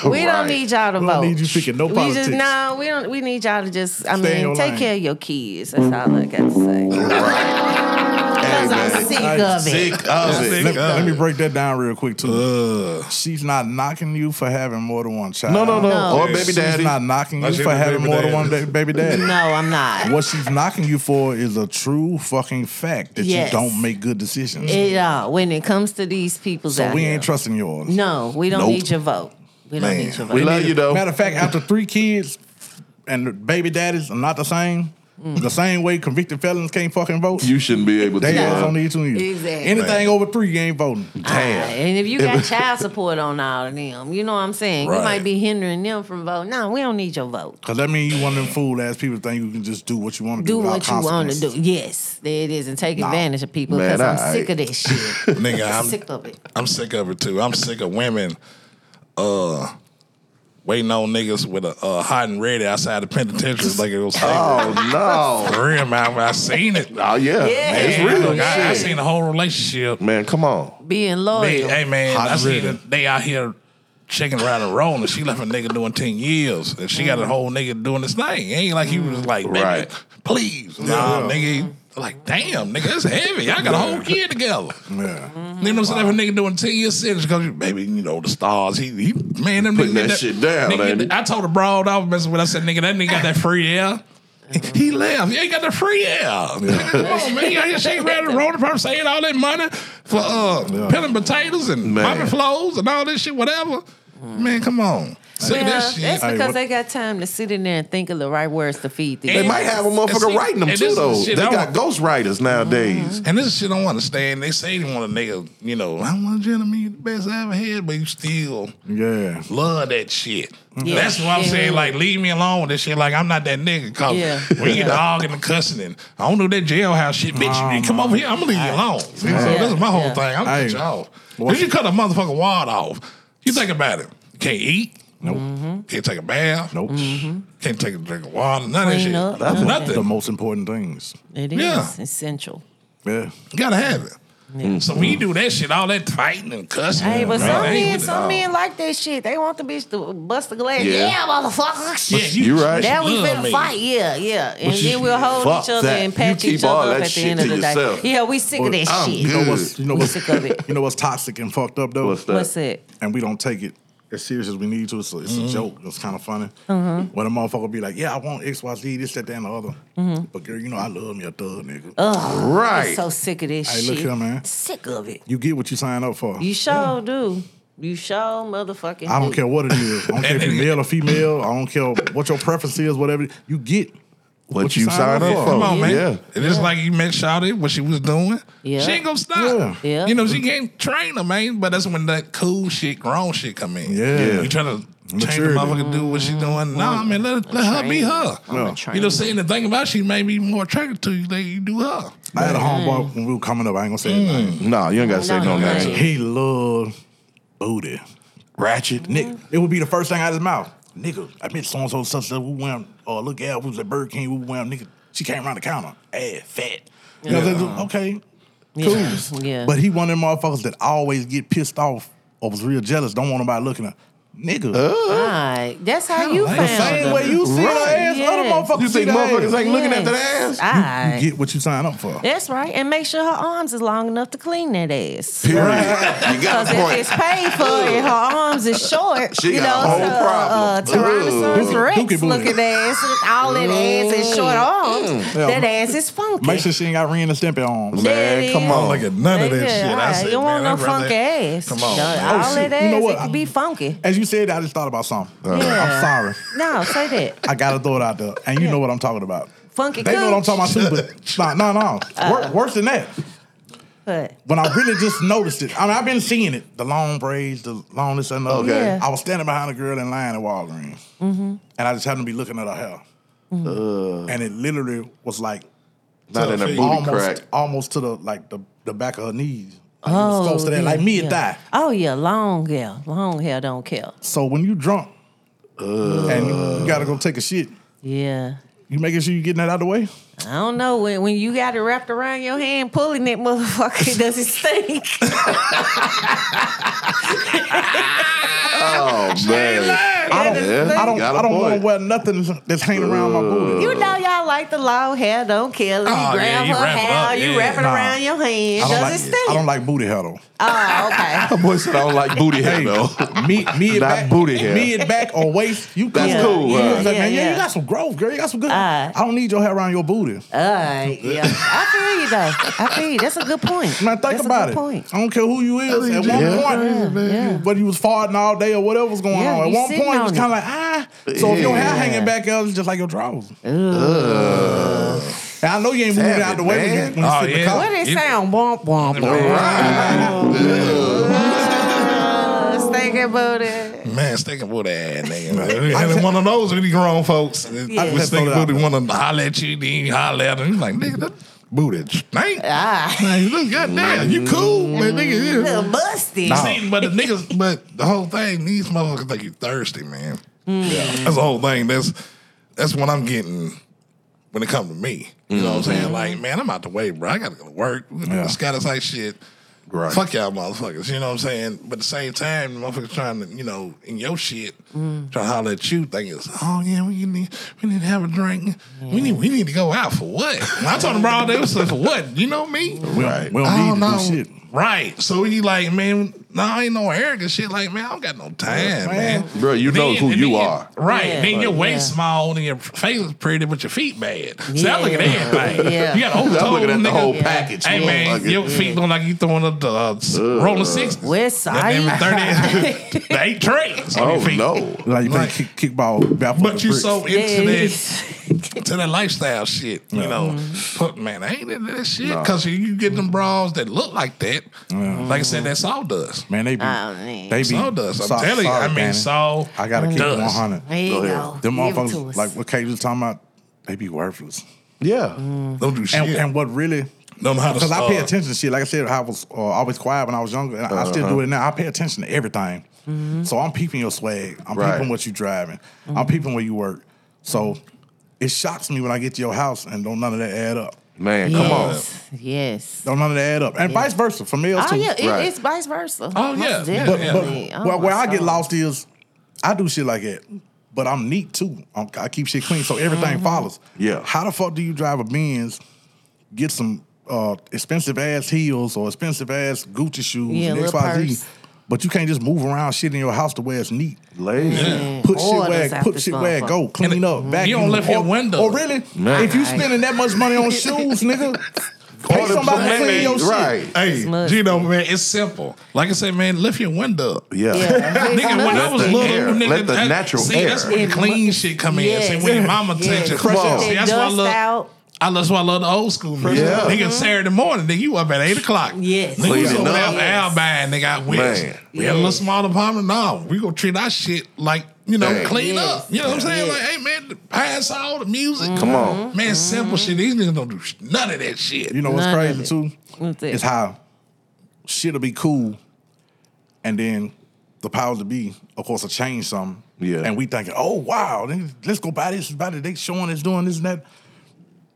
F: We
J: Right.
F: don't need y'all to
E: We
F: vote.
E: don't need you picking no
F: We just
E: politics.
F: no. We don't. We need y'all to just. I
E: Stay in your
F: mean, take
E: lane.
F: care of your kids. That's all I got to say.
J: Hey,
F: <laughs> Cause I'm
J: man.
F: sick
E: Hey,
F: of it.
J: Sick
C: Ah,
J: of it.
E: let, let me break that down real quick, too.
C: uh,
E: She's not knocking you for having more than one child.
J: No, no, no.
F: Oh,
J: Or Oh, baby
E: She's
J: daddy.
E: not knocking you
C: Let's hit
E: for
C: the
E: having
C: baby
E: more than one
C: daddies.
E: da- baby daddy.
F: No, I'm not.
E: What she's knocking you for is a true fucking fact that
F: Yes.
E: you don't make good decisions.
F: It all when it comes to these people
E: so
F: out
E: we
F: here.
E: ain't trusting yours.
F: No, we don't
J: Nope.
F: need your vote. We don't need your vote.
J: We love you though.
E: Matter of fact, after three kids and the baby daddies are not the same,
F: Mm.
E: the same way convicted felons can't fucking vote.
J: You shouldn't be able to.
E: they
J: uh,
E: ass don't need to either.
F: Exactly.
E: Anything over three, you ain't voting.
F: Alright, And if you got child support on all of them, you know what I'm saying? You might be hindering them from voting. No, we don't need your vote.
E: Cause that means you one of them fool ass people think you can just do what you want to do.
F: Do what
E: without
F: you want to do.
E: consequences.
F: Yes, there it is, and take advantage of people
J: Man,
F: because I'm
J: I-
F: sick of this shit.
C: Nigga,
F: I'm
C: I'm
F: sick of it.
C: I'm sick of it too. I'm sick of women uh waiting on niggas with a uh, hot and ready outside the penitentiary like it was
J: <laughs>
C: like
J: Oh
C: for real, man. I seen it.
J: no. Oh yeah.
F: Yeah.
J: It's
C: Man,
J: real.
C: look, I, I
J: shit.
C: seen the whole relationship.
J: Man, come on.
F: Being loyal.
C: Man, hey man,
E: Hot
C: I
E: and
C: seen
E: ready.
C: it. they out here checking around and rolling. She left a nigga doing ten years, and she got a whole nigga doing this thing. It ain't like he was like, baby,
J: Mm. Right.
C: please, nah, nigga. Like, damn, nigga, that's heavy. I got a whole
J: <laughs>
C: kid together.
E: Yeah.
C: You know what I'm saying? If a nigga doing 10 year sentence because, baby, you know, the stars, he, he man, them
J: Putting
C: niggas get
J: that shit down,
C: nigga,
J: ain't it?
C: I told a broad off messing with I said, nigga, that nigga got that free air. He left. He ain't got the free air. Come on, man. You out here shaking around the road, probably saying all that money for uh, peeling potatoes and
J: Man.
C: popping flows and all this shit, whatever. Man, come on. Say
F: Yeah,
C: that shit.
F: that's
E: Hey,
F: because
E: what-
F: they got time to sit in there and think of the right words to feed these.
J: They might have a motherfucker
C: And see-
J: writing them
C: and this
J: too
C: is
J: though.
C: shit
J: They
C: I
J: got
C: want-
J: ghostwriters nowadays.
C: And this is shit I don't understand. They say they want a nigga, you know, I want a gentleman, you the best I ever had, but you still
E: Yeah.
C: love that shit.
F: Yeah.
C: That's what I'm
F: Yeah.
C: saying. Like, leave me alone with this shit. Like, I'm not that nigga. Cause
F: Yeah.
C: we get
F: Yeah.
C: dog and the cussing and I don't do that jailhouse shit. Bitch, you come over here, I'm gonna leave you alone. See, so this is my whole
F: Yeah.
C: thing. I'm gonna
E: Hey.
C: cut you off. If you cut a motherfucking wad off, you think about it. You can't eat.
E: Nope.
F: Mm-hmm.
C: Can't take a bath.
E: Nope.
C: Can't take a drink of water. None of that
F: Clean
C: shit.
F: up,
E: That's
C: Nothing.
E: the most important things.
F: It is
C: Yeah.
F: essential.
E: Yeah.
C: You gotta have it. So when you do that shit, all that fighting and cussing.
F: Hey, but
C: man,
F: some
C: I ain't
F: men,
C: with
F: some men like that shit. They want the bitch to bust the glass.
J: Yeah.
F: Yeah, motherfucker.
C: it. Yeah, you,
J: You right.
F: Now we
C: love
F: finna
C: me.
F: fight, yeah, yeah, and
J: you-
F: then we'll hold
J: fuck
F: each other
J: that.
F: and
J: You
F: patch
J: keep
F: each
J: all
F: other
J: that
F: up at the
J: shit
F: end of
J: to
F: the
J: yourself.
F: day. Yeah, we sick of that
J: I'm
F: shit.
E: You know what's you know what's
F: sick of it.
E: You know what's toxic and fucked up though?
J: What's that?
F: What's it?
E: and we don't take it as serious as we need to. It's a, it's a joke. It's kind of funny. When a motherfucker be like, "Yeah, I want X, Y, Z, this, that, that, and the other," but girl, you know I love me a thug nigga.
J: Right.
F: So sick of this
E: Hey,
F: shit.
E: look here, man.
F: Sick of it.
E: You get what you sign up for.
F: You sure do. You sure motherfucking.
E: I don't
F: do.
E: care what it is. I don't care if you're male or female. I don't care what your preference is. Whatever you get,
J: What, you signed up for?
C: Come on, man.
J: Yeah.
C: And it's like you met Shawty, what she was doing.
F: Yeah.
C: She ain't gonna stop.
F: Yeah. Yeah.
C: You know, she can't train her, man. But that's when that cool shit, grown shit come in.
E: Yeah.
C: You trying to Change the
E: Maturity.
C: motherfucker do what she doing. No, I mean let, let her be her. You know, saying the thing about she may be more attracted to you than you do her.
E: I had a homeboy when we were coming up. I ain't gonna say his name.
J: Nah, you ain't gotta say no
F: No, no,
J: name.
F: no.
E: He loved booty. Ratchet. Nick, it would be the first thing out of his mouth. Nigga, I met so and so such that we went uh look at we was at Burger King, we went nigga. She came around the counter. Ass fat. You know, like, okay. Cool.
F: <laughs> Yeah.
E: But he one of them motherfuckers that always get pissed off or was real jealous, don't want nobody looking at nigga.
F: Right. That's how you
E: The
F: found
E: same
F: him.
E: way you see
J: Uh, Right.
E: the ass,
F: Yes.
E: other motherfuckers
J: You
E: see
J: think
E: the
J: motherfuckers
E: ass.
J: ain't looking at
F: Yes.
J: that ass?
F: Aight.
E: Get what you sign up for.
F: That's right. And make sure her arms is long enough to clean that ass.
J: Period.
H: You got
F: Because
H: a
F: if
H: point.
F: it's paid for and her arms is short,
J: She
F: you
J: got a
F: know,
J: whole
F: uh,
J: problem.
F: Tyrannosaurus
E: Ugh.
F: Rex
E: Dookie booty.
F: looking ass, all that ass and short arms, that ass is funky.
E: Make sure she ain't got Ren and Stimpy on.
F: There it
J: Man, come
F: is.
J: on.
C: Look at none of that
F: Nigga,
C: shit. I
F: alright,
C: said,
F: you don't want
C: man,
F: no
C: I'd rather-
F: funky ass.
C: Come on,
F: Yo,
C: man.
F: All
E: shit.
F: that ass,
E: You know what?
F: it could be funky.
E: As you said, that, I just thought about something.
F: Uh. Yeah.
E: I'm sorry.
F: No, say that.
E: I gotta throw it out there. And you know what I'm talking about.
F: Funky
E: They know what I'm
F: cooch,
E: talking about too, <laughs> but no, no, no.
F: Uh.
E: Wor- worse than that.
F: but-
E: When I really just noticed it, I mean, I've been seeing it. The long braids, the long this and the other.
J: Okay.
F: Oh, Yeah. Mm-hmm.
E: I was standing behind a girl in line at Walgreens. And I just happened to be looking at her hair.
J: Uh.
E: And it literally was like
J: Not in a booty <laughs>
E: almost
J: crack.
E: almost to the like the, the back of her knees. Like, it
F: Oh,
E: was close to that,
F: yeah,
E: like mid
F: yeah.
E: thigh.
F: Oh yeah, long hair, long hair don't kill.
E: So when you drunk
J: Uh.
E: and you gotta go take a shit,
F: Yeah,
E: you making sure you getting that out of the way?
F: I don't know when when you got it wrapped around your hand, pulling that motherfucker, <laughs> it doesn't stink.
J: Oh man.
E: I don't,
J: Yeah,
E: I don't,
J: got a
E: I don't want
J: point.
E: to wear nothing that's hanging around my booty.
F: you know y'all like the long hair don't kill. You
C: Oh, yeah,
F: grab
C: you
F: her
C: wrap it
F: hair,
C: up,
F: you
C: yeah.
F: wrap it
E: Nah.
F: around your hand,
E: I don't,
F: doesn't
E: like,
F: stink.
E: I don't like booty
F: <laughs>
E: hair though.
F: oh okay.
J: Boy said I don't like booty hair though. <laughs>
E: Me, me
J: Not
E: and back,
J: booty hair.
E: Me and back or waist. You
J: That's
E: cool.
J: cool.
E: You
J: huh?
E: know what I'm saying?
F: Yeah,
E: Man, yeah,
F: yeah.
E: you got some growth, girl. You got some good.
F: Uh.
E: I don't need your hair around your booty.
F: All right, Uh, yeah. I feel you though. I feel you. That's a good point.
E: Man, think
F: That's
E: about
F: a
E: it.
F: good point.
E: I don't care who you is. At one
J: Yeah.
E: point,
F: Yeah.
E: whether you was farting all day or whatever was going
F: Yeah,
E: on, at
F: you
E: one
F: sitting
E: point it was
F: on
E: kind
F: it.
E: of like ah. So if your hair
F: Yeah.
E: hanging back up, it's just like your drawers. And I know you ain't
J: Damn
E: moving out
J: it,
E: the way when you,
J: man.
E: when you
C: Oh,
E: sit in the
C: yeah.
E: car.
F: What it
C: You-
F: sound? Womp womp Oh, womp. Stink about it.
C: Man, stinking booty ass
E: <laughs>
C: nigga. and one of those really grown folks.
F: I
C: I was
E: just throw
C: stinking
E: it out
C: booty want to holler at you, then you holler at him. You like, nigga, that booty stink. Ah. Like, look, goddamn, you cool, man, nigga. yeah.
F: <laughs> Little busted.
C: See, but the niggas, <laughs> but the whole thing, these motherfuckers think you thirsty, man. Yeah. That's the whole thing. That's that's what I'm getting when it comes to me. You know what I'm saying? Like, man, I'm out the way, bro. I gotta go to work. We
E: Yeah.
C: just gotta say shit.
J: Right.
C: Fuck y'all motherfuckers. You know what I'm saying? But at the same time, motherfuckers trying to, you know, in your shit, trying to holler at you, thinking, oh yeah, we need we need to have a drink. We need we need to go out for what? When I told them bro all day, I said, for what? You know me?
E: We don't, we don't
C: I
E: need
C: don't
E: to
C: know.
E: do shit.
C: Right. So you like, man, no, I ain't no arrogant shit. Like, man, I don't got no time, man.
J: Bro, you know who
C: and
J: you
C: then-
J: are.
C: Right.
F: Yeah.
C: Then your
F: Right.
C: waist
F: Yeah.
C: small and your face is pretty, but your feet bad. See, I look at
F: Yeah.
C: <laughs> everything.
F: Yeah.
C: You
J: <laughs>
C: got old
J: I'm looking at
C: nigga.
J: the whole
F: Yeah.
J: package.
C: Hey man,
J: motherfucker.
C: your feet look like you throwing up the uh, s- rolling sixties.
F: West <laughs> side.
C: <laughs> thirty, the eight trays on your
J: Oh
C: feet.
J: no.
E: Like you play
C: Like-
E: kick, kickball, barefoot
C: But you
E: bricks.
C: so into that
F: Yes.
C: to that lifestyle shit, you know.
E: Mm-hmm.
C: But man, I ain't into that shit because you you get them bras that look like that.
E: Mm-hmm.
C: Like I said, that's sawdust.
E: man, they be,
F: Oh, man.
E: they be
C: Sawdust. I'm
E: so-
C: telling you.
E: sorry,
C: I mean,
E: Danny.
C: saw.
E: I gotta keep
C: dust.
E: one hundred.
F: There you go.
E: Them
F: Give it to
E: motherfuckers,
F: us.
E: like what Kate was talking about, they be worthless.
J: Yeah.
C: Don't do shit.
E: And, and what really,
C: Don't know how to
E: because I
C: start.
E: pay attention to shit. Like I said, I was uh, always quiet when I was younger, and I still
C: Uh-huh.
E: do it now. I pay attention to everything.
F: Mm-hmm.
E: So I'm peeping your swag. I'm
J: Right.
E: peeping what you driving. I'm peeping where you work. So it shocks me when I get to your house and don't none of that add up.
J: Man, come on.
F: yes. Yes.
E: Don't none of that add up. And vice versa for males
F: Oh
E: too.
F: yeah, it,
J: Right.
F: it's vice versa.
C: Oh,
F: Most
C: yeah, yeah,
E: But,
F: definitely.
E: but
F: Oh,
E: where,
F: my
E: where I get
F: God.
E: lost is, I do shit like that. But I'm neat too. I'm, I keep shit clean, so everything
F: Mm-hmm.
E: follows.
J: Yeah.
E: How the fuck do you drive a Benz, get some uh, expensive ass heels or expensive ass Gucci shoes
F: Yeah,
E: and X
F: little
E: Y Z,
F: purse.
E: but you can't just move around shit in your house the way it's neat.
J: Lazy.
E: Put
F: Orders
E: shit where it-
F: out
E: put
F: this
E: shit where it go.
F: motherfucker.
E: Clean
C: And
F: Mm-hmm.
E: up. Back
C: you don't lift
E: or,
C: your window.
E: Or really, if you spending that much money on shoes, nigga, pay
J: Order
E: somebody to
J: some-
E: clean your shit.
J: Right.
C: Hey,
F: Smudge.
C: Gino, man, it's simple. Like I said, man, lift your window up.
J: Yeah.
F: Yeah.
C: Nigga, when I
F: Let
C: was
J: the
C: little,
J: air-
C: nigga,
J: let the
C: that-
J: natural
C: see, that's
J: air.
C: where the clean shit come
F: Yes.
C: in. See, when your mama
F: Yes.
C: touch it,
F: Come
C: fresh
J: on.
C: See, that's why I
F: Dust
C: love.
F: out.
C: I love that's why I love the old school. Fresh
J: Yeah.
C: Nigga, Saturday morning, nigga, you up at eight o'clock.
F: Mm-hmm. Yes.
C: nigga, we
J: Cleaning
C: so
J: up.
C: left Albine, nigga, out west.
J: Man.
C: We had a little
F: Yes.
C: small apartment. No, we gonna treat our shit like You know,
D: Dang.
C: clean
F: Yes.
C: up. You know what I'm saying? Like, hey man, pass all the music.
D: Come
F: Mm-hmm.
D: on.
C: man, simple shit. These niggas don't do sh- none of that shit.
E: You know what's
F: None of
E: crazy
F: it.
E: too?
F: What's that?
E: It's how shit'll be cool, and then the powers to be, of course, will change something.
D: Yeah.
E: And we thinking, oh wow, then let's go buy this, buy that. They showing us doing this and that.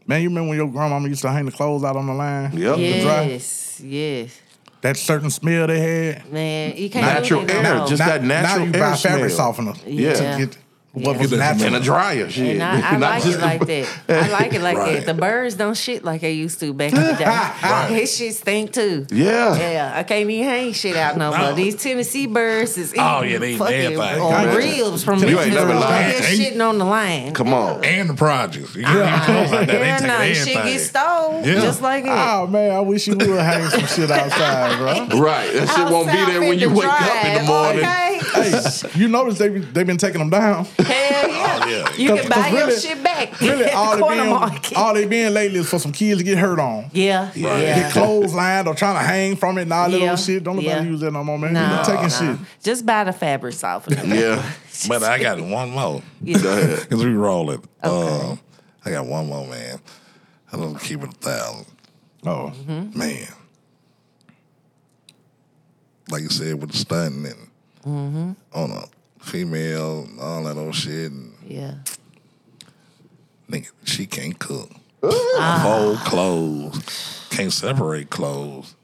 E: Man, you remember when your grandmama used to hang the clothes out on the line?
D: Yep.
E: to dry?
F: Yes, yes,
E: That certain smell they had.
F: man. You can't
D: Natural
F: do that
D: air,
F: no more.
D: just
E: Now-
D: that natural
E: now you
D: air
E: buy fabric
D: smell.
E: softener.
F: Yeah.
E: To get what
C: Get
E: was
C: that
E: natural.
D: in a dryer. Shit.
F: And I, I
D: <laughs> Not
F: like
D: just
F: it
D: the-
F: like that. I like it like
C: Right.
F: that. The birds don't shit like they used to back in the day. <laughs> His shit stink too.
D: <laughs> Yeah.
F: Yeah, I can't even hang shit out no more.
C: No.
F: These Tennessee birds is
C: Oh,
F: eating
C: yeah, they-
F: fucking
C: everybody.
F: on
E: Gotcha.
F: reels from
D: You ain't
F: Memphis.
D: never lied.
F: They're
C: Ain't-
F: shitting on the line.
D: Come on.
C: And the projects. You know, clothes like that.
F: Yeah,
C: They
F: <laughs> nah,
C: take
F: shit
C: everything.
F: gets stole
C: Yeah.
F: just like it.
E: Oh man, I wish you would hang some shit outside,
D: <laughs>
E: bro.
D: Right. That shit won't be
F: Outside
D: there when
F: in
D: you
F: the
D: wake up in
F: drive,
D: the morning.
F: Okay.
E: Hey, you notice they they been taking them down.
D: <laughs>
F: Hell yeah.
C: yeah.
F: You
E: Cause-
F: can buy
E: cause
F: your
E: really-
F: shit back. <laughs>
E: Really,
F: at the
E: all they
F: corner
E: been
F: market.
E: all they been lately is for some kids to get hurt on.
F: yeah.
E: Get
F: Yeah.
E: clothes lined or trying to hang from it and all that
F: Yeah.
E: little shit. Don't nobody
F: Yeah.
E: use that no more, man.
F: No,
E: you taking
F: no.
E: shit.
F: Just buy the fabric softener.
D: Yeah.
C: But I got one more.
D: Go ahead.
C: Because we rolling. Um, I got one more, man. I don't keep it a thousand.
E: Oh,
C: Man. Like you said, with the stunting and on a female and all that old shit. And
F: Yeah.
C: nigga, she can't cook. Fold clothes. Can't separate clothes.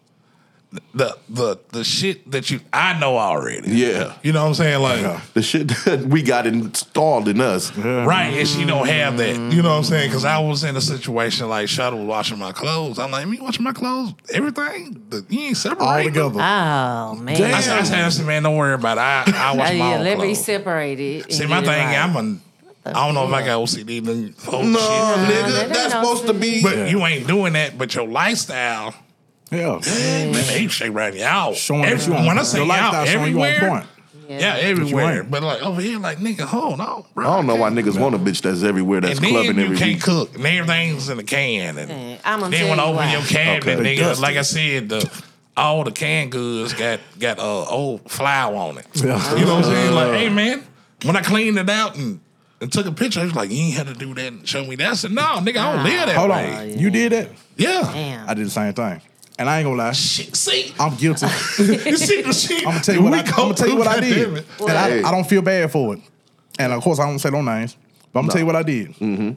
C: The the the shit that you I know already.
D: Yeah.
C: You know what I'm saying? Like
D: The shit that we got installed in us.
C: Right, and she don't have that. You know what I'm saying? Because I was in a situation like Shada was washing my clothes. I'm like, me washing my clothes, everything. The, you ain't separating.
E: all together.
F: Oh man.
C: I said, I said, I said, man, don't worry about it.
F: <laughs>
C: I, I
F: Now,
C: wash my
F: yeah,
C: own
F: let me
C: clothes.
F: separate it. and
C: See,
F: get
C: my
F: it
C: thing,
F: right.
C: I'm a, I don't know if I got OCD. then- Oh,
D: No,
C: shit.
D: nigga.
F: that ain't
D: that's
F: no
D: supposed to be.
C: But you ain't doing that, but your lifestyle,
E: yeah,
C: man, they shake right out.
E: showing that
C: Every-
E: you on
C: when I say
E: your
C: y'all,
E: lifestyle, showing you on
C: everywhere.
E: point.
C: Yeah, everywhere. But like over here, like, nigga, hold on, bro.
D: I don't know why niggas want a bitch that's everywhere, that's
C: and then
D: clubbing
C: you
D: every
C: can't
D: week.
C: cook, and everything's in the can, and
F: I'ma
C: then
F: tell
C: when I
F: you
C: open
F: why.
C: your cabinet,
E: Okay.
C: nigga,
E: Dusty.
C: like I said, the all the canned goods got got uh, old flour on it.
E: Yeah. Uh-huh.
C: You know what I'm saying? Like, hey man, when I cleaned it out and, and took a picture, I was like, you ain't had to do that and show me that. I said, no, nigga, I don't live that
E: Hold on,
C: way.
E: you did that.
C: Yeah. <laughs>
F: Damn.
E: I did the same thing, and I ain't gonna lie,
C: Shit, see, <laughs>
E: I'm guilty.
C: you see the shit.
E: I'm gonna tell you what
C: <laughs>
E: I,
C: We
E: I'm
C: go
E: gonna tell you
C: through,
E: what I
C: goddamn
E: did,
C: it.
E: and
D: Hey.
E: I, I don't feel bad for it. And of course, I won't say no names, but I'm gonna tell you what I did.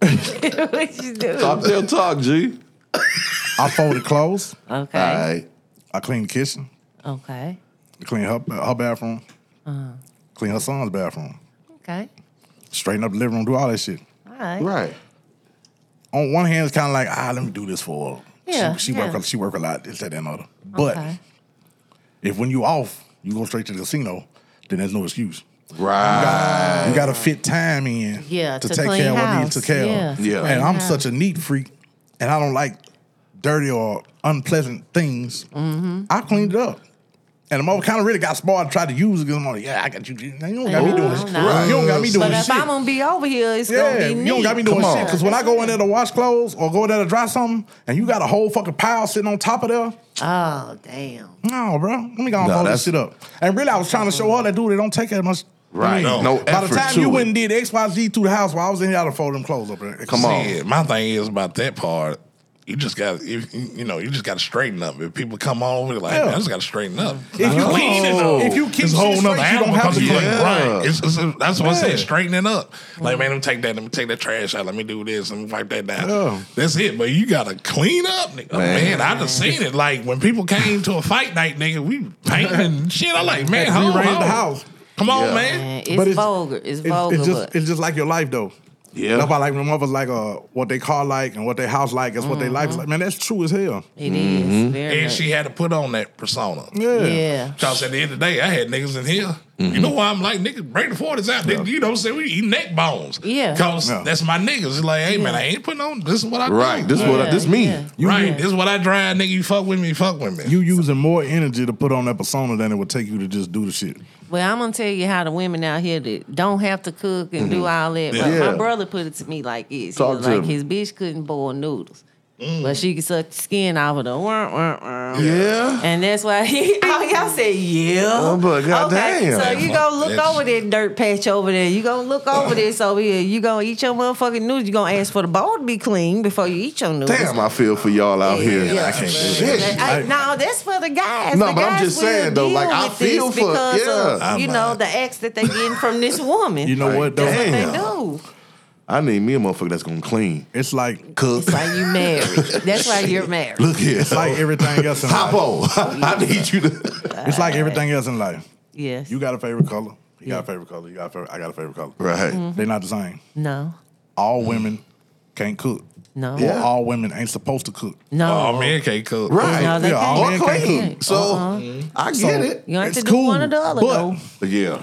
F: what you do?
D: Talk their talk, G.
E: I folded clothes.
F: Okay.
D: All right.
E: I cleaned the kitchen.
F: Okay.
E: I cleaned her her bathroom.
F: Uh-huh.
E: Cleaned her son's bathroom.
F: Okay.
E: Straighten up the living room. Do all that shit.
F: All right.
D: Right.
E: on one hand, it's kind of like, ah, let me do this for her.
F: Yeah,
E: she, she
F: yeah.
E: work, she work a lot, this, that, and other. But
F: Okay.
E: if when you off, you go straight to the casino, then there's no excuse.
D: Right.
E: you got to fit time in,
F: Yeah,
E: to,
F: to
E: take
F: clean
E: care of what
F: house.
E: needs to care.
F: Yeah,
E: of.
F: to
D: Yeah.
E: and I'm
F: house.
E: such a neat freak, and I don't like dirty or unpleasant things.
F: Mm-hmm.
E: I cleaned it up. And the mother kind of really got spoiled and tried to use it because I'm like, yeah, I got you. You don't got me
F: No,
E: doing this. You
F: no.
E: don't got me doing
F: But if
E: shit.
F: I'm gonna be over here, it's
E: Yeah,
F: gonna be
E: you
F: neat.
E: don't got me doing
D: Come on.
E: shit. Because when I go in there to wash clothes or go in there to dry something, and you got a whole fucking pile sitting on top of there,
F: Oh damn.
E: no, bro, let me go and
D: Nah,
E: fold
D: that's-
E: this shit up. And really, I was trying to show her that dude, it don't take that much.
D: Right.
E: I mean,
D: No
E: By
D: effort
E: the time
D: to
E: you
D: it.
E: went and did X Y Z through the house, while I was in here, I'd have folded them clothes up. There.
D: Come on.
C: Yeah, my thing is about that part. You just got to you, you know you just got to straighten up. If people come on over, like
E: Yeah.
C: man, I just got to straighten up.
E: If you
C: Clean it
E: keep,
C: up.
E: if you keep
C: It's
E: shit
C: a whole
E: straight,
C: nother
E: you
C: animal
E: don't have
C: because
E: to.
C: you like,
E: Yeah.
C: right. It's, it's a, that's what I
E: Yeah. Mm-hmm.
C: said, straightening up. Like, man, let me take that, let me take that trash out, let me do this, let me wipe that down.
E: Yeah.
C: That's it. But you gotta clean up, nigga. Oh, Man, I done seen it. Like when people came to a fight night, nigga, we painting and shit. I'm
E: <laughs>
C: like, man,
E: Had to
C: hold
E: rearrange
C: on.
E: the house.
C: Come on,
D: Yeah.
C: man.
F: Man, it's, vulgar. It's
E: it-
F: vulgar.
E: It's just,
F: but-
E: it's just like your life, though.
D: Yeah.
E: That's why, like, when mother's like, uh, what they car like and what their house like, that's what they
F: Mm-hmm.
E: life is like. Man, that's true as hell.
F: It is
D: Mm-hmm.
F: very
C: And
F: much.
C: she had to put on that persona.
E: Yeah.
F: yeah.
C: Cause at the end of the day, I had niggas in here. You know why I'm like, nigga, break the forties out. Nigga, You know what I'm saying? We eat neck bones.
F: Yeah.
C: Cause
E: Yeah.
C: that's my niggas. It's like, hey man, I ain't putting on this is what I do.
D: Right. This is what I, this
F: Yeah,
D: me.
F: yeah.
C: right. This is what I drive, nigga. You fuck with me, you fuck with me.
E: You using more energy to put on that persona than it would take you to just do the shit.
F: Well, I'm gonna tell you how the women out here that don't have to cook and do all that. But
D: Yeah.
F: my brother put it to me like this. He
D: Mm-hmm. Talk
F: was
D: to
F: like
D: him.
F: his bitch couldn't boil noodles.
E: Mm.
F: But she can suck the skin off of the wah, wah, wah.
D: Yeah.
F: And that's why he, <laughs> oh, y'all said yeah.
D: Oh, but
F: Okay,
D: goddamn.
F: so you gonna look
C: That's-
F: over that dirt patch over there. You gonna look over this over here. You gonna eat your motherfucking noodles. You gonna ask for the bowl to be clean before you eat your noodles.
D: Damn, I feel for y'all out here.
F: Yeah,
D: Like,
F: I can't
D: shit.
F: Hey, no, that's for the guys.
D: No,
F: The
D: but I'm
F: guys
D: just
F: will
D: saying, though,
F: deal
D: like, I
F: with this
D: feel for-
F: because of,
D: yeah.
F: you know the ex that they getting from this woman.
E: You know what though?
F: That's
D: Damn.
F: what they do.
D: I need me a motherfucker that's gonna clean.
E: It's like
D: Cook.
F: That's why you married. That's why you're married.
D: Look here.
E: it's like everything else
D: <laughs>
E: in
D: Hop
F: <laughs>
E: life.
D: on. <laughs> I need you to.
E: It's like everything else in life.
F: Yes.
E: You got a favorite color. You got a favorite color. You got a favorite. I got a favorite color.
D: Right.
F: Mm-hmm.
E: They're not the same.
F: no. Mm-hmm.
E: All women can't cook.
F: No.
E: Or all women ain't supposed to cook.
F: No.
C: Oh, man, can't cook.
D: Right.
F: No, they
E: Yeah, all
D: or
E: men
F: can't.
E: can
D: clean.
F: cook.
D: So
F: Uh-huh.
D: I get it.
F: You have to
E: It's
F: do one or the other.
E: but
F: though.
D: Yeah.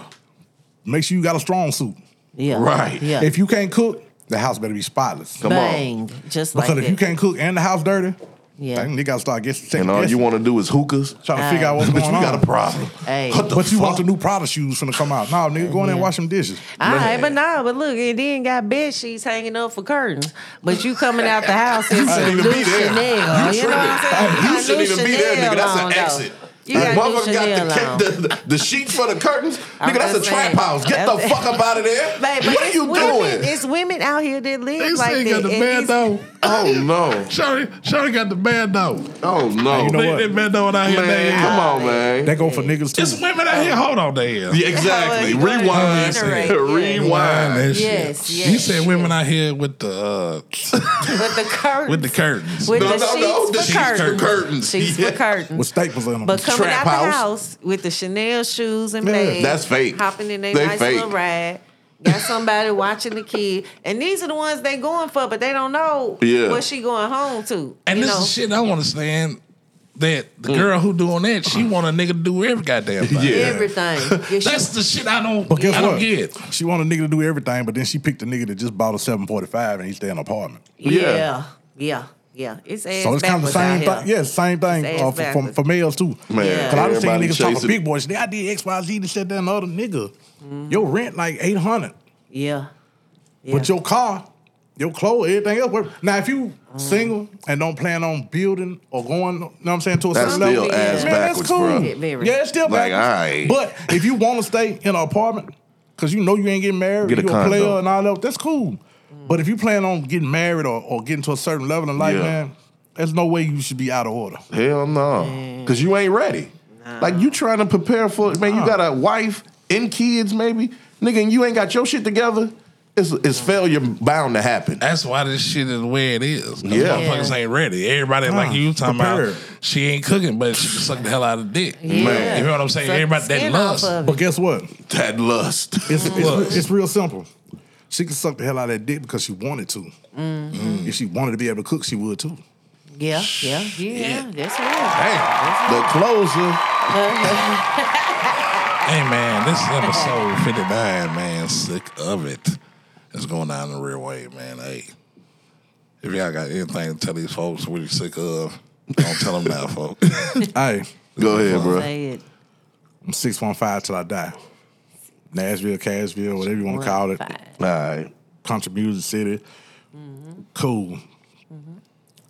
E: make sure you got a strong suit.
F: Yeah.
D: Right.
F: Yeah.
E: If you can't cook, the house better be spotless.
D: Come on.
F: Bang. Just like
E: Because if
F: that.
E: you can't cook and the house dirty,
F: Yeah. Uh,
E: dang, they gotta start guessing.
D: And all you want to do is <laughs> hookahs.
E: trying to figure out what's
D: But
E: going
D: you
E: on.
D: got a problem.
F: Hey.
D: What the
E: but you want the
D: fuck?
E: new Prada shoes finna come out. No, nigga, go in there and wash them dishes.
F: All right, but no, but look, it then got bed sheets hanging up for curtains. But you coming out the house in some
D: shouldn't
F: new
D: even be there.
F: Chanel. You, know what I'm saying?
D: You
F: got
D: shouldn't
F: new
D: even be there,
F: Chanel
D: nigga. That's
F: on,
D: an
F: though.
D: exit.
F: You got
D: the
F: new Chanel
D: got
F: on.
D: the, the, the, the sheets for the curtains.
F: <laughs> I'm
D: Nigga, that's a
F: just
D: trap
F: saying.
D: house. Get the
F: That's-
D: fuck up out of there.
F: <laughs> Babe, but
D: what are
F: it's
D: you
F: women,
D: doing?
F: It's women out here that live
C: This
F: like
C: ain't
F: that.
C: got the
F: and
C: bad
F: these-
C: though.
D: Oh, no.
C: Shawty, Shawty got the bad though.
D: Oh, no.
E: You know what?
C: That bad though out here. they
D: man,
C: is.
D: come on, man.
E: They go for niggas too.
C: It's women out
E: Oh.
C: here. Hold on, they is.
D: Yeah, exactly.
F: Well, you gotta
D: Rewind. <laughs>
F: reiterate, yeah.
C: Mind
D: Rewind.
C: that shit.
F: Yes, yes,
C: She said women out here with the uh,
F: <laughs> with the curtains.
C: with the curtains.
F: With
D: No,
F: the
D: no,
F: sheets
D: no, the
F: for
D: sheets for
F: curtains.
D: curtains.
F: Sheets
D: Yeah.
F: for curtains.
E: with staples in them.
F: But coming
D: Trap
F: out the
D: house.
F: house. with the Chanel shoes and
D: Yeah,
F: bags,
D: that's fake.
F: Hopping in their
D: They
F: nice
D: fake.
F: little ride. Got somebody watching the kid, and these are the ones they going for, but they don't know
D: Yeah.
F: what she going home to.
C: and
F: you
C: this
F: know?
C: is shit I don't understand. That
E: Mm.
C: the girl who doing that, she want a nigga to do every goddamn thing.
D: Yeah. <laughs>
F: everything. Yeah, she-
C: That's the shit I don't.
E: But guess
C: I
E: what?
C: don't get.
E: She want a nigga to do everything, but then she picked a nigga that just bought a 745 and he stay in an apartment.
D: Yeah.
F: yeah, yeah, yeah, It's ass
E: So it's kind of the same thing. Yeah, it's same thing
F: It's
E: uh,
F: ass
E: for, for,
F: backwards.
E: for males too.
D: Man,
E: Because I just seen
D: everybody
E: niggas talking
D: chasing-
E: big boy shit. I did XYZ to shut down the other nigga.
F: Mm-hmm.
E: Your rent like 800,
F: yeah, yeah.
E: but your car, your clothes, everything else. worth- Now, if you
F: Mm.
E: single and don't plan on building or going, you know what I'm saying, to a
D: That's
E: certain level,
D: still ass
E: man,
D: backwards,
E: that's cool.
D: bro.
F: It very-
E: Yeah, it's still
D: Like,
E: backwards.
D: alright.
E: But if you want to stay in an apartment, because you know you ain't getting married,
D: Get a
E: you a
D: condo.
E: player and all that, that's cool. But if you plan on getting married or, or getting to a certain level in life,
D: Yeah.
E: man, there's no way you should be out of order.
D: Hell no. Because Mm. you ain't ready. Like you trying to prepare for man, you got a wife and kids maybe, nigga, and you ain't got your shit together. It's, it's failure bound to happen.
C: That's why this shit is the way it is. 'Cause
D: Yeah.
C: motherfuckers ain't ready. Everybody
E: Nah,
C: like you talking
E: prepared.
C: about she ain't cooking, but she can suck the hell out of dick.
F: Yeah.
C: You know what I'm saying?
F: Suck the
C: Everybody that
F: skin off
C: lust.
F: of it.
E: But guess what?
D: That lust.
E: It's, it's, it's real simple. She could suck the hell out of that dick because she wanted to.
D: Mm-hmm.
E: If she wanted to be able to cook, she would too.
F: Yeah, yeah, yeah, That's
D: Ah.
F: real.
D: Damn. The closer.
C: Hey man, this is episode
F: <laughs>
C: 59, man. Sick of it. It's going down the real way, man. Hey, if y'all got anything to tell these folks what you sick of, don't tell them now,
E: <laughs>
C: folks.
E: Hey,
D: Go ahead, bro.
F: Say it.
E: I'm 615 till I die. Nashville, Cashville, whatever you want to call it.
F: Fine.
D: All right.
E: Country Music City.
F: Mm-hmm.
E: Cool.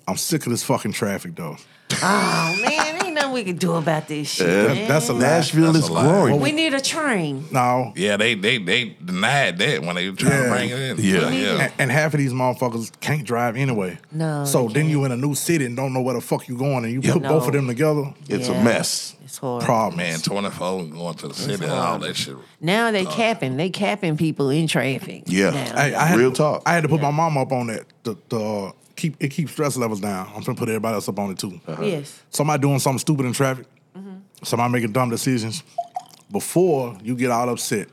E: I'm sick of this fucking traffic though.
F: Oh man, ain't nothing we can do about this shit.
E: That- that's a lie.
D: Nashville
C: That's
D: is
C: a lie.
D: growing.
F: We need a train.
E: No.
C: yeah, they they they denied that when they were trying
E: Yeah.
C: to bring it in.
D: Yeah.
E: And, and half of these motherfuckers can't drive anyway.
F: No,
E: So
F: they
E: then you in a new city and don't know where the fuck you going and you put
F: No.
E: both of them together.
D: It's
F: Yeah.
D: a mess.
F: It's horrible.
E: Problem.
C: Man, 24 and going to the city and all that shit.
F: Now they capping. They capping people in traffic.
D: Uh. Yeah.
F: Now.
E: Hey, I had,
D: Real talk.
E: I had to put my mom up on that. The, the uh, keep it keeps stress levels down. I'm gonna put everybody else up on it too.
D: Uh-huh. <laughs>
F: yes.
E: Somebody doing something stupid in traffic. Somebody making dumb decisions. Before you get all upset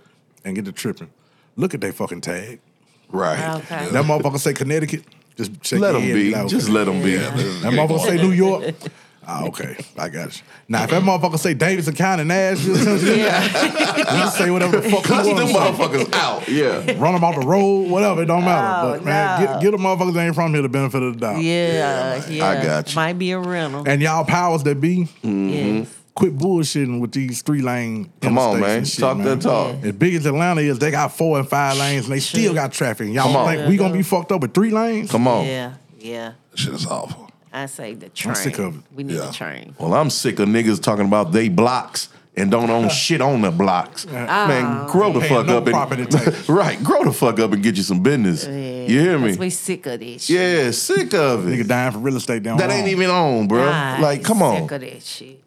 E: and get to tripping, look at their fucking tag.
D: Right.
F: Okay.
D: <laughs>
E: That motherfucker say Connecticut. Just check
D: Let
E: your
D: them
E: head
D: be.
E: and get out.
D: Just let them be.
E: That motherfucker say
D: <laughs>
E: New York. Ah, okay, I got you. Now if that motherfucker say Davidson
D: <laughs>
E: County, Nashville, <laughs> Tennessee, you can say whatever the fuck
D: Cuss
E: you
D: them
E: want.
D: motherfuckers out. Yeah.
E: Run them off the road, whatever. It don't matter.
F: Oh,
E: but man,
F: no.
E: get, get the motherfuckers that ain't from here the benefit of the doubt.
F: Yeah, yeah.
D: I got you. Mm-hmm.
F: Might be a rental.
E: And y'all powers that be,
F: Yes.
E: quit bullshitting with these three lane.
D: Come on,
E: interstates
D: man.
E: and shit,
D: Talk
E: man.
D: that talk.
E: As big as Atlanta is, they got four and five lanes, and they still got traffic. Y'all
D: Come on. Oh.
E: think we gonna be fucked up with three lanes?
D: Come on.
F: Yeah, yeah.
C: Shit is awful.
F: I say the train.
E: sick of it.
F: We need
C: Yeah.
F: a train.
D: Well, I'm sick of niggas talking about they blocks and don't
E: <laughs>
D: own shit on the blocks.
F: Oh.
D: Man, grow the
E: Paying
D: fuck
E: no
D: up
E: property tax.
D: and <laughs> right, grow the fuck up and get you some business. you hear me?
F: 'Cause we sick of this. shit.
D: yeah, sick of
E: Nigga
D: it.
E: dying for real estate down
D: That ain't even on, bro.
F: Nah,
D: like, come on,
F: Ah, Sick of that shit.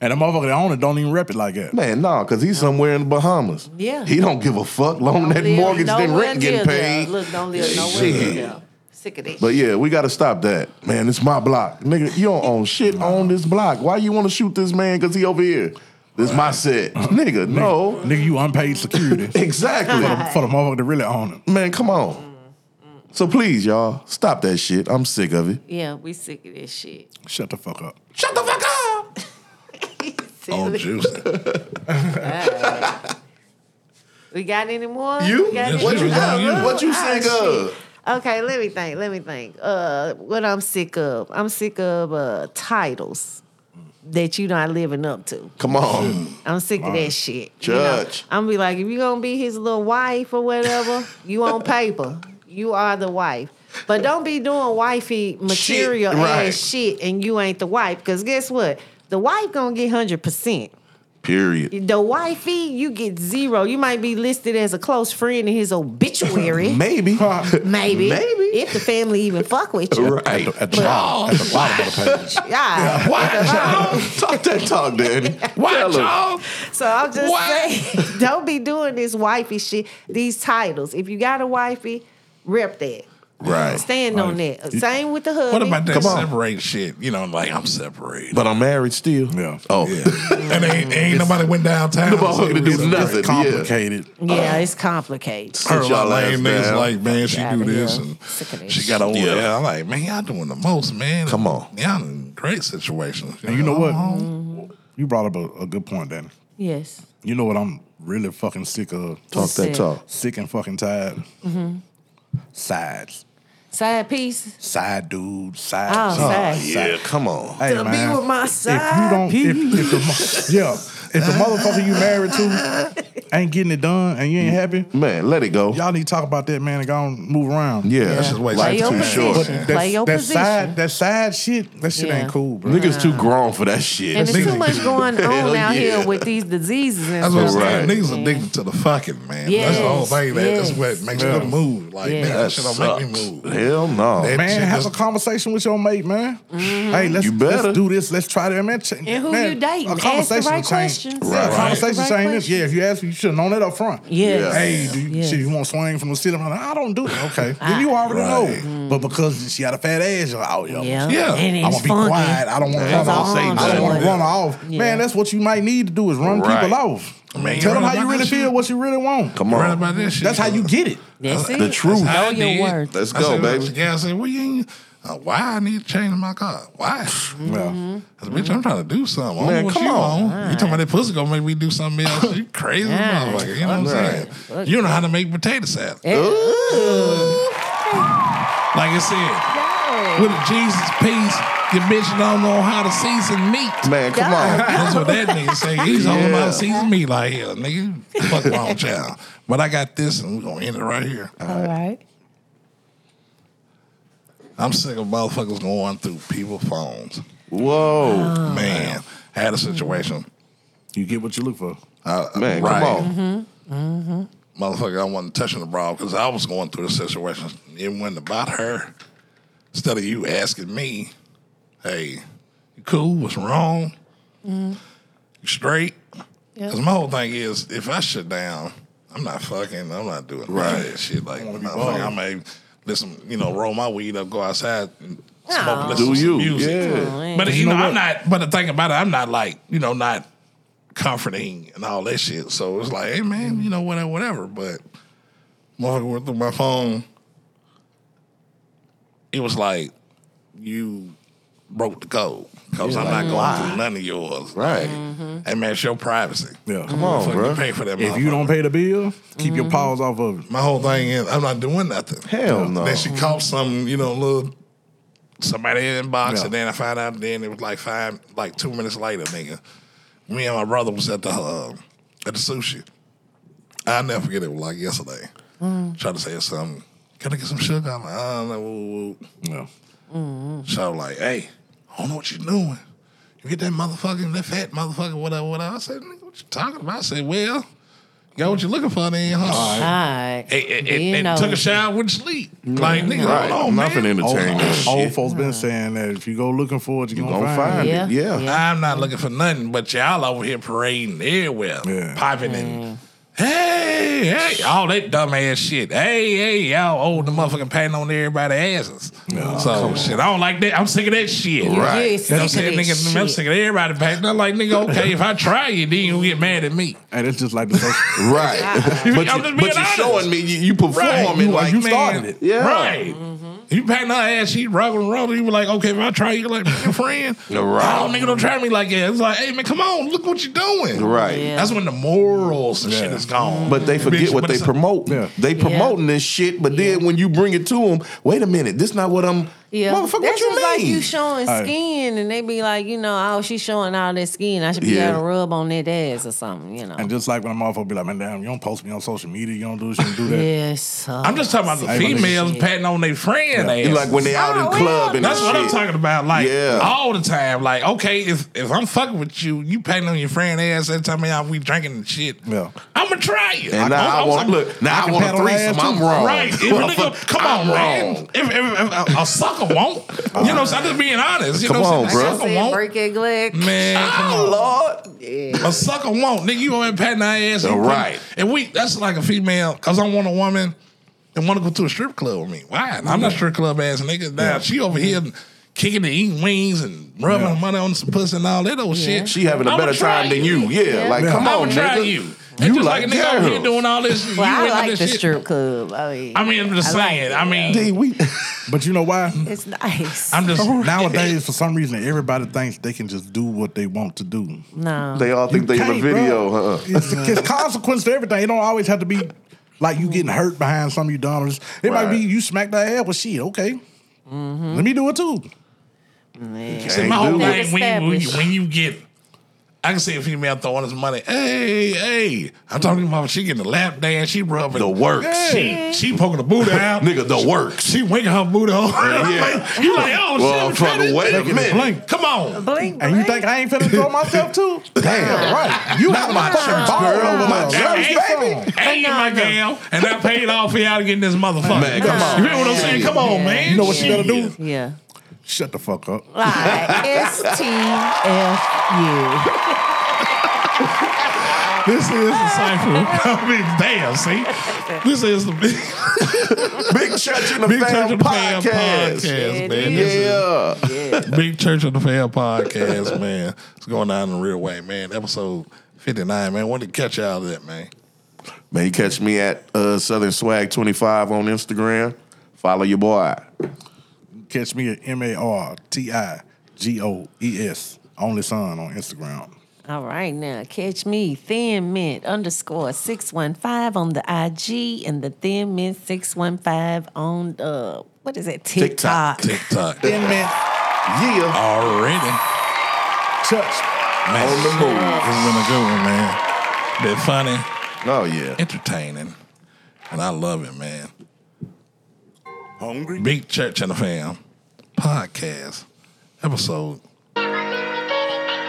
E: And the motherfucker that own it don't even rep it like that.
D: man. Nah, cause he's somewhere in the Bahamas.
F: Yeah.
D: he don't give a fuck. Long
F: Don't
D: that
F: live
D: mortgage, that
F: nowhere
D: rent getting
F: near there.
D: paid.
F: Look, don't live nowhere
D: Shit.
F: near there. Sick of that.
D: But
F: shit.
D: yeah, we gotta stop that. Man, it's my block. Nigga, you don't
E: <laughs>
D: own shit on this block. Why you wanna shoot this man cause he over here? This my set.
E: <laughs>
D: Nigga, no.
E: Nigga, you
F: <laughs>
E: unpaid security for, the,
D: Exactly.
E: for the motherfucker to really own it.
D: man, come on. So please, y'all, stop that shit. I'm sick of it.
F: yeah, we sick of that shit.
E: Shut the fuck up.
D: Shut the fuck up.
F: Sick
C: Oh,
F: of it.
C: juicy.
F: We got any more?
D: You?
F: We
C: Yes,
F: got any
D: What you
F: more?
D: got?
C: You.
D: What you
F: Ah,
D: sick
F: shit.
D: of?
F: Okay, let me think. Let me think. Uh, what I'm sick of? I'm sick of uh, titles that you're not living up to.
D: Come on.
F: I'm sick of that shit.
D: Judge.
F: I'm be like, if you gonna be his little wife or whatever, you on paper, you are the wife. But don't be doing wifey material
D: right.
F: ass shit, and you ain't the wife. Because guess what? The wife gonna get hundred percent.
D: Period.
F: The wifey, you get zero. You might be listed as a close friend in his obituary.
D: <laughs>
E: <laughs>
D: Maybe.
F: Maybe.
D: Maybe.
F: If the family even fuck with you.
D: right.
E: At the bottom, at the bottom of the page. <laughs>
F: Yeah.
D: Why, y'all? <laughs> Talk that
C: <laughs>
D: talk, Daddy. Why, y'all?
F: So I'm just
D: What?
F: saying, <laughs> don't be doing this wifey shit, these titles. If you got a wifey, rep that.
D: Right.
F: Stand on that. Same with the hubby.
C: What about that
D: Come on.
C: separate shit? You know, like I'm separated.
D: But I'm married still.
E: Yeah.
C: <laughs>
D: Oh. <laughs>
C: and ain't, ain't nobody went downtown.
D: The motherfucker to do
C: It's
D: nothing.
E: Complicated.
F: Yeah, it's complicated.
C: Her
D: Sit y'all
C: lame
D: ass
C: niggas
D: down.
C: like, man, she
F: Outta
C: do this
F: here.
C: and
F: Sick of this
C: she got over
D: Yeah.
C: there. I'm like, man, y'all doing the most, man.
D: Come on.
C: Y'all in great situations.
E: And you know
F: Mm-hmm.
E: what? You brought up a, a good point, Danny.
F: Yes.
E: You know what I'm really fucking sick of?
D: Talk that
F: Sick.
D: talk.
E: Sick and fucking tired.
F: Mm-hmm.
E: Sides.
F: Side piece.
E: Side dudes. Side
F: Oh,
E: chicks,
F: side.
D: Yeah, come on.
E: Hey,
F: To be
E: man,
F: with my
E: If you
F: side
E: don't, if, if the, mo- yeah, if the motherfucker you
F: <laughs>
E: married to ain't getting it done and you ain't happy,
D: Man, let it go.
E: y'all need to talk about that, man, and go on, move around.
D: yeah.
C: That's just way
F: Play
C: life's
F: your
C: too
F: position.
C: short.
F: Play
E: That's-
F: your
E: that
F: position.
E: Side, that side shit, that shit
F: Yeah.
E: ain't cool, bro.
D: Niggas too grown for that shit.
F: And there's too much going
D: Hell
F: on out
D: yeah.
F: here with these diseases and
C: That's what I'm
F: stuff.
C: saying.
D: Right.
C: Niggas addicted to the fucking man. That's the whole
F: Yes,
C: thing. That, That's
F: yes.
C: what makes you them move. Like,
F: Yeah.
C: nigga, that
D: That
C: shit don't make
D: sucks.
C: me move.
D: Hell no.
C: That
E: Man,
C: shit
E: have
C: just-
E: a conversation with your mate, man. Hey, let's,
D: You better.
E: let's do this. Let's try that, man. Ch-
F: Mm-hmm. And who
E: man,
F: you dating?
E: a
F: Ask the
E: conversation
F: right
E: will change-
F: questions.
E: Yeah,
F: Right.
E: a conversation
F: Right
E: change this.
F: questions.
E: Yeah, if you ask me, you should have known that up front.
F: Yes.
E: Hey, do you,
F: Yes. Ah.
E: shit, you want swing from the ceiling? I'm like, I don't do
F: <laughs>
E: that. Okay. then you already know. But because she got a fat ass, you're like, oh, yo,
F: Mm. Yeah.
C: Yeah.
F: And
E: I
F: it's
E: want to be
F: funky.
E: quiet. I don't want to
F: That's
E: run off.
F: all I'm
E: I don't want to
F: saying.
E: run her off.
F: Yeah.
E: Man, that's what you might need to do is run
D: Right.
E: people off.
C: Man, you
E: Tell them how
C: right
E: you
C: about
E: really
C: that
E: feel,
C: shit.
E: what you really want.
D: Come
C: Right
D: on.
C: about that shit.
E: That's how you get it.
F: That's it.
D: The truth.
C: That's how I
F: Know your
C: did.
F: worth.
D: Let's
C: I
D: go,
C: said,
D: baby.
C: Yeah, I said, well, you ain't, uh, why I need to change my car?
D: <sighs>
C: Why?
E: Yeah.
C: I said, bitch, I'm trying to do something. I don't
D: Man,
C: know what
D: come
C: you on.
D: on.
C: You talking about that pussy gonna make me do something
D: <laughs>
C: else? you crazy
F: Yeah.
C: motherfucker. You know what I'm saying? You know how to make potato salad. Like I said, with a Jesus piece, your bitch don't know how to season meat.
D: Man, come on.
C: That's what that nigga say. He's all
D: Yeah.
C: about season meat like here, nigga. you Fuck
D: <laughs>
C: wrong child. But I got this and we're gonna end it right here.
F: All right.
C: I'm sick of motherfuckers going through people's phones. Uh,
D: Whoa.
C: Man, I had a situation.
E: You get what you look for.
D: Man,
C: Right.
D: come on.
C: Motherfucker, I wasn't touching the bra because I was going through the situation. It wasn't about her. Instead of you asking me, hey, you cool? What's wrong? You straight? Because my whole thing is if I shut down, I'm not fucking, I'm not doing right. that shit. Like, motherfucker, I may listen, you know, roll my weed up, go outside and smoke,
F: Aw.
C: listen
D: Do
C: to
D: you.
C: some music.
D: Yeah.
C: But you,
E: You
C: know,
E: know
C: I'm not. But the thing about it, I'm not like you know, not comforting and all that shit. So it's like, hey man, you know, whatever, whatever. But motherfucker went through my phone. It was like you broke the code because I'm not going through none of yours.
D: Right.
C: Hey man, it's your privacy.
E: Yeah.
C: Come
D: on,
C: you
D: bruh.
C: pay for that.
E: If you
C: motherfucker.
E: don't pay the bill, keep your paws off of it.
C: my whole thing is I'm not doing nothing.
D: Hell no.
C: Then she caught some, you know, little somebody in the box,
E: Yeah.
C: and then I found out. Then it was like five, like two minutes later, nigga. Me and my brother was at the uh, at the sushi. I will never forget it. Was like yesterday. Trying to say something. Can I get some sugar? I'm like, I don't know. woo, woo, woo.
E: Yeah.
C: So I'm like, hey, I don't know what you're doing. You get that motherfucking, that fat motherfucker, whatever, whatever. I said, nigga, what you talking about? I said, well, you got what you looking for then, huh?
F: Right.
C: It, it, it,
F: You
C: it
F: know.
C: took a shower, wouldn't sleep. Like, nigga,
J: Right.
C: hold on,
J: Nothing
C: man. Oh,
E: Old,
J: entertaining. shit.
E: old folks been saying that if you go looking for it, you,
J: You
E: gonna,
J: gonna
E: find,
J: find
E: it.
J: it.
F: Yeah.
J: Yeah.
C: I'm not looking for nothing, but y'all over here parading everywhere,
E: Yeah.
C: popping
F: Mm.
C: and hey, hey, all that dumb ass shit. Hey, hey, y'all old the motherfucking patting on everybody's asses. so shit, I don't like that. I'm sick of that shit.
F: Right. you
C: You know what I'm
F: sick of
C: saying,
F: that
C: nigga, I'm
F: shit.
C: sick of everybody patting. I'm like, nigga, okay, if I try you, then you get mad at me.
E: Hey, that's just like the social. <laughs>
J: Right.
C: You-
J: but
C: <laughs> I'm
J: you, but
C: just being
J: you
C: honest.
J: showing me you, you performing
C: You
D: uh,
J: like
C: you
J: man.
C: started it.
J: Yeah.
C: Right. Mm-hmm. You patting her ass, she rubbing rubbing. You were like, okay, if I try you, like, your
D: <laughs>
C: friend.
J: Yeah, right.
C: Oh, nigga, don't try me like that. It's like, hey, man, come on, look what you doing.
J: Right.
F: Yeah.
C: That's when the morals and shit
E: Yeah.
C: is gone.
D: But they forget
C: Bitch,
D: what
C: but
D: they
C: it's a-
D: promote.
E: Yeah.
D: They promoting this shit, but then when you bring it to them, wait a minute, this not what I'm.
F: Yeah.
D: Motherfucker, what
F: That's
D: you
F: just
D: mean?
F: like you showing
E: Hey.
F: skin and they be like, you know, oh, she's showing all that skin. I should be
D: Yeah.
F: able to rub on that ass or something, you know.
E: and just like when I'm off, I'll be like, man, damn, you don't post me on social media. You don't do this, you don't do that.
F: Yes. uh,
C: I'm just talking about the
E: Hey, my nigga,
C: females
F: shit.
C: patting on their friend ass.
D: Like when they out in
F: Oh,
D: the club
F: well,
D: and
C: That's
D: that
C: what I'm
D: shit.
C: talking about. Like
D: Yeah.
C: all the time. Like, okay, if if I'm fucking with you, you patting on your friend ass every time we out we drinking and shit.
E: Yeah.
C: I'ma try you.
D: And
C: I'm-
D: now I,
C: I'm-
D: want
C: I'm-
D: look. Now I,
E: can
D: want
E: pat
D: a
E: on her
D: threesome.
E: ass,
D: I'm
E: too.
D: wrong.
C: Right. If a nigga,
D: Motherfucker,
C: come
D: I'm
C: on, man.
D: wrong.
C: If, if, if a, a sucker won't, you know, so I'm just being honest. You
D: Come
C: know what
D: on,
C: I'm
D: bro.
C: saying?
F: I
C: A sucker
F: said,
C: won't.
F: break your leg.
C: Man, come on.
D: Lord,
C: A sucker won't. Nigga, you over there patting our ass. and you
D: Right.
C: putting- And we, that's like a female, because I want a woman and want to go to a strip club with me. Why? I'm not strip club ass nigga. Now, she over here kicking and eating wings and rubbing her money on some pussy and all that old shit.
D: she having a
C: I'ma
D: better
C: try
D: time than you. Yeah, like come
C: I'ma
D: on,
C: try
D: nigga.
C: you. It's just like, a nigga over here
D: girls.
C: doing all this.
F: Well,
C: you
F: I
C: into
F: like
C: this
F: the
C: shit.
F: strip club. I mean,
C: I mean, I'm just
F: I like
C: saying.
F: it.
C: I mean,
D: Hey, we
E: <laughs> But you
D: <laughs>
E: know why?
F: it's nice.
C: I'm just
E: Nowadays, for some reason, everybody thinks they can just do what they want to do.
F: no.
D: they all think they in a
E: Can't, bro.
D: video. huh?
E: It's, it's consequence to everything. It don't always have to be like you getting hurt behind something you done. Or just, it might be
D: Right.
E: you smacked that ass. Well, shit, okay. Let me do it too.
C: See, my
D: Can't
C: whole
D: do
F: it.
C: thing when, when, you,
F: Established.
C: when you get, I can see a female throwing his money. Hey, hey, I'm talking to mama. She getting a lap dance. She rubbing
D: The works.
C: She, she poking the booty out.
D: Nigga, the works.
C: She winking her booty on.
D: Yeah.
C: you <laughs> like, oh
D: Well,
C: shit, what
D: fucking
C: that
D: wait
C: is?
D: a minute.
C: Blink. Come on.
F: Blink,
E: And you think I ain't finna throw myself too? <laughs> Damn right. You have my
D: church
E: ball
D: girl,
E: over
D: my
E: my
D: church
E: church baby.
C: Hey, you my gal, and I paid off for y'all to get in this motherfucker.
D: Man, come on.
C: You hear what I'm saying? Come on, man.
E: You know what you gotta do?
C: Shit.
F: Yeah.
E: Shut the fuck up.
F: Like
C: <laughs>
F: S-T-F-U.
C: This is the cipher. <laughs> I mean, damn. See, this is the <laughs> big,
D: Big Church in the
C: big church
D: Fam
C: of the fam
D: podcast.
C: podcast, man.
F: It
C: This is-
D: Yeah,
C: Big Church of the Fair podcast, man. It's going down the real way, man. Episode 59, man. Wanted to catch y'all of that, man.
D: man, you catch me at uh, Southern Swag twenty five on Instagram. Follow your boy.
E: Catch me at M A R T I G O E S. Only son on Instagram.
F: All right, now catch me, Thin Mint underscore 615 on the IG and the Thin Mint 615 on the, what is it,
D: TikTok.
F: TikTok.
C: TikTok.
E: Ten minutes.
D: Yeah,
C: Already.
E: Touch.
C: Man,
D: On the
C: shit,
D: move.
C: It's been a good one, man. Been funny,
D: oh yeah.
C: entertaining, and I love it, man.
J: Hungry?
C: Big Church and the Fam podcast, episode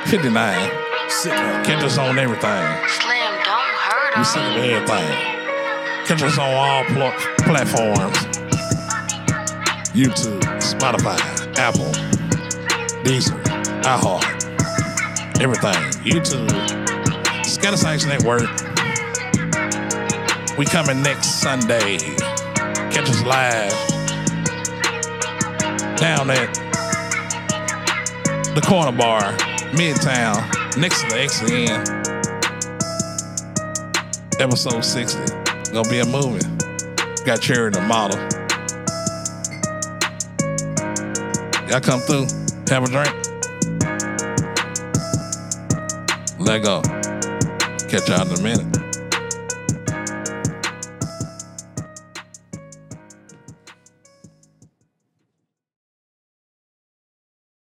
C: 59. Catch us on everything.
B: Slim don't hurt 'em.
C: We send them everything. Catch us on all pl- platforms YouTube, Spotify, Apple, Deezer, iHeart, everything. YouTube, Scatter Science Network. We coming next Sunday. Catch us live down at the corner bar, Midtown, next to the XN episode 60. Gonna be a movie. Got Cherry the model. Y'all come through, have a drink. Let go. Catch y'all in a minute.